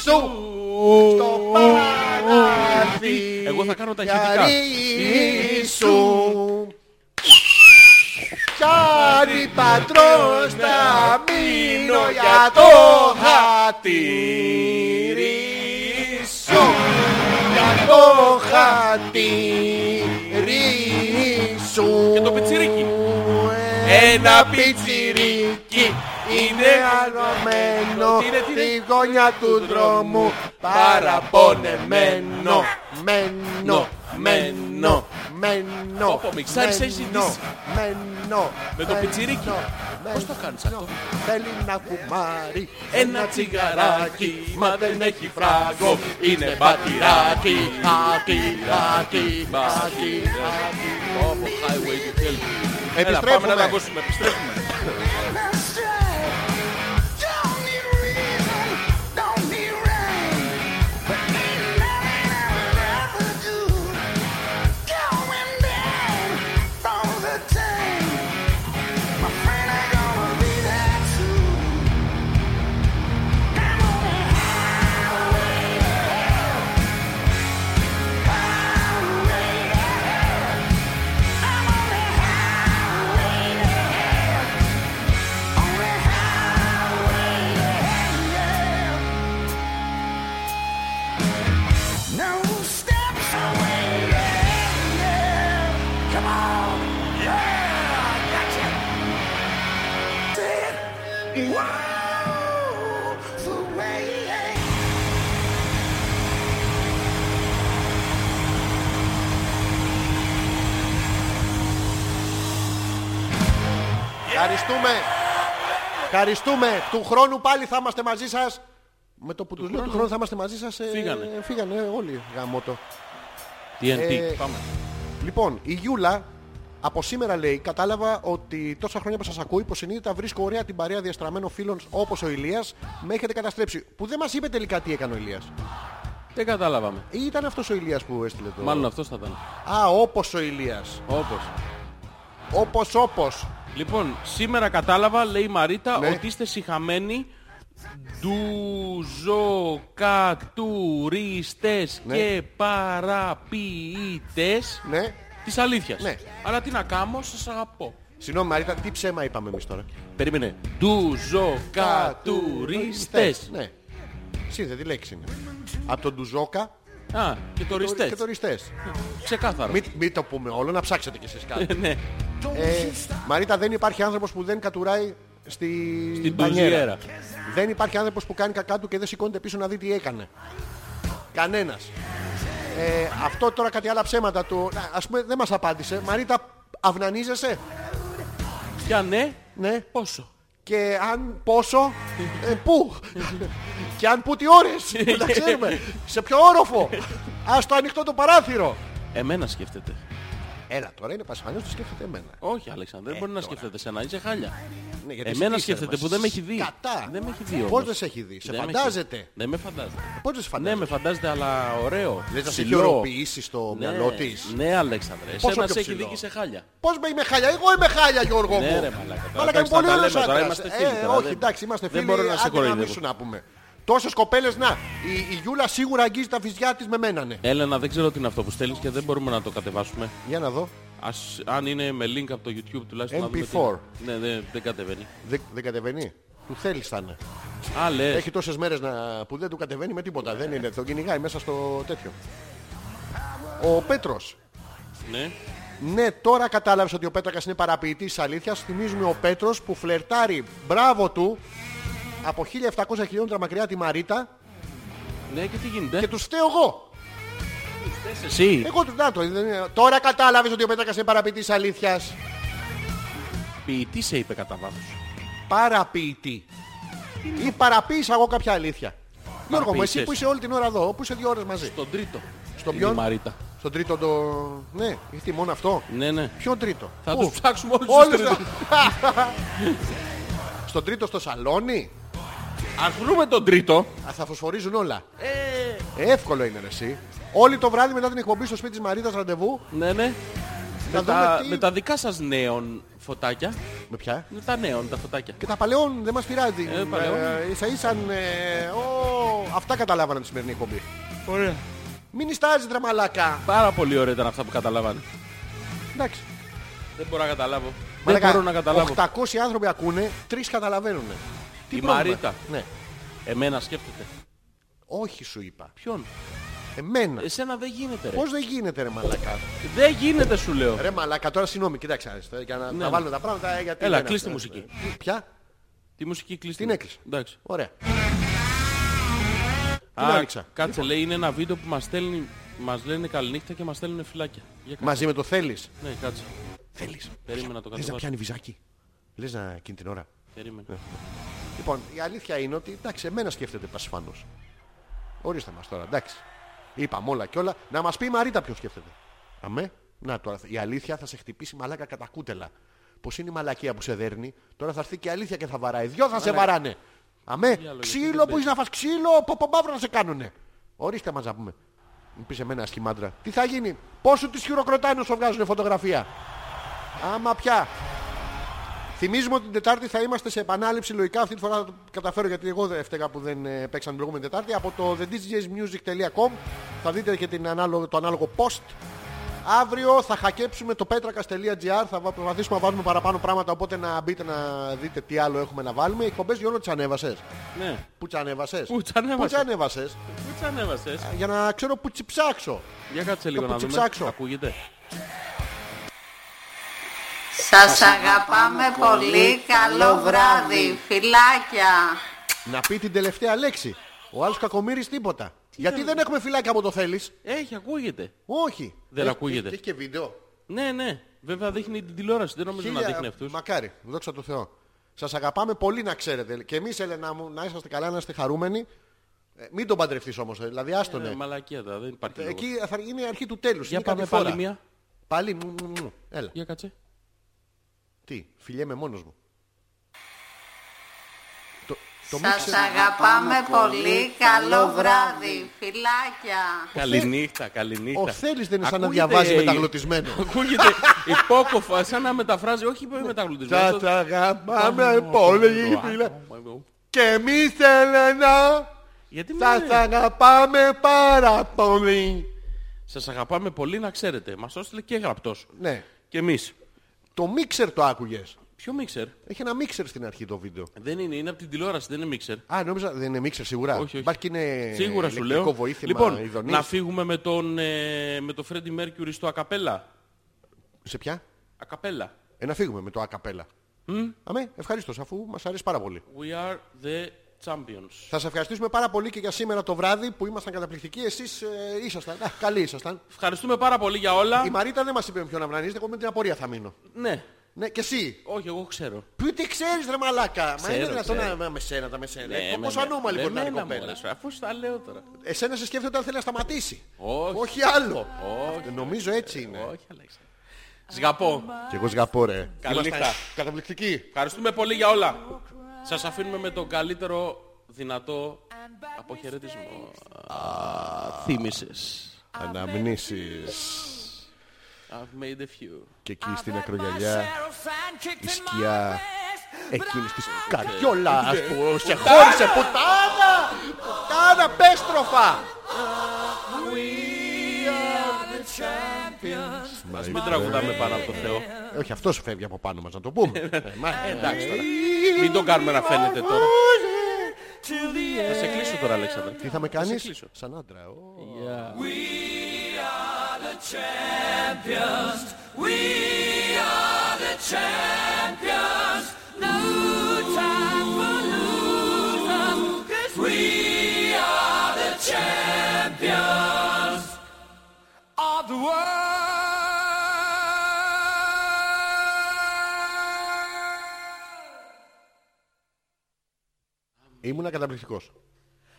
S1: σου. Στο παραθύρι
S2: Εγώ θα κάνω τα ηχητικά.
S1: σου. Πιάνει πατρός
S2: Ναι.
S1: θα μείνω για το χατήρι σου. Για το χατήρι σου.
S2: Το πιτσιρίκι.
S1: Ένα πιτσιρίκι είναι
S2: Τι είναι,
S1: αλωμένο
S2: τι είναι?
S1: στη γωνιά του δρόμου παραπονεμένο. Μένο, μένο, μένο.
S2: Όπο, μιξάρις έχεις ζητήσει.
S1: μένο, μένο,
S2: Με το
S1: μένο,
S2: πιτσιρίκι. Πώς το κάνεις αυτό.
S1: Θέλει να κουμάρει
S2: Ένα τσιγαράκι, μα δεν έχει φράγκο Είναι μπατυράκι, μπατυράκι, μπατυράκι Όπω highway to hell Έλα πάμε να τα
S1: Επιστρέφουμε.
S2: ακούσουμε, επιστρέφουμε
S9: No steps away. Yeah, yeah. Come on. Yeah, gotcha. See it? Whoa, the way.
S1: Ευχαριστούμε. Ευχαριστούμε. Του χρόνου πάλι θα είμαστε μαζί σας. Με το που τους λέω του χρόνου θα είμαστε μαζί σας. ε,
S2: Φύγανε.
S1: Φύγανε όλοι γαμότο.
S2: TNT,
S1: Ε,
S2: πάμε
S1: Λοιπόν, η Γιούλα από σήμερα λέει, κατάλαβα ότι τόσα χρόνια που σας ακούω υποσυνείδητα βρίσκω ωραία την παρέα διαστραμμένων φίλων όπως ο Ηλίας με έχετε καταστρέψει. Που δεν μας είπε τελικά τι έκανε ο Ηλίας.
S2: Δεν κατάλαβαμε,
S1: Ή ήταν αυτός ο Ηλίας που έστειλε το...
S2: μάλλον αυτός θα ήταν
S1: Α, όπως ο Ηλίας.
S2: Όπως
S1: Όπως όπως.
S2: Λοιπόν, σήμερα κατάλαβα, λέει η Μαρίτα,
S1: Ναι.
S2: ότι είστε συχαμένοι ντουζοκατουρίστες
S1: Ναι.
S2: και παραποιητές
S1: Ναι.
S2: της αλήθειας.
S1: Ναι.
S2: Αλλά τι να κάνω, σας αγαπώ.
S1: Συγγνώμη Μαρίτα, τι ψέμα είπαμε εμείς τώρα.
S2: Περίμενε. Ντουζοκατουρίστες.
S1: Ναι. Σύνθετη λέξη είναι. Από τον Ντουζόκα
S2: Α, και το
S1: και
S2: ριστές.
S1: το Ριστές.
S2: Ξεκάθαρο.
S1: Μην, μην το πούμε όλο, να ψάξετε κι εσείς κάτι.
S2: ναι.
S1: Ε, Μαρίτα, δεν υπάρχει άνθρωπος που δεν κατουράει στη...
S2: Στην
S1: μπανιέρα.
S2: τουζιέρα.
S1: Δεν υπάρχει άνθρωπος που κάνει κακά του και δεν σηκώνεται πίσω να δει τι έκανε. Κανένας. Ε, αυτό τώρα κάτι άλλα ψέματα του. Να, Ας πούμε δεν μας απάντησε. Μαρίτα, αυνανίζεσαι.
S2: Και αν ναι,
S1: Ναι.
S2: πόσο.
S1: Και αν πόσο, ε, πού. και αν πού τι ώρες. που τα ξέρουμε. Σε ποιο όροφο. Ας το ανοιχτό το παράθυρο.
S2: Εμένα σκέφτεται.
S1: Έλα τώρα είναι πασφανές το σκέφτεται εμένα.
S2: Όχι, Αλέξανδρε, δεν μπορεί να σκέφτεται σένα, είσαι χάλια.
S1: Ναι, γιατί
S2: Εμένα
S1: εσύ τι
S2: σκέφτεται
S1: είσαι,
S2: που δεν με έχει δει.
S1: Κατά.
S2: Δεν με έχει δει.
S1: Πώς
S2: όμως.
S1: δεν σε έχει δει. Σε
S2: Δεν με έχει
S1: φαντάζεται.
S2: δει. Δεν με φαντάζεται.
S1: Πώς δεν σε
S2: Ναι,
S1: φαντάζεται.
S2: με φαντάζεται, αλλά ωραίο.
S1: Δεν θα σε
S2: Ψηλό.
S1: χειροποιήσει στο μυαλό της.
S2: Ναι, Αλέξανδρε.
S1: Πόσο
S2: Εσένα
S1: πιο
S2: σε έχει
S1: ψηλό.
S2: δει και σε χάλια.
S1: Πώς με είμαι χάλια, εγώ είμαι χάλια, Γιώργο.
S2: Ναι,
S1: μου.
S2: ρε μαλάκα, τώρα,
S1: Μαλάκα, είμαι
S2: εντάξει,
S1: πολύ
S2: τα τα
S1: ωραίος
S2: λέμε τώρα,
S1: άντρας.
S2: είμαστε φίλοι
S1: Ε,
S2: τώρα,
S1: όχι,
S2: δεν-
S1: εντάξει, είμαστε
S2: δεν
S1: φίλοι.
S2: μπορώ να σε
S1: άντε
S2: κοροϊδεύω.
S1: μίσου να πούμε. Τόσες κοπέλες να. Η, η Γιούλα σίγουρα αγγίζει τα φυσιά της με μένα, ναι.
S2: Έλενα, δεν ξέρω τι είναι αυτό που στέλνεις και δεν μπορούμε να το κατεβάσουμε.
S1: Για να δω.
S2: Ας, αν είναι με link από το YouTube τουλάχιστον. να δούμε τι
S1: MP4.
S2: είναι. Ναι, ναι, δεν κατεβαίνει.
S1: Δεν, δεν κατεβαίνει. Του θέλεις θα είναι.
S2: Α, λες.
S1: Έχει τόσες μέρες να... που δεν του κατεβαίνει με τίποτα. δεν είναι. Το κυνηγάει μέσα στο τέτοιο. Ο Πέτρος
S2: Ναι.
S1: Ναι, τώρα κατάλαβες ότι ο Πέτρακας είναι παραποιητής της αλήθειας. Θυμίζουμε ο Πέτρος που φλερτάρει. Μπράβο του! Από 1700 χιλιόμετρα μακριά τη Μαρίτα
S2: ναι, και τι γίνεται.
S1: και τους φταίω εγώ.
S2: Εσύ
S1: Εγώ τους να το. δεν είναι- Τώρα κατάλαβες ότι ο Πέτρακας είναι παραποιητής τη αλήθειας.
S2: ποιητή σε είπε κατά βάθος.
S1: Παραποιητή. Ή παραποίησα εγώ κάποια αλήθεια. Γιώργο μου, εσύ
S2: Παραποίησες.
S1: που είσαι όλη την ώρα εδώ, που είσαι δύο ώρες μαζί.
S2: Τον τρίτο.
S1: Στον
S2: Είναι
S1: ποιον?
S2: η Μαρίτα.
S1: Στον τρίτο το. Ναι, γιατί μόνο αυτό.
S2: Ναι, ναι.
S1: Ποιο τρίτο.
S2: Θα
S1: Πού?
S2: τους ψάξουμε όλους τους
S1: Όλους
S2: τρίτους.
S1: τα- Στον τρίτο στο σαλόνι.
S2: Ας βρούμε τον τρίτο.
S1: Ας, θα φωσφορίζουν όλα. Ε, Εύκολο είναι ρε, εσύ. Όλη το βράδυ μετά την εκπομπή στο σπίτι της Μαρίτας ραντεβού.
S2: Ναι, ναι.
S1: Να
S2: Με τα,
S1: δούμε τι-
S2: με τα δικά σας νέων φωτάκια.
S1: Με ποια.
S2: Με τα νέων τα φωτάκια.
S1: Και τα παλαιών δεν μας πειράζει.
S2: Ε, παλαιών.
S1: ίσα ίσαν. Ε, ο, αυτά καταλάβανε τη σημερινή εκπομπή.
S2: Ωραία.
S1: Μην ιστάζετε ρε μαλάκα.
S2: Πάρα πολύ ωραία ήταν αυτά που καταλάβανε.
S1: Εντάξει.
S2: Δεν μπορώ να καταλάβω.
S1: Μαλάκα,
S2: Δεν μπορώ να καταλάβω.
S1: 800 άνθρωποι ακούνε, 3 καταλαβαίνουν. Τι
S2: Η
S1: πρόβλημα.
S2: Μαρίτα.
S1: Ναι.
S2: Εμένα σκέφτεται.
S1: Όχι σου είπα.
S2: Ποιον.
S1: Εμένα.
S2: Εσένα δεν γίνεται, ρε.
S1: Πώς δεν γίνεται ρε μαλάκα.
S2: Δεν γίνεται, σου λέω.
S1: Ρε μαλάκα, τώρα συγγνώμη, κοίταξε άρεσε, τώρα, για να,
S2: Ναι.
S1: να βάλουμε τα πράγματα. ε, Γιατί
S2: Έλα,
S1: δεν-
S2: κλείς τη
S1: ε,
S2: μουσική.
S1: ε, Ποια,
S2: Τη μουσική κλείσει.
S1: την έκλεισε.
S2: Εντάξει.
S1: Ωραία.
S2: Α,
S1: άνοιξα. Λοιπόν.
S2: Κάτσε, λέει, είναι ένα βίντεο που μας στέλνει. Μας λένε καληνύχτα και μας στέλνουν φυλάκια. Για κάτσε.
S1: Μαζί με το θέλεις.
S2: Ναι, κάτσε.
S1: Θέλεις.
S2: Περίμενα να το
S1: Θες να
S2: κατεβάσω.
S1: πιάνει βυζάκι. Λες να εκείνη την ώρα.
S2: Περίμενε.
S1: Λοιπόν, η αλήθεια είναι ότι εντάξει, εμένα σκέφτεται Πασφανό. Ορίστε μας τώρα, εντάξει. Είπαμε όλα και όλα. Να μας πει η Μαρίτα ποιος σκέφτεται. Αμέ. Να τώρα, η αλήθεια θα σε χτυπήσει μαλάκα κατά κούτελα. Πώ είναι η μαλακία που σε δέρνει, τώρα θα έρθει και η αλήθεια και θα βαράει. Δυο θα σε βαράνε. Αμέ. Ξύλο που είσαι να φας ξύλο, ποποπαύρο να σε κάνουνε. Ορίστε μας να πούμε. Μου πεις εμένα σχημάντρα. Τι θα γίνει, πόσο τη χειροκροτάνε όσο βγάζουν φωτογραφία. Άμα πια. Θυμίζουμε ότι την Τετάρτη θα είμαστε σε επανάληψη λογικά. Αυτή τη φορά θα το καταφέρω γιατί εγώ δεν έφταιγα που δεν ε, παίξαν την προηγούμενη Τετάρτη. Από το thedjsmusic.com θα δείτε και την ανάλογο, το ανάλογο post. Αύριο θα χακέψουμε το πέτρακα.gr. Θα βα- προσπαθήσουμε να βάλουμε παραπάνω πράγματα. Οπότε να μπείτε να δείτε τι άλλο έχουμε να βάλουμε. Οι εκπομπές Γιώργο τις ανέβασες.
S2: Ναι.
S1: Πού τις ανέβασες.
S2: Πού τις ανέβασα.
S1: ανέβασες.
S2: Πού τις ανέβασες.
S1: Για να ξέρω πού τι ψάξω.
S2: Για κάτσε λίγο
S1: Το
S2: να
S1: που
S2: δούμε.
S1: ψάξω.
S2: Ακούγεται.
S10: Σας αγαπάμε πολύ. Καλό βράδυ. Φιλάκια.
S1: Να πει την τελευταία λέξη. Ο άλλος κακομοίρη τίποτα. Γιατί δεν έχουμε φυλάκια από το θέλεις.
S2: Έχει, ακούγεται.
S1: Όχι.
S2: Δεν
S1: Έχει-
S2: ακούγεται.
S1: Έχει και βίντεο.
S2: Ναι, ναι. Βέβαια δείχνει την τηλεόραση. Δεν νομίζω να
S1: Χίλια-
S2: δείχνει αυτούς.
S1: Μακάρι, δόξα τω Θεώ. Σας αγαπάμε πολύ να ξέρετε. Και εμείς, Ελένα μου, να είσαστε καλά, να είστε χαρούμενοι. Ε, μην τον παντρευτείς όμως, δηλαδή άστονε.
S2: Ε, Μαλακία τα, δεν υπάρχει λόγος.
S1: Εκεί θα είναι η αρχή του τέλους.
S2: Για πάμε πάλι μία.
S1: Πάλι, μου, μου, μου. Έλα.
S2: Για κάτσε.
S1: Τι, φιλιέμαι μόνος μου. Το, το
S10: Σας αγαπάμε πολύ. Καλό βράδυ. Φιλάκια.
S2: Καληνύχτα, καληνύχτα.
S1: Ο Θέλης δεν είναι σαν να
S2: Ακούγεται
S1: διαβάζει
S2: η-
S1: μεταγλωτισμένο.
S2: Ακούγεται υπόκοφα, σαν να μεταφράζει, όχι μεταγλωτισμένο.
S1: Τα τα αγαπάμε πολύ φίλε. Και εμείς Ελένα
S2: Γιατί
S1: θα
S2: με-
S1: τα αγαπάμε πάρα πολύ.
S2: Σας αγαπάμε πολύ να ξέρετε. Μας έστειλε και γραπτός.
S1: Ναι.
S2: Και εμείς.
S1: Το μίξερ το άκουγες.
S2: Ποιο μίξερ.
S1: Έχει ένα μίξερ στην αρχή το βίντεο.
S2: Δεν είναι, είναι από την τηλεόραση, δεν είναι μίξερ.
S1: Α, νόμιζα δεν είναι μίξερ σίγουρα.
S2: Όχι, όχι.
S1: Υπάρχει και είναι
S2: Σίγουρα σου
S1: Ε, ηλεκτρικό
S2: λέω.
S1: βοήθημα
S2: λοιπόν,
S1: ειδονής.
S2: να φύγουμε με τον, ε, με τον Freddie Mercury στο ακαπέλα.
S1: Σε ποια?
S2: Ακαπέλα.
S1: Ε, να φύγουμε με το ακαπέλα. Αμέ, ευχαρίστως αφού μας αρέσει πάρα πολύ.
S2: We are the champions.
S1: Θα σε ευχαριστήσουμε πάρα πολύ και για σήμερα το βράδυ που ήμασταν καταπληκτικοί. Εσείς ε, ήσασταν. Α, καλοί ήσασταν.
S2: Ευχαριστούμε πάρα πολύ για όλα.
S1: Η Μαρίτα δεν μας είπε με ποιον να βλανίζετε. Εγώ με την απορία θα μείνω.
S2: Ναι.
S1: Ναι, και εσύ.
S2: Όχι, εγώ ξέρω.
S1: Πού τι ξέρεις ρε μαλάκα. Μα
S2: Ξέρω,
S1: είναι δυνατόν
S2: ξέρω.
S1: να με σένα, τα με σένα. Ε,
S2: Ναι,
S1: Πόσο
S2: ναι, ναι.
S1: ανώμαλη μπορεί να είναι η
S2: Εμένα,
S1: κοπέλα.
S2: μωρέ, Αφού στα λέω τώρα.
S1: λοιπόν, Εσένα σε σκέφτεται όταν θέλει να σταματήσει.
S2: Όχι.
S1: άλλο.
S2: Όχι.
S1: Νομίζω έτσι είναι.
S2: Όχι, Αλέξα. Σγαπώ.
S1: Και εγώ σγαπώ ρε.
S2: Καλή
S1: Ήμασταν
S2: νύχτα.
S1: Καταπληκτικοί.
S2: Ευχαριστούμε πολύ για όλα. Σας αφήνουμε με τον καλύτερο δυνατό αποχαιρετισμό. Θύμησες.
S1: Αναμνήσεις.
S2: I've made a few.
S1: Και εκεί στην ακρογιαλιά
S6: Η
S1: σκιά εκείνης της καριόλας που σε χώρισε πουτάνα. Πουτάνα πέστροφα.
S2: Ας μην τραγουδάμε πάνω από το Θεό.
S1: Ε, Όχι αυτός φεύγει από πάνω μας να το πούμε. Ε, μα-
S2: Εντάξει τώρα. Μην το κάνουμε να φαίνεται τώρα. Θα σε κλείσω τώρα, Αλέξανδρε.
S1: Τι θα με κάνεις
S2: κλείσω.
S1: σαν άντρα. ω. Ήμουνα καταπληκτικός.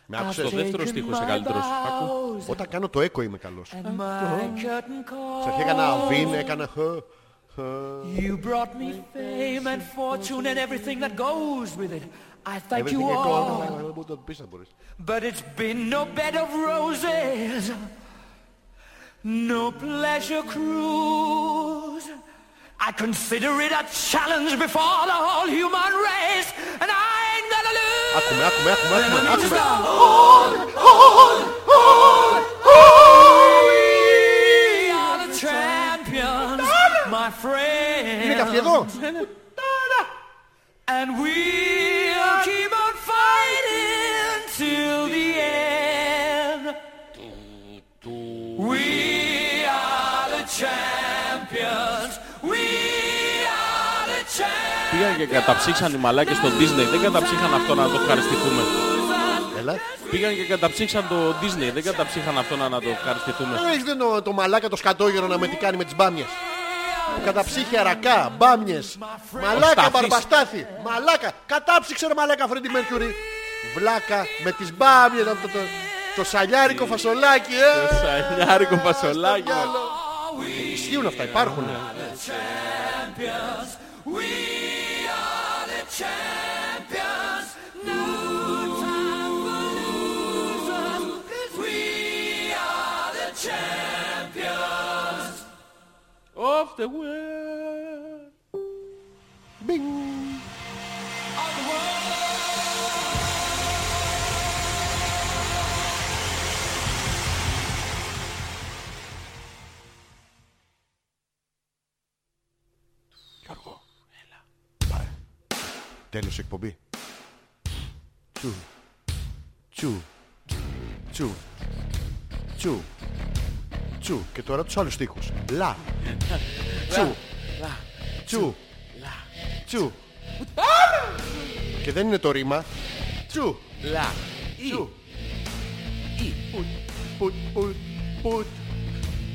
S1: Με
S2: Στο
S1: άκουσες.
S2: δεύτερο στίχο είσαι καλύτερος. Ακού.
S1: Όταν κάνω το έκο είμαι καλός. Σε αρχή έκανα βίν, έκανα χ,
S6: You brought me fame and fortune and everything that goes with it. I thank
S1: everything
S6: you all.
S1: echo. Ε, Μου το πεις να μπορείς.
S6: But it's been no bed of roses, no pleasure cruise. I consider it a challenge before the whole human race, and I ain't gonna lose.
S1: Άκουμε, άκουμε, άκουμε, άκουμε, άκουμε.
S6: We are the champions, my
S1: Είναι Ε, και
S6: friend,
S1: αυτή εδώ.
S6: and we'll keep on fighting till the end. We are the champions. We are the champions.
S2: Πήγαν και καταψύξαν οι μαλάκες στο Disney. Δεν καταψύχαν αυτό να το ευχαριστηθούμε.
S1: Έλα.
S2: Πήγαν και καταψύξαν το Disney. Δεν καταψύχαν αυτό να, να το ευχαριστηθούμε.
S1: Έχεις δει το- το μαλάκα το σκατόγερο να με τι κάνει με τις μπάμιες.
S6: We
S1: Καταψύχια ρακά, μπάμιες, μαλάκα
S2: Στάθης.
S1: μπαρμπαστάθη, μαλάκα, κατάψυξε ρε μαλάκα Φρέντι Μέρκιουρι, βλάκα με τις μπάμιες, αυτό το, το σαλιάρικο φασολάκι, ε,
S2: Σαλιάρικο πασολάκι.
S1: ισχύουν αυτά, υπάρχουν.
S2: Of the world.
S1: Τέλος εκπομπή. Τσου. Τσου. Τσου. Τσου. Τσου. Και τώρα τους άλλους στίχους. Λα. Τσου. Τσου. Τσου. Και δεν είναι το ρήμα. Τσου.
S2: Λα.
S1: Τσου. Πουτ. Πουτ. Πουτ. Πουτ.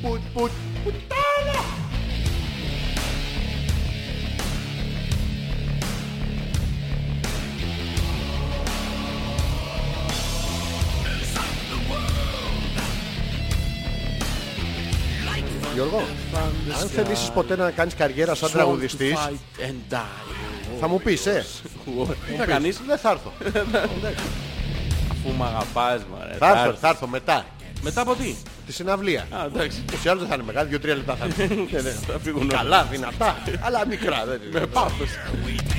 S1: Πουτ. Πουτ. Πουτάνα. Γιώργο, αν θελήσεις ποτέ να κάνεις καριέρα σαν τραγουδιστής,
S2: Fight and die.
S1: θα μου πεις, ε.
S2: Τι να κάνεις.
S1: Δεν θα έρθω.
S2: Αφού μ' αγαπάς μωρέ.
S1: Θα έρθω, θα έρθω μετά.
S2: Μετά από τι.
S1: Τη συναυλία.
S2: Α, εντάξει.
S1: Τους ή άλλως δεν θα είναι μεγάλη, δύο-τρία λεπτά θα είναι. Ναι, ναι.
S2: Θα φύγουν όλοι.
S1: Καλά, δυνατά, αλλά μικρά. Δεν είναι.
S2: Με πάθος.